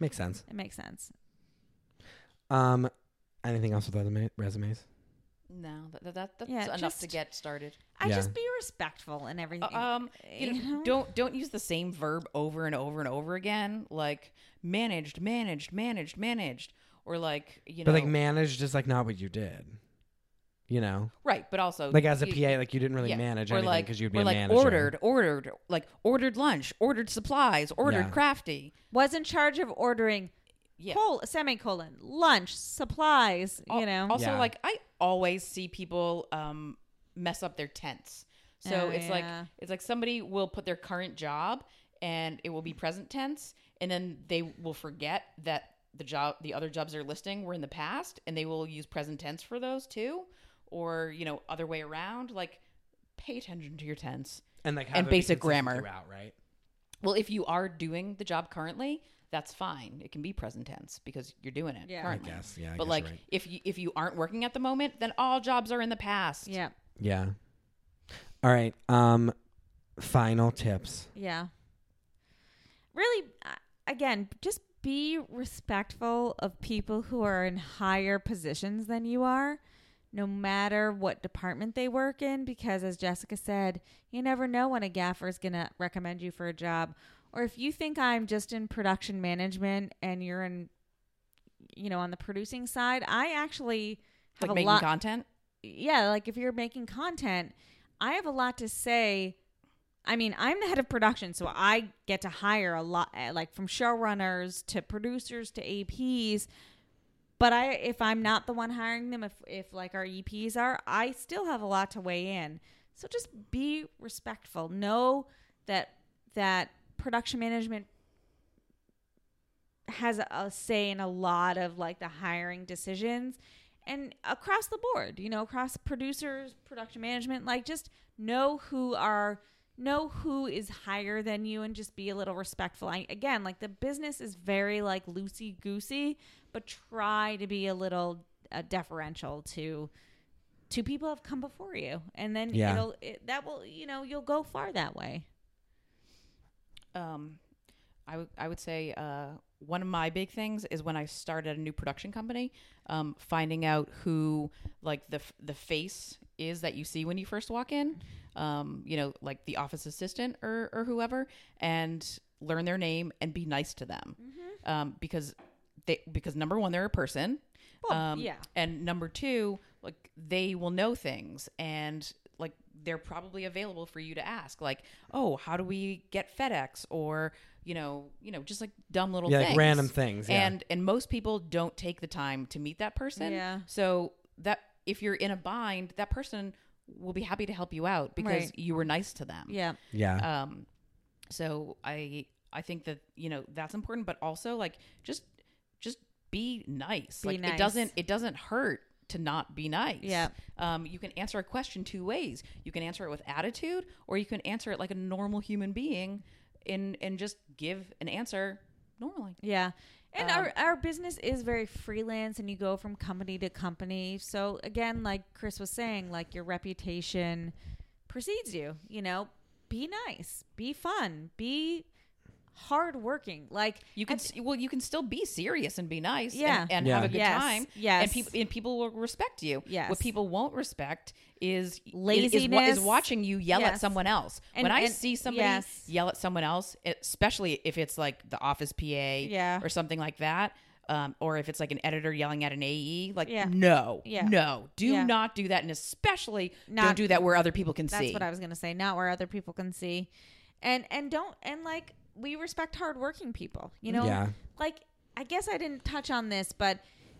Speaker 1: Makes sense.
Speaker 3: it makes sense.
Speaker 1: Um, anything else with other ma- resumes?
Speaker 4: No, that, that, that's
Speaker 3: Yeah,
Speaker 4: enough to
Speaker 3: just-
Speaker 4: get started.
Speaker 3: I
Speaker 1: Yeah.
Speaker 3: just be respectful and everything.
Speaker 4: Um, you know, don't don't use the same verb over and over and over again. Like managed, managed, managed, managed, or like you know,
Speaker 1: but like managed is like not what you did. You know,
Speaker 4: right? But also
Speaker 1: like as a
Speaker 4: Oh, you-
Speaker 1: PA, like you didn't really
Speaker 4: yeah,
Speaker 1: manage
Speaker 4: or
Speaker 1: anything
Speaker 4: like-
Speaker 1: because you'd be
Speaker 4: or
Speaker 1: a
Speaker 4: like
Speaker 1: manager.
Speaker 4: ordered, ordered, like ordered lunch, ordered supplies, ordered
Speaker 1: Yeah.
Speaker 4: crafty.
Speaker 3: was in charge of ordering
Speaker 4: Yeah.
Speaker 3: col- semicolon, lunch, supplies,
Speaker 4: Al-
Speaker 3: you know.
Speaker 4: Also,
Speaker 1: Yeah.
Speaker 4: like I always see people um, mess up their tents. So
Speaker 3: Oh,
Speaker 4: it's
Speaker 3: yeah.
Speaker 4: like it's like somebody will put their current job and it will be present tense, and then they will forget that the job, the other jobs they're listing were in the past, and they will use present tense for those too, or you know other way around. Like pay attention to your tense.
Speaker 1: and like have
Speaker 4: and
Speaker 1: it be
Speaker 4: basic
Speaker 1: consistent
Speaker 4: grammar.
Speaker 1: throughout, right?
Speaker 4: Well, if you are doing the job currently, that's fine. It can be present tense because you're doing it
Speaker 3: Yeah. I
Speaker 4: currently.
Speaker 1: guess, yeah, I
Speaker 4: but
Speaker 1: guess you're
Speaker 4: like
Speaker 1: right.
Speaker 4: if you if you aren't working at the moment, then all jobs are in the past.
Speaker 3: yeah.
Speaker 1: Yeah. All right. Um, final tips.
Speaker 3: Yeah. Really, uh, again, just be respectful of people who are in higher positions than you are, no matter what department they work in, because as Jessica said, you never know when a gaffer is going to recommend you for a job. Or if you think I'm just in production management and you're in, you know, on the producing side, I actually have
Speaker 4: Like
Speaker 3: a
Speaker 4: making
Speaker 3: lot
Speaker 4: content.
Speaker 3: yeah, like if you're making content, I have a lot to say. I mean, I'm the head of production, so I get to hire a lot, uh, like from showrunners to producers to APs. But I, if I'm not the one hiring them, if if like our E EPs are, I still have a lot to weigh in. So just be respectful. Know that that production management has a say in a lot of like the hiring decisions and across the board, you know, across producers, production management, like just know who are know who is higher than you and just be a little respectful. I, again, like the business is very like loosey goosey, but try to be a little uh, deferential to to people who have come before you, and then
Speaker 1: Yeah.
Speaker 3: it'll it, that will you know you'll go far that way.
Speaker 4: um, I would I would say uh, one of my big things is when I started a new production company, um, finding out who like the f- the face is that you see when you first walk in, um, you know, like the office assistant or or whoever, and learn their name and be nice to them,
Speaker 3: Mm-hmm.
Speaker 4: um, because they because number one they're a person, um,
Speaker 3: Well, yeah.
Speaker 4: and number two like they will know things and like they're probably available for you to ask like oh how do we get fedex or you know you know just like dumb little
Speaker 1: Yeah, like
Speaker 4: things
Speaker 1: random things, yeah.
Speaker 4: and and most people don't take the time to meet that person
Speaker 3: Yeah.
Speaker 4: so that if you're in a bind that person will be happy to help you out because
Speaker 3: Right.
Speaker 4: you were nice to them
Speaker 3: Yeah,
Speaker 1: Yeah.
Speaker 4: um so i i think that you know that's important but also like just just be nice
Speaker 3: Be
Speaker 4: like
Speaker 3: nice.
Speaker 4: it doesn't it doesn't hurt to not be nice
Speaker 3: Yeah.
Speaker 4: um you can answer a question two ways you can answer it with attitude or you can answer it like a normal human being and and just give an answer normally
Speaker 3: yeah. And our, our business is very freelance and you go from company to company. So again, like Chris was saying, like your reputation precedes you, you know, be nice, be fun, be hardworking. Like
Speaker 4: you can
Speaker 3: at-
Speaker 4: s well you can still be serious and be nice
Speaker 3: Yeah.
Speaker 4: and, and
Speaker 1: Yeah.
Speaker 4: have a good
Speaker 3: Yes.
Speaker 4: time
Speaker 3: Yes.
Speaker 4: and people and people will respect you
Speaker 3: Yes.
Speaker 4: what people won't respect is is- is, wa-
Speaker 3: Laziness.
Speaker 4: is watching you yell
Speaker 3: Yes.
Speaker 4: at someone else
Speaker 3: And-
Speaker 4: when i
Speaker 3: and-
Speaker 4: see somebody
Speaker 3: yes.
Speaker 4: yell at someone else e, especially if it's like the office pa
Speaker 3: Yeah.
Speaker 4: or something like that um, or if it's like an editor yelling at an AE, like
Speaker 3: Yeah.
Speaker 4: no,
Speaker 3: Yeah.
Speaker 4: no, do
Speaker 3: Yeah.
Speaker 4: not do that, and especially
Speaker 3: Not-
Speaker 4: don't do that where other people can
Speaker 3: That's
Speaker 4: see.
Speaker 3: what I was gonna say. Not where other people can see, and and don't and like we respect hardworking people. You know,
Speaker 1: Yeah.
Speaker 3: like I guess I didn't touch on this, but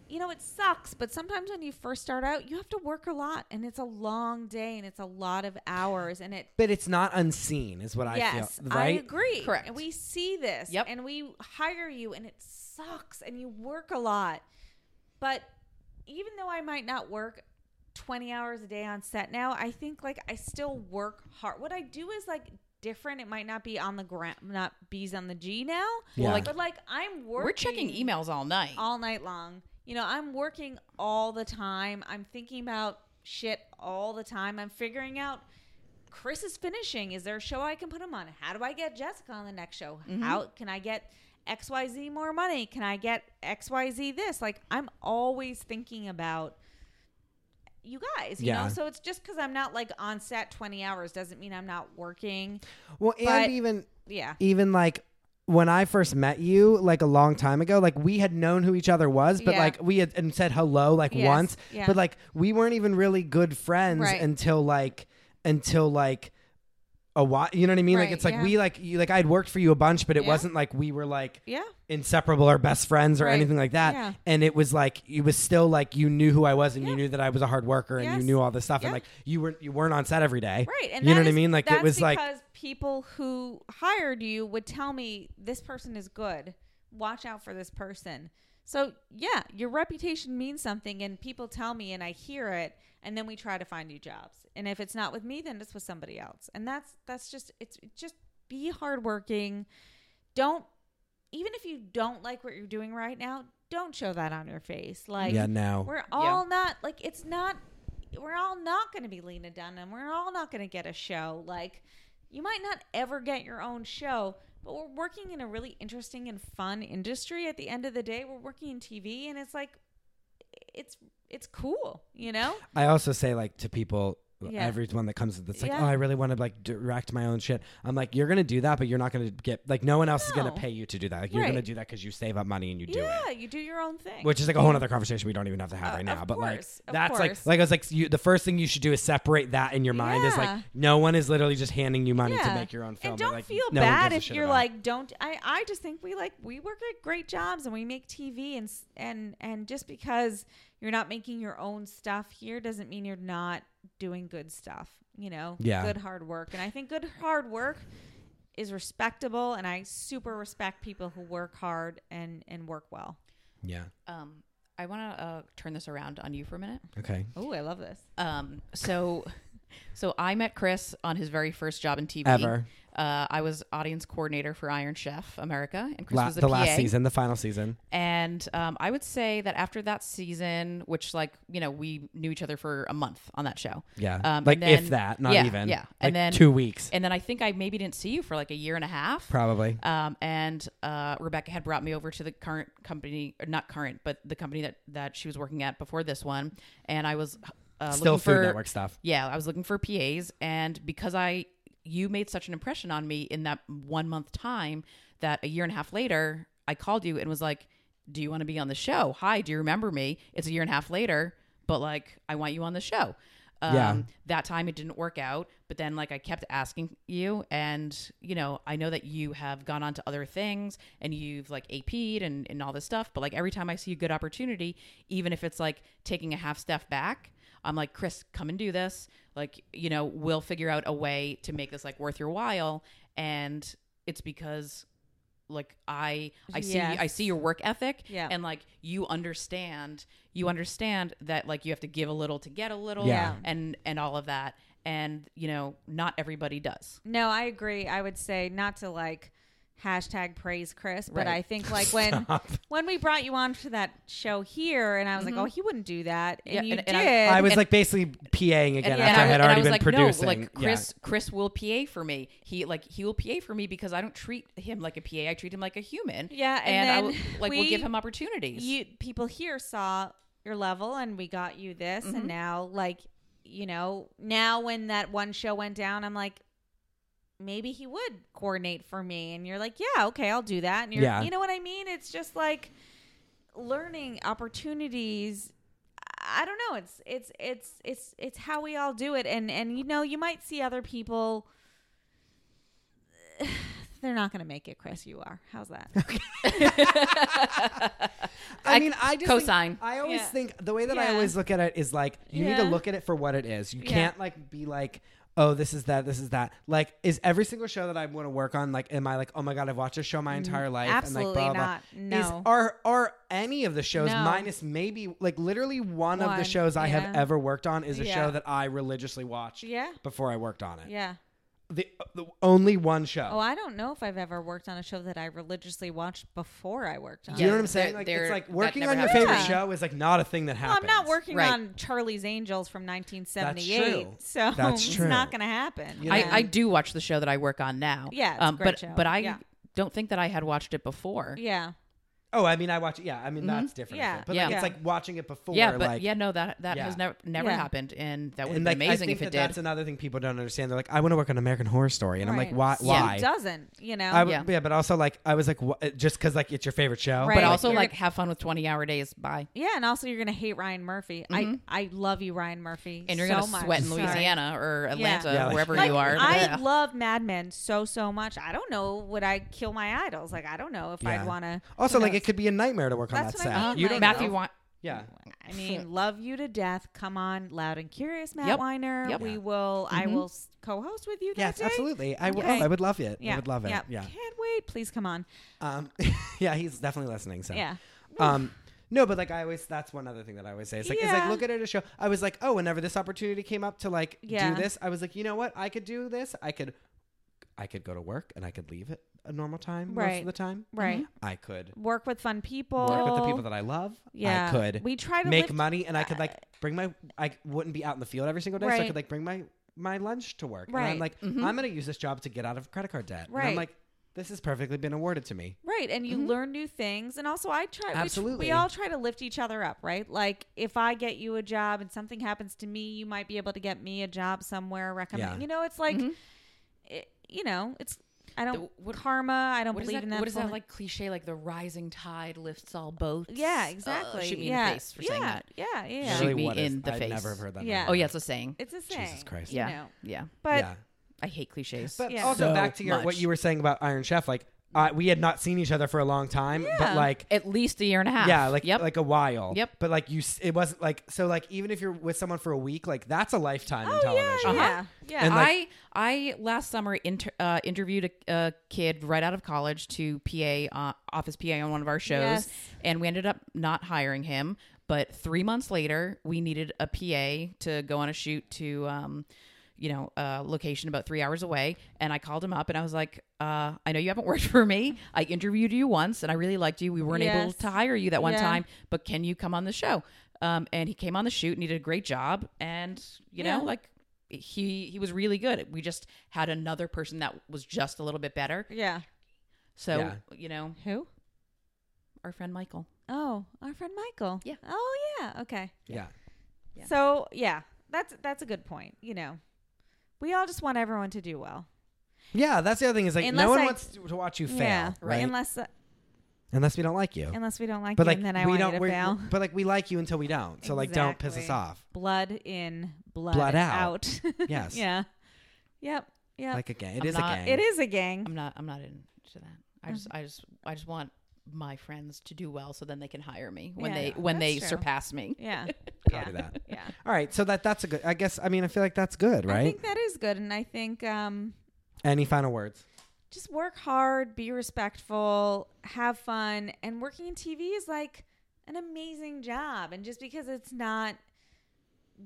Speaker 3: you know it sucks. But sometimes when you first start out, you have to work a lot, and it's a long day, and it's a lot of hours, and it.
Speaker 1: but it's not unseen, is what I
Speaker 3: yes,
Speaker 1: feel.
Speaker 3: I
Speaker 1: Right?
Speaker 3: agree.
Speaker 4: Correct.
Speaker 3: And we see this.
Speaker 4: Yep.
Speaker 3: And we hire you, and it sucks, and you work a lot. But even though I might not work 20 hours a day on set now, I think like I still work hard. What I do is like different. It might not be on the ground, not bees on the G now.
Speaker 1: Well, like-
Speaker 3: but like I'm working.
Speaker 4: We're checking emails all night.
Speaker 3: all night long. You know, I'm working all the time. I'm thinking about shit all the time. I'm figuring out Chris is finishing. Is there a show I can put him on? How do I get Jessica on the next show? How can I get XYZ more money? Can I get XYZ this? Like, I'm always thinking about you guys, you
Speaker 1: Yeah.
Speaker 3: know? So it's just because I'm not like on set 20 hours doesn't mean I'm not working.
Speaker 1: Well, and
Speaker 3: But-
Speaker 1: even
Speaker 3: Yeah.
Speaker 1: even like when I first met you, like a long time ago, like we had known who each other was, but
Speaker 3: Yeah.
Speaker 1: like we had and said hello like
Speaker 3: Yes,
Speaker 1: once,
Speaker 3: yeah.
Speaker 1: but like we weren't even really good friends
Speaker 3: Right.
Speaker 1: until like until like a while. You know what I mean?
Speaker 3: Right,
Speaker 1: like it's like
Speaker 3: yeah.
Speaker 1: we like you like I'd worked for you a bunch, but it
Speaker 3: Yeah.
Speaker 1: wasn't like we were like
Speaker 3: Yeah.
Speaker 1: inseparable or best friends or
Speaker 3: Right.
Speaker 1: anything like that.
Speaker 3: Yeah.
Speaker 1: And it was like it was still like you knew who I was and
Speaker 3: Yeah.
Speaker 1: you knew that I was a hard worker and
Speaker 3: Yes.
Speaker 1: you knew all this stuff
Speaker 3: Yeah.
Speaker 1: and like you weren't you weren't on set every day.
Speaker 3: Right. And
Speaker 1: you know
Speaker 3: that
Speaker 1: what I
Speaker 3: is-
Speaker 1: mean? Like
Speaker 3: that's
Speaker 1: it was like
Speaker 3: because people who hired you would tell me this person is good. Watch out for this person. So yeah, your reputation means something and people tell me and I hear it and then we try to find you jobs. And if it's not with me, then it's with somebody else. And that's that's just it's just be hardworking. Don't even if you don't like what you're doing right now, don't show that on your face. Like
Speaker 1: Yeah, no.
Speaker 3: we're all not like it's not we're all not going to be Lena Dunham. We're all not going to get a show. Like you might not ever get your own show, but we're working in a really interesting and fun industry at the end of the day. We're working in TV and it's like it's it's cool, you know?
Speaker 1: I also say like to people,
Speaker 3: Yeah.
Speaker 1: everyone that comes that's like,
Speaker 3: Yeah.
Speaker 1: oh, I really want to like direct my own shit. I'm like, you're gonna do that, but you're not gonna get like no one else is gonna
Speaker 3: No.
Speaker 1: pay you to do that. Like you're gonna
Speaker 3: Right.
Speaker 1: do that because you save up money and you do it.
Speaker 3: yeah, you do your own thing.
Speaker 1: Which is like a whole other conversation we don't even have to have
Speaker 3: Uh,
Speaker 1: right now.
Speaker 3: of
Speaker 1: But
Speaker 3: course,
Speaker 1: like
Speaker 3: of
Speaker 1: that's like
Speaker 3: course.
Speaker 1: like I was like you, the first thing you should do is separate that in your mind is
Speaker 3: Yeah.
Speaker 1: like no one is literally just handing you money
Speaker 3: Yeah.
Speaker 1: to make your own film.
Speaker 3: And don't
Speaker 1: like,
Speaker 3: feel
Speaker 1: no one
Speaker 3: bad
Speaker 1: gives a
Speaker 3: if
Speaker 1: shit
Speaker 3: you're
Speaker 1: about it.
Speaker 3: like, don't. I, I just think we like we work at great jobs and we make TV and s- and and just because you're not making your own stuff here doesn't mean you're not doing good stuff. You know,
Speaker 1: Yeah.
Speaker 3: good hard work. And I think good hard work is respectable, and I super respect people who work hard and and work well.
Speaker 1: Yeah.
Speaker 4: Um, I want to uh, turn this around on you for a minute.
Speaker 1: Okay.
Speaker 3: Oh, I love this.
Speaker 4: Um, so, so I met Chris on his very first job in TV
Speaker 1: Ever.
Speaker 4: Uh, I was audience coordinator for Iron Chef America, and Chris
Speaker 1: La-
Speaker 4: was
Speaker 1: the
Speaker 4: the, PA.
Speaker 1: last season, the final season.
Speaker 4: And um, I would say that after that season, which like you know we knew each other for a month on that show.
Speaker 1: Yeah.
Speaker 4: Um,
Speaker 1: like
Speaker 4: and then-
Speaker 1: if that, not
Speaker 4: yeah,
Speaker 1: even.
Speaker 4: Yeah,
Speaker 1: Like
Speaker 4: and then
Speaker 1: two weeks
Speaker 4: and then I think I maybe didn't see you for like a year and a half.
Speaker 1: probably.
Speaker 4: Um, and uh, Rebecca had brought me over to the current company, or not current, but the company that that she was working at before this one. And I was uh,
Speaker 1: Still
Speaker 4: looking
Speaker 1: Food
Speaker 4: for,
Speaker 1: Network stuff.
Speaker 4: Yeah, I was looking for PAs, and because I you made such an impression on me in that one month time that a year and a half later I called you and was like, "Do you want to be on the show? Hi, do you remember me? It's a year and a half later, but like I want you on the show." Um,
Speaker 1: Yeah.
Speaker 4: that time it didn't work out but then like i kept asking you and you know i know that you have gone on to other things and you've like ap'd and, and all this stuff but like every time i see a good opportunity even if it's like taking a half step back i'm like chris come and do this like you know we'll figure out a way to make this like worth your while and it's because like i i see
Speaker 3: Yes.
Speaker 4: i see your work ethic
Speaker 3: Yeah.
Speaker 4: and like you understand you understand that like you have to give a little to get a little
Speaker 3: Oh,
Speaker 1: Yeah.
Speaker 4: and and all of that and you know not everybody does
Speaker 3: No, I agree. I would say not to like hashtag praise Chris, but
Speaker 4: Right.
Speaker 3: I think like when
Speaker 1: Stop.
Speaker 3: when we brought you on to that show here, and I was like, oh, he wouldn't do that, and
Speaker 4: Mm-hmm. Yeah,
Speaker 3: you
Speaker 4: and-
Speaker 3: did.
Speaker 4: and I-
Speaker 1: I was
Speaker 4: and-
Speaker 1: like basically PAing again
Speaker 4: and,
Speaker 1: after I,
Speaker 4: was-
Speaker 1: had
Speaker 4: and
Speaker 1: already
Speaker 4: was
Speaker 1: been
Speaker 4: like,
Speaker 1: producing.
Speaker 4: No, like
Speaker 1: Yeah.
Speaker 4: Chris, Chris will PA for me. He like he will PA for me because I don't treat him like a PA. I treat him like a human.
Speaker 3: Yeah, and
Speaker 4: and I
Speaker 3: then
Speaker 4: will, like we'll
Speaker 3: we-
Speaker 4: give him opportunities.
Speaker 3: you people here saw your level and we got you this
Speaker 1: Mm-hmm.
Speaker 3: and now like you know now when that one show went down i'm like maybe he would coordinate for me and you're like yeah okay i'll do that and you're
Speaker 1: Yeah.
Speaker 3: you know what i mean it's just like learning opportunities i don't know it's it's it's it's it's how we all do it and and you know you might see other people they're not going to make it chris you are how's that
Speaker 1: I mean, I just Think,
Speaker 4: cosign.
Speaker 1: I always
Speaker 3: Yeah.
Speaker 1: think the way that I
Speaker 3: Yeah.
Speaker 1: always look at it is like you need
Speaker 3: Yeah.
Speaker 1: to look at it for what it is. You
Speaker 3: Yeah.
Speaker 1: can't like be like, oh, this is that, this is that. Like, is every single show that I want to work on like, am I like, oh my god, I've watched this show my entire life?
Speaker 3: Mm-hmm. absolutely
Speaker 1: and like, blah, blah,
Speaker 3: not.
Speaker 1: blah. Is-
Speaker 3: No.
Speaker 1: are are any of the shows
Speaker 3: No.
Speaker 1: minus maybe like literally one, of
Speaker 3: One,
Speaker 1: the shows I have
Speaker 3: yeah.
Speaker 1: ever worked on is a
Speaker 3: Yeah.
Speaker 1: show that I religiously watched
Speaker 3: Yeah.
Speaker 1: before I worked on it.
Speaker 3: yeah
Speaker 1: The, the only one show.
Speaker 3: Oh, I don't know if I've ever worked on a show that I religiously watched before I worked on.
Speaker 1: Do you know
Speaker 4: Yeah,
Speaker 1: what I'm saying?
Speaker 4: they're-
Speaker 1: Like
Speaker 4: they're-
Speaker 1: it's like
Speaker 4: that
Speaker 1: working
Speaker 4: never
Speaker 1: on your
Speaker 4: happens.
Speaker 1: favorite
Speaker 3: Yeah.
Speaker 1: show is like not a thing that
Speaker 3: Well,
Speaker 1: happens.
Speaker 3: I'm not working
Speaker 4: Right.
Speaker 3: on Charlie's Angels from 1978,
Speaker 1: That's true.
Speaker 3: so
Speaker 1: That's true.
Speaker 3: it's not going to happen.
Speaker 1: You
Speaker 4: I,
Speaker 1: know?
Speaker 4: I do watch the show that I work on now.
Speaker 3: Yeah, it's a
Speaker 4: um,
Speaker 3: great
Speaker 4: but
Speaker 3: show.
Speaker 4: but I
Speaker 3: Yeah.
Speaker 4: don't think that I had watched it before.
Speaker 3: yeah,
Speaker 1: Oh, I mean, I watch. Yeah, I mean that's different. I
Speaker 3: Mm-hmm. Yeah.
Speaker 1: think. but
Speaker 4: Yeah.
Speaker 1: like, it's
Speaker 3: Yeah.
Speaker 1: like watching it before.
Speaker 4: yeah, but
Speaker 1: like,
Speaker 4: yeah, no, that that
Speaker 1: Yeah.
Speaker 4: has never never
Speaker 3: Yeah.
Speaker 4: happened, and that would
Speaker 1: and
Speaker 4: be
Speaker 1: like I
Speaker 4: amazing
Speaker 1: think
Speaker 4: if it
Speaker 1: that
Speaker 4: did.
Speaker 1: that's another thing people don't understand. They're like, I want to work on American Horror Story, and I'm like, why?
Speaker 3: Right. So
Speaker 1: Why?
Speaker 3: It doesn't, you know?
Speaker 1: I w-
Speaker 4: Yeah.
Speaker 1: yeah. but also like I was like, wha- uh, just because like it's your favorite show,
Speaker 3: Right.
Speaker 4: but
Speaker 3: Like,
Speaker 4: also,
Speaker 3: you're-
Speaker 4: like, have fun with twenty hour days. Bye.
Speaker 3: yeah, and also you're going to hate Ryan Murphy. I I love you, Ryan Murphy,
Speaker 4: Mm-hmm. And you're
Speaker 3: so
Speaker 4: gonna
Speaker 3: much.
Speaker 4: sweat in
Speaker 3: Sorry.
Speaker 4: Louisiana or Atlanta,
Speaker 1: Yeah, like-
Speaker 4: wherever
Speaker 3: Like,
Speaker 4: you are.
Speaker 3: I
Speaker 4: Yeah.
Speaker 3: love Mad Men so so much. I don't know would I kill my idols? Like I don't know if
Speaker 1: Yeah.
Speaker 3: I'd want to.
Speaker 1: Also, like it could be a nightmare to work on
Speaker 3: That's
Speaker 1: that
Speaker 3: what
Speaker 1: set.
Speaker 3: I mean,
Speaker 1: You
Speaker 3: like-
Speaker 1: don't
Speaker 4: Matthew
Speaker 1: know.
Speaker 4: Wa-
Speaker 1: Yeah.
Speaker 3: I mean, love you to death. Come on, loud and curious, Matt
Speaker 4: Yep.
Speaker 3: Weiner.
Speaker 4: Yep.
Speaker 3: We will. I will s- co-host with you.
Speaker 1: Mm-hmm. Yes,
Speaker 3: that day.
Speaker 1: absolutely. I would.
Speaker 3: Okay.
Speaker 1: I would love it. I would love it. Yeah.
Speaker 3: Can't wait. Please come on.
Speaker 1: Um, yeah, he's definitely listening. So
Speaker 3: Yeah.
Speaker 1: Um, no, but like I always, that's one other thing that I always say. It's like, it's like
Speaker 3: Yeah.
Speaker 1: look at it as a show. I was like, oh, whenever this opportunity came up to like
Speaker 3: Yeah.
Speaker 1: do this, I was like, you know what, I could do this. I could, I could go to work and I could leave at a normal time most
Speaker 3: Right.
Speaker 1: of the time.
Speaker 3: Right.
Speaker 1: I could
Speaker 3: Work with fun people.
Speaker 1: work with the people that I love.
Speaker 3: yeah.
Speaker 1: I could
Speaker 3: We try to
Speaker 1: make
Speaker 3: lift- uh,
Speaker 1: money, and I could like bring my. I wouldn't be out in the field every single day, so I
Speaker 3: Right.
Speaker 1: could like bring my my lunch to work. And I'm
Speaker 3: Right. Mm-hmm.
Speaker 1: like, I'm gonna use this job to get out of credit card debt. And I'm
Speaker 3: Right.
Speaker 1: like, this has perfectly been awarded to me.
Speaker 3: Right, and you learn new things, and also I try. we tr-
Speaker 1: Mm-hmm. Absolutely.
Speaker 3: we all try to lift each other up, right? Like if I get you a job and something happens to me, you might be able to get me a job somewhere. Recommend,
Speaker 1: Yeah. Mm-hmm.
Speaker 3: you know, it's like, it, you know, it's I don't
Speaker 4: The- what-
Speaker 3: karma. I don't
Speaker 4: What is
Speaker 3: believe
Speaker 4: that?
Speaker 3: in that.
Speaker 4: what is that
Speaker 3: fully.
Speaker 4: like cliche? Like the rising tide lifts all boats.
Speaker 3: Yeah,
Speaker 4: Ugh,
Speaker 3: exactly.
Speaker 4: Uh, shoot me
Speaker 3: yeah.
Speaker 4: in the face for saying
Speaker 3: Yeah,
Speaker 4: that.
Speaker 3: Yeah, yeah,
Speaker 4: Shoot
Speaker 1: Really,
Speaker 4: me
Speaker 1: what is-
Speaker 4: in the
Speaker 1: I'd
Speaker 4: face.
Speaker 1: never have heard that. in my
Speaker 3: Yeah.
Speaker 1: life.
Speaker 4: Oh yeah, it's a saying.
Speaker 3: It's a saying.
Speaker 1: Jesus Christ.
Speaker 3: you
Speaker 4: Yeah,
Speaker 3: know.
Speaker 4: yeah.
Speaker 3: But
Speaker 1: yeah.
Speaker 4: I hate cliches.
Speaker 1: But
Speaker 3: Yeah.
Speaker 1: also
Speaker 4: So
Speaker 1: back to your what
Speaker 4: much.
Speaker 1: you were saying about Iron Chef, like uh, we had not seen each other for a long time, but like
Speaker 4: at least a year and a half.
Speaker 1: yeah, like
Speaker 4: yep.
Speaker 1: like a while.
Speaker 4: Yep.
Speaker 1: But like you, s- it wasn't like so. Like even if you're with someone for a week, like that's a lifetime in
Speaker 3: Oh, yeah,
Speaker 1: television.
Speaker 3: yeah, yeah.
Speaker 1: And, like-
Speaker 4: I I last summer inter, uh, interviewed a, a kid right out of college to PA uh, office PA on one of our shows,
Speaker 3: Yes.
Speaker 4: and we ended up not hiring him. But three months later, we needed a PA to go on a shoot to, um, you know, a location about three hours away, and I called him up and I was like, uh, "I know you haven't worked for me. I interviewed you once, and I really liked you. We weren't able
Speaker 3: Yes.
Speaker 4: to hire you that one
Speaker 3: Yeah.
Speaker 4: time, but can you come on the show?" Um, and he came on the shoot, and he did a great job, and you
Speaker 3: Yeah.
Speaker 4: know, like he he was really good. We just had another person that was just a little bit better.
Speaker 3: yeah.
Speaker 4: So
Speaker 1: Yeah.
Speaker 4: you know,
Speaker 3: Who?
Speaker 4: our friend Michael.
Speaker 3: Oh, our friend Michael.
Speaker 4: Yeah.
Speaker 3: Oh yeah. Okay.
Speaker 1: yeah.
Speaker 4: Yeah.
Speaker 3: So yeah, that's that's a good point. You know, we all just want everyone to do well.
Speaker 1: Yeah, that's the other thing is like
Speaker 3: Unless
Speaker 1: no one
Speaker 3: I-
Speaker 1: wants to, to watch you fail,
Speaker 3: yeah.
Speaker 1: right? Unless,
Speaker 3: Unless uh,
Speaker 1: we don't like you.
Speaker 3: unless we don't like
Speaker 1: But
Speaker 3: you,
Speaker 1: like
Speaker 3: and then I
Speaker 1: we
Speaker 3: want
Speaker 1: don't.
Speaker 3: you to
Speaker 1: we're-
Speaker 3: fail.
Speaker 1: But like we like you until we don't. So like don't piss us
Speaker 3: Exactly.
Speaker 1: off.
Speaker 3: Blood in, blood,
Speaker 1: Blood out.
Speaker 3: out.
Speaker 1: Yes.
Speaker 3: yeah. Yep. Yep.
Speaker 1: Like a gang. It
Speaker 4: I'm
Speaker 1: is
Speaker 4: not-
Speaker 1: a gang.
Speaker 3: it is a gang.
Speaker 4: I'm not I'm not into that. I just I just I just want my friends to do well so then they can hire me when
Speaker 3: Yeah.
Speaker 4: they
Speaker 3: Yeah.
Speaker 4: when
Speaker 3: That's
Speaker 4: they
Speaker 3: true.
Speaker 4: surpass me.
Speaker 3: Yeah.
Speaker 1: Copy
Speaker 3: yeah.
Speaker 1: that.
Speaker 3: Yeah.
Speaker 1: All right. So that that's a good. I guess. I mean, I feel like that's good,
Speaker 3: I
Speaker 1: right?
Speaker 3: think that is good, and I think um,
Speaker 1: Any final words?
Speaker 3: just work hard, be respectful, have fun, and working in TV is like an amazing job. And just because it's not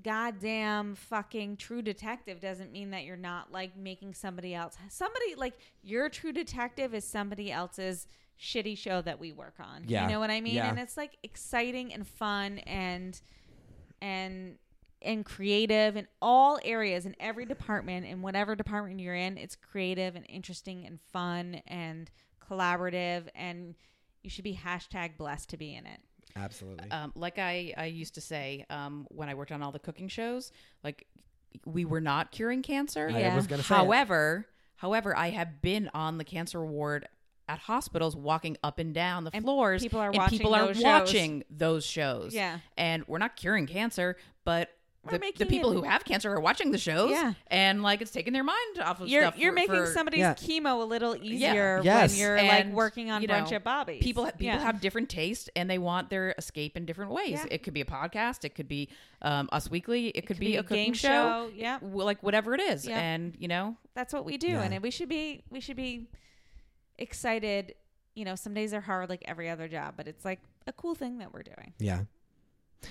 Speaker 3: goddamn fucking true detective doesn't mean that you're not like making somebody else somebody like your true detective is somebody else's shitty show that we work on.
Speaker 1: Yeah.
Speaker 3: You know what I mean?
Speaker 1: Yeah.
Speaker 3: And it's like exciting and fun and and and creative in all areas in every department in whatever department you're in it's creative and interesting and fun and collaborative and you should be hashtag blessed to be in it
Speaker 1: Absolutely.
Speaker 3: Uh,
Speaker 4: Um, like I, I used to say um, when I worked on all the cooking shows, like we were not curing cancer.
Speaker 1: I
Speaker 3: Yeah.
Speaker 1: was gonna say. it.
Speaker 4: However, however, I have been on the cancer ward at hospitals, walking up and down the
Speaker 3: And
Speaker 4: floors.
Speaker 3: people are
Speaker 4: and
Speaker 3: watching
Speaker 4: people are
Speaker 3: those shows.
Speaker 4: watching those shows.
Speaker 3: Yeah.
Speaker 4: and we're not curing cancer, but.
Speaker 3: We're
Speaker 4: The, the
Speaker 3: making
Speaker 4: people
Speaker 3: it-
Speaker 4: who have cancer are watching the shows,
Speaker 3: Yeah.
Speaker 4: and like it's taking their mind off of
Speaker 3: you're
Speaker 4: stuff.
Speaker 3: you're
Speaker 4: for-
Speaker 3: making
Speaker 4: for-
Speaker 3: somebody's
Speaker 1: Yeah.
Speaker 3: chemo a little easier
Speaker 1: Yes.
Speaker 3: when you're
Speaker 4: And,
Speaker 3: like working on
Speaker 4: you know,
Speaker 3: brunch at Bobby's.
Speaker 4: People people
Speaker 3: Yeah.
Speaker 4: have different tastes and they want their escape in different ways.
Speaker 3: Yeah.
Speaker 4: It could be a podcast, it could be um, Us Weekly, it could, be, a cooking
Speaker 3: game
Speaker 4: show,
Speaker 3: show, yeah.
Speaker 4: w- like whatever it is.
Speaker 3: Yeah.
Speaker 4: And you know,
Speaker 3: that's what we do
Speaker 1: Yeah.
Speaker 3: and we should be we should be excited you know some days are hard like every other job but it's like a cool thing that we're doing
Speaker 1: Yeah.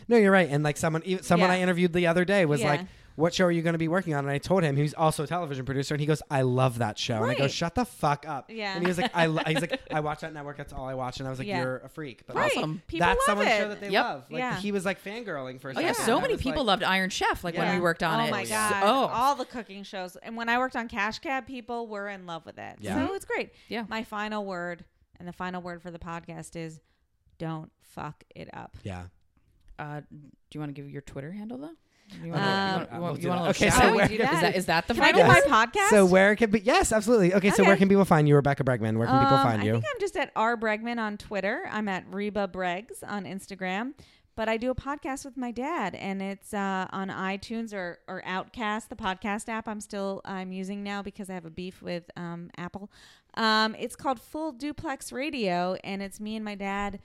Speaker 1: No, you're right. And like someone, e- someone
Speaker 3: Yeah.
Speaker 1: I interviewed the other day was
Speaker 3: Yeah.
Speaker 1: like, "What show are you going to be working on?" And I told him he's also a television producer, and he goes, "I love that show." And I go,
Speaker 3: Right.
Speaker 1: "Shut the fuck up."
Speaker 3: Yeah.
Speaker 1: And he was like, "I," lo-, he's like, "I watch that network. That's all I watch." And I was like,
Speaker 3: Yeah.
Speaker 1: "You're a freak." But
Speaker 3: right
Speaker 1: like,
Speaker 4: Awesome.
Speaker 3: people
Speaker 1: that's
Speaker 3: love
Speaker 1: someone
Speaker 3: it.
Speaker 1: show that they
Speaker 4: Yep.
Speaker 1: love. Like
Speaker 3: Yeah.
Speaker 1: he was like fangirling for a
Speaker 4: oh yeah,
Speaker 1: second.
Speaker 4: so
Speaker 1: I
Speaker 4: many
Speaker 1: was
Speaker 4: people
Speaker 1: like,
Speaker 4: loved Iron Chef. Like
Speaker 1: Yeah.
Speaker 4: when we worked on
Speaker 3: oh
Speaker 4: it.
Speaker 3: my
Speaker 4: So-
Speaker 3: god!
Speaker 4: oh,
Speaker 3: all the cooking shows. And when I worked on Cash Cab, people were in love with it.
Speaker 1: Yeah.
Speaker 3: So it's great.
Speaker 4: Yeah.
Speaker 3: My final word and the final word for the podcast is, don't fuck it up.
Speaker 1: Yeah.
Speaker 4: uh, do you want to give your Twitter handle though?
Speaker 1: Okay,
Speaker 4: You
Speaker 3: Oh. Um,
Speaker 4: want,
Speaker 1: we'll
Speaker 4: you want,
Speaker 1: do
Speaker 4: you want a
Speaker 1: that.
Speaker 4: little
Speaker 1: Okay,
Speaker 4: shout
Speaker 1: so
Speaker 4: out?
Speaker 1: where-
Speaker 4: Is that, is that the
Speaker 3: Can I
Speaker 4: final
Speaker 3: do my
Speaker 4: word?
Speaker 3: podcast?
Speaker 1: So where can be? Yes, absolutely. Okay, so where
Speaker 3: Okay.
Speaker 1: can people find you, Rebecca Bregman? Where can people
Speaker 3: Um,
Speaker 1: find
Speaker 3: I
Speaker 1: you?
Speaker 3: think I'm just at R Bregman on Twitter. I'm at Reba Bregs on Instagram. But I do a podcast with my dad, and it's uh, on iTunes or, or Outcast, the podcast app. I'm still I'm using now because I have a beef with um, Apple. Um, it's called Full Duplex Radio, and it's me and my dad,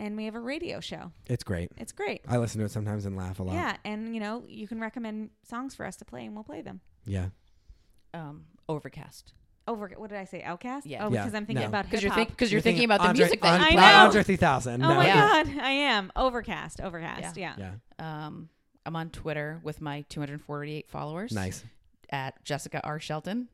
Speaker 3: and we have a radio show.
Speaker 1: It's great.
Speaker 3: It's great.
Speaker 1: I listen to it sometimes and laugh a lot.
Speaker 3: Yeah, and you know you can recommend songs for us to play, and we'll play them.
Speaker 1: Yeah.
Speaker 4: Um, Overcast.
Speaker 3: Over what did I say? Outcast?
Speaker 4: Yeah.
Speaker 3: Oh,
Speaker 1: Yeah,
Speaker 3: because I'm thinking
Speaker 1: no.
Speaker 3: about
Speaker 4: Because
Speaker 3: hip
Speaker 4: you're,
Speaker 3: hop.
Speaker 4: think, 'cause you're thinking about the
Speaker 1: Andre-
Speaker 4: music that
Speaker 1: Andre-
Speaker 4: you
Speaker 3: I
Speaker 4: play.
Speaker 3: know.
Speaker 1: Andre 3000.
Speaker 3: oh
Speaker 1: no.
Speaker 3: my
Speaker 4: Yeah.
Speaker 3: god, I am overcast. Overcast.
Speaker 4: Yeah.
Speaker 3: Yeah.
Speaker 1: Yeah.
Speaker 4: Um, I'm on Twitter with my 248 followers.
Speaker 1: Nice.
Speaker 4: At Jessica R. Shelton.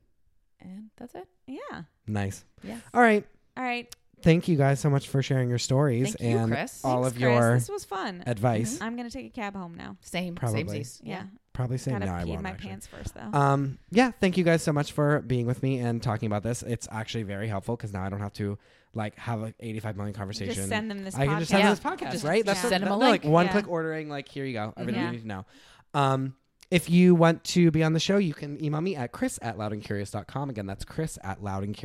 Speaker 4: And that's it.
Speaker 3: Yeah.
Speaker 1: Nice.
Speaker 4: Yes.
Speaker 1: All right.
Speaker 3: All right.
Speaker 1: Thank you guys so much for sharing your stories
Speaker 4: Thank you,
Speaker 1: and
Speaker 4: Chris.
Speaker 1: all
Speaker 3: Thanks,
Speaker 1: of your
Speaker 3: Chris. Mm-hmm. This was fun.
Speaker 1: advice.
Speaker 3: I'm gonna take a cab home now.
Speaker 4: Same.
Speaker 1: Probably.
Speaker 4: Same seas.
Speaker 3: Yeah.
Speaker 1: Probably saying
Speaker 3: Gotta
Speaker 1: no, I
Speaker 3: pee in
Speaker 1: won't.
Speaker 3: my
Speaker 1: actually.
Speaker 3: pants first though.
Speaker 1: Um, yeah, thank you guys so much for being with me and talking about this. It's actually very helpful because now I don't have to like have an 85 million conversation.
Speaker 3: just send them this
Speaker 1: I
Speaker 3: podcast.
Speaker 1: can just send
Speaker 4: Yeah.
Speaker 1: them this podcast,
Speaker 4: Just-
Speaker 1: right?
Speaker 4: just
Speaker 1: what-
Speaker 4: send them a
Speaker 1: no, Like
Speaker 4: link.
Speaker 1: one
Speaker 3: Yeah.
Speaker 1: click ordering, like here you go, everything
Speaker 3: Yeah.
Speaker 1: you need to know. Um, if you want to be on the show, you can email me at chris at loudandcurious.com. Again, that's chris at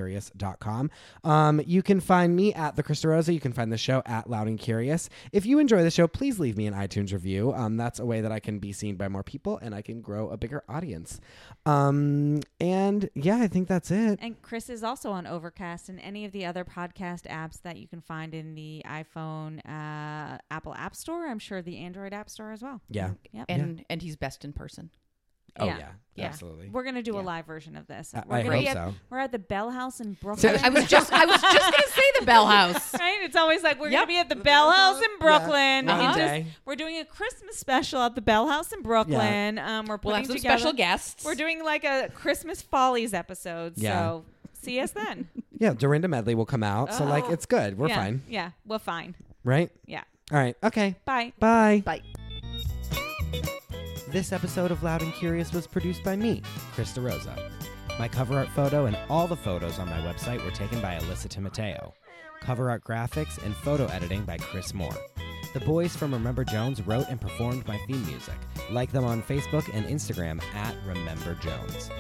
Speaker 1: loudandcurious.com. Um, you can find me at the Krista Rosa. You can find the show at Loud and Curious. If you enjoy the show, please leave me an iTunes review. Um, that's a way that I can be seen by more people and I can grow a bigger audience. Um, and yeah, I think that's it.
Speaker 3: And Chris is also on Overcast and any of the other podcast apps that you can find in the iPhone, uh, Apple App Store. I'm sure the Android App Store as well.
Speaker 1: Yeah.
Speaker 3: Yep.
Speaker 4: and and he's best in person.
Speaker 1: Oh,
Speaker 3: Yeah.
Speaker 1: yeah.
Speaker 4: Yeah.
Speaker 1: Absolutely.
Speaker 3: We're gonna do a
Speaker 4: Yeah.
Speaker 3: live version of this.
Speaker 1: I-
Speaker 3: We're
Speaker 1: I
Speaker 3: gonna
Speaker 1: hope
Speaker 3: be at,
Speaker 1: so.
Speaker 3: We're at the Bell House in
Speaker 4: So
Speaker 3: Brooklyn.
Speaker 4: I was just I was just gonna say the Bell House.
Speaker 3: right? It's always like we're
Speaker 4: Yep.
Speaker 3: gonna be at the Bell House in Brooklyn.
Speaker 1: One
Speaker 3: It just-
Speaker 1: day.
Speaker 3: we're doing a Christmas special at the Bell House in Brooklyn. Um, we're putting
Speaker 4: We'll have some
Speaker 3: together,
Speaker 4: special guests.
Speaker 3: We're doing like a Christmas Follies episode.
Speaker 1: Yeah.
Speaker 3: So see us then.
Speaker 1: Yeah, Dorinda Medley will come out. So, like,
Speaker 3: Oh.
Speaker 1: it's good. We're
Speaker 3: yeah.
Speaker 1: fine.
Speaker 3: Yeah, we're fine.
Speaker 1: Right?
Speaker 3: Yeah.
Speaker 1: All right. Okay.
Speaker 3: Bye.
Speaker 1: Bye.
Speaker 4: Bye.
Speaker 1: This episode of Loud and Curious was produced by me, Krista Rosa. My cover art photo and all the photos on my website were taken by Alyssa Timoteo. Cover art graphics and photo editing by Chris Moore. The boys from Remember Jones wrote and performed my theme music. Like them on Facebook and Instagram at Remember Jones.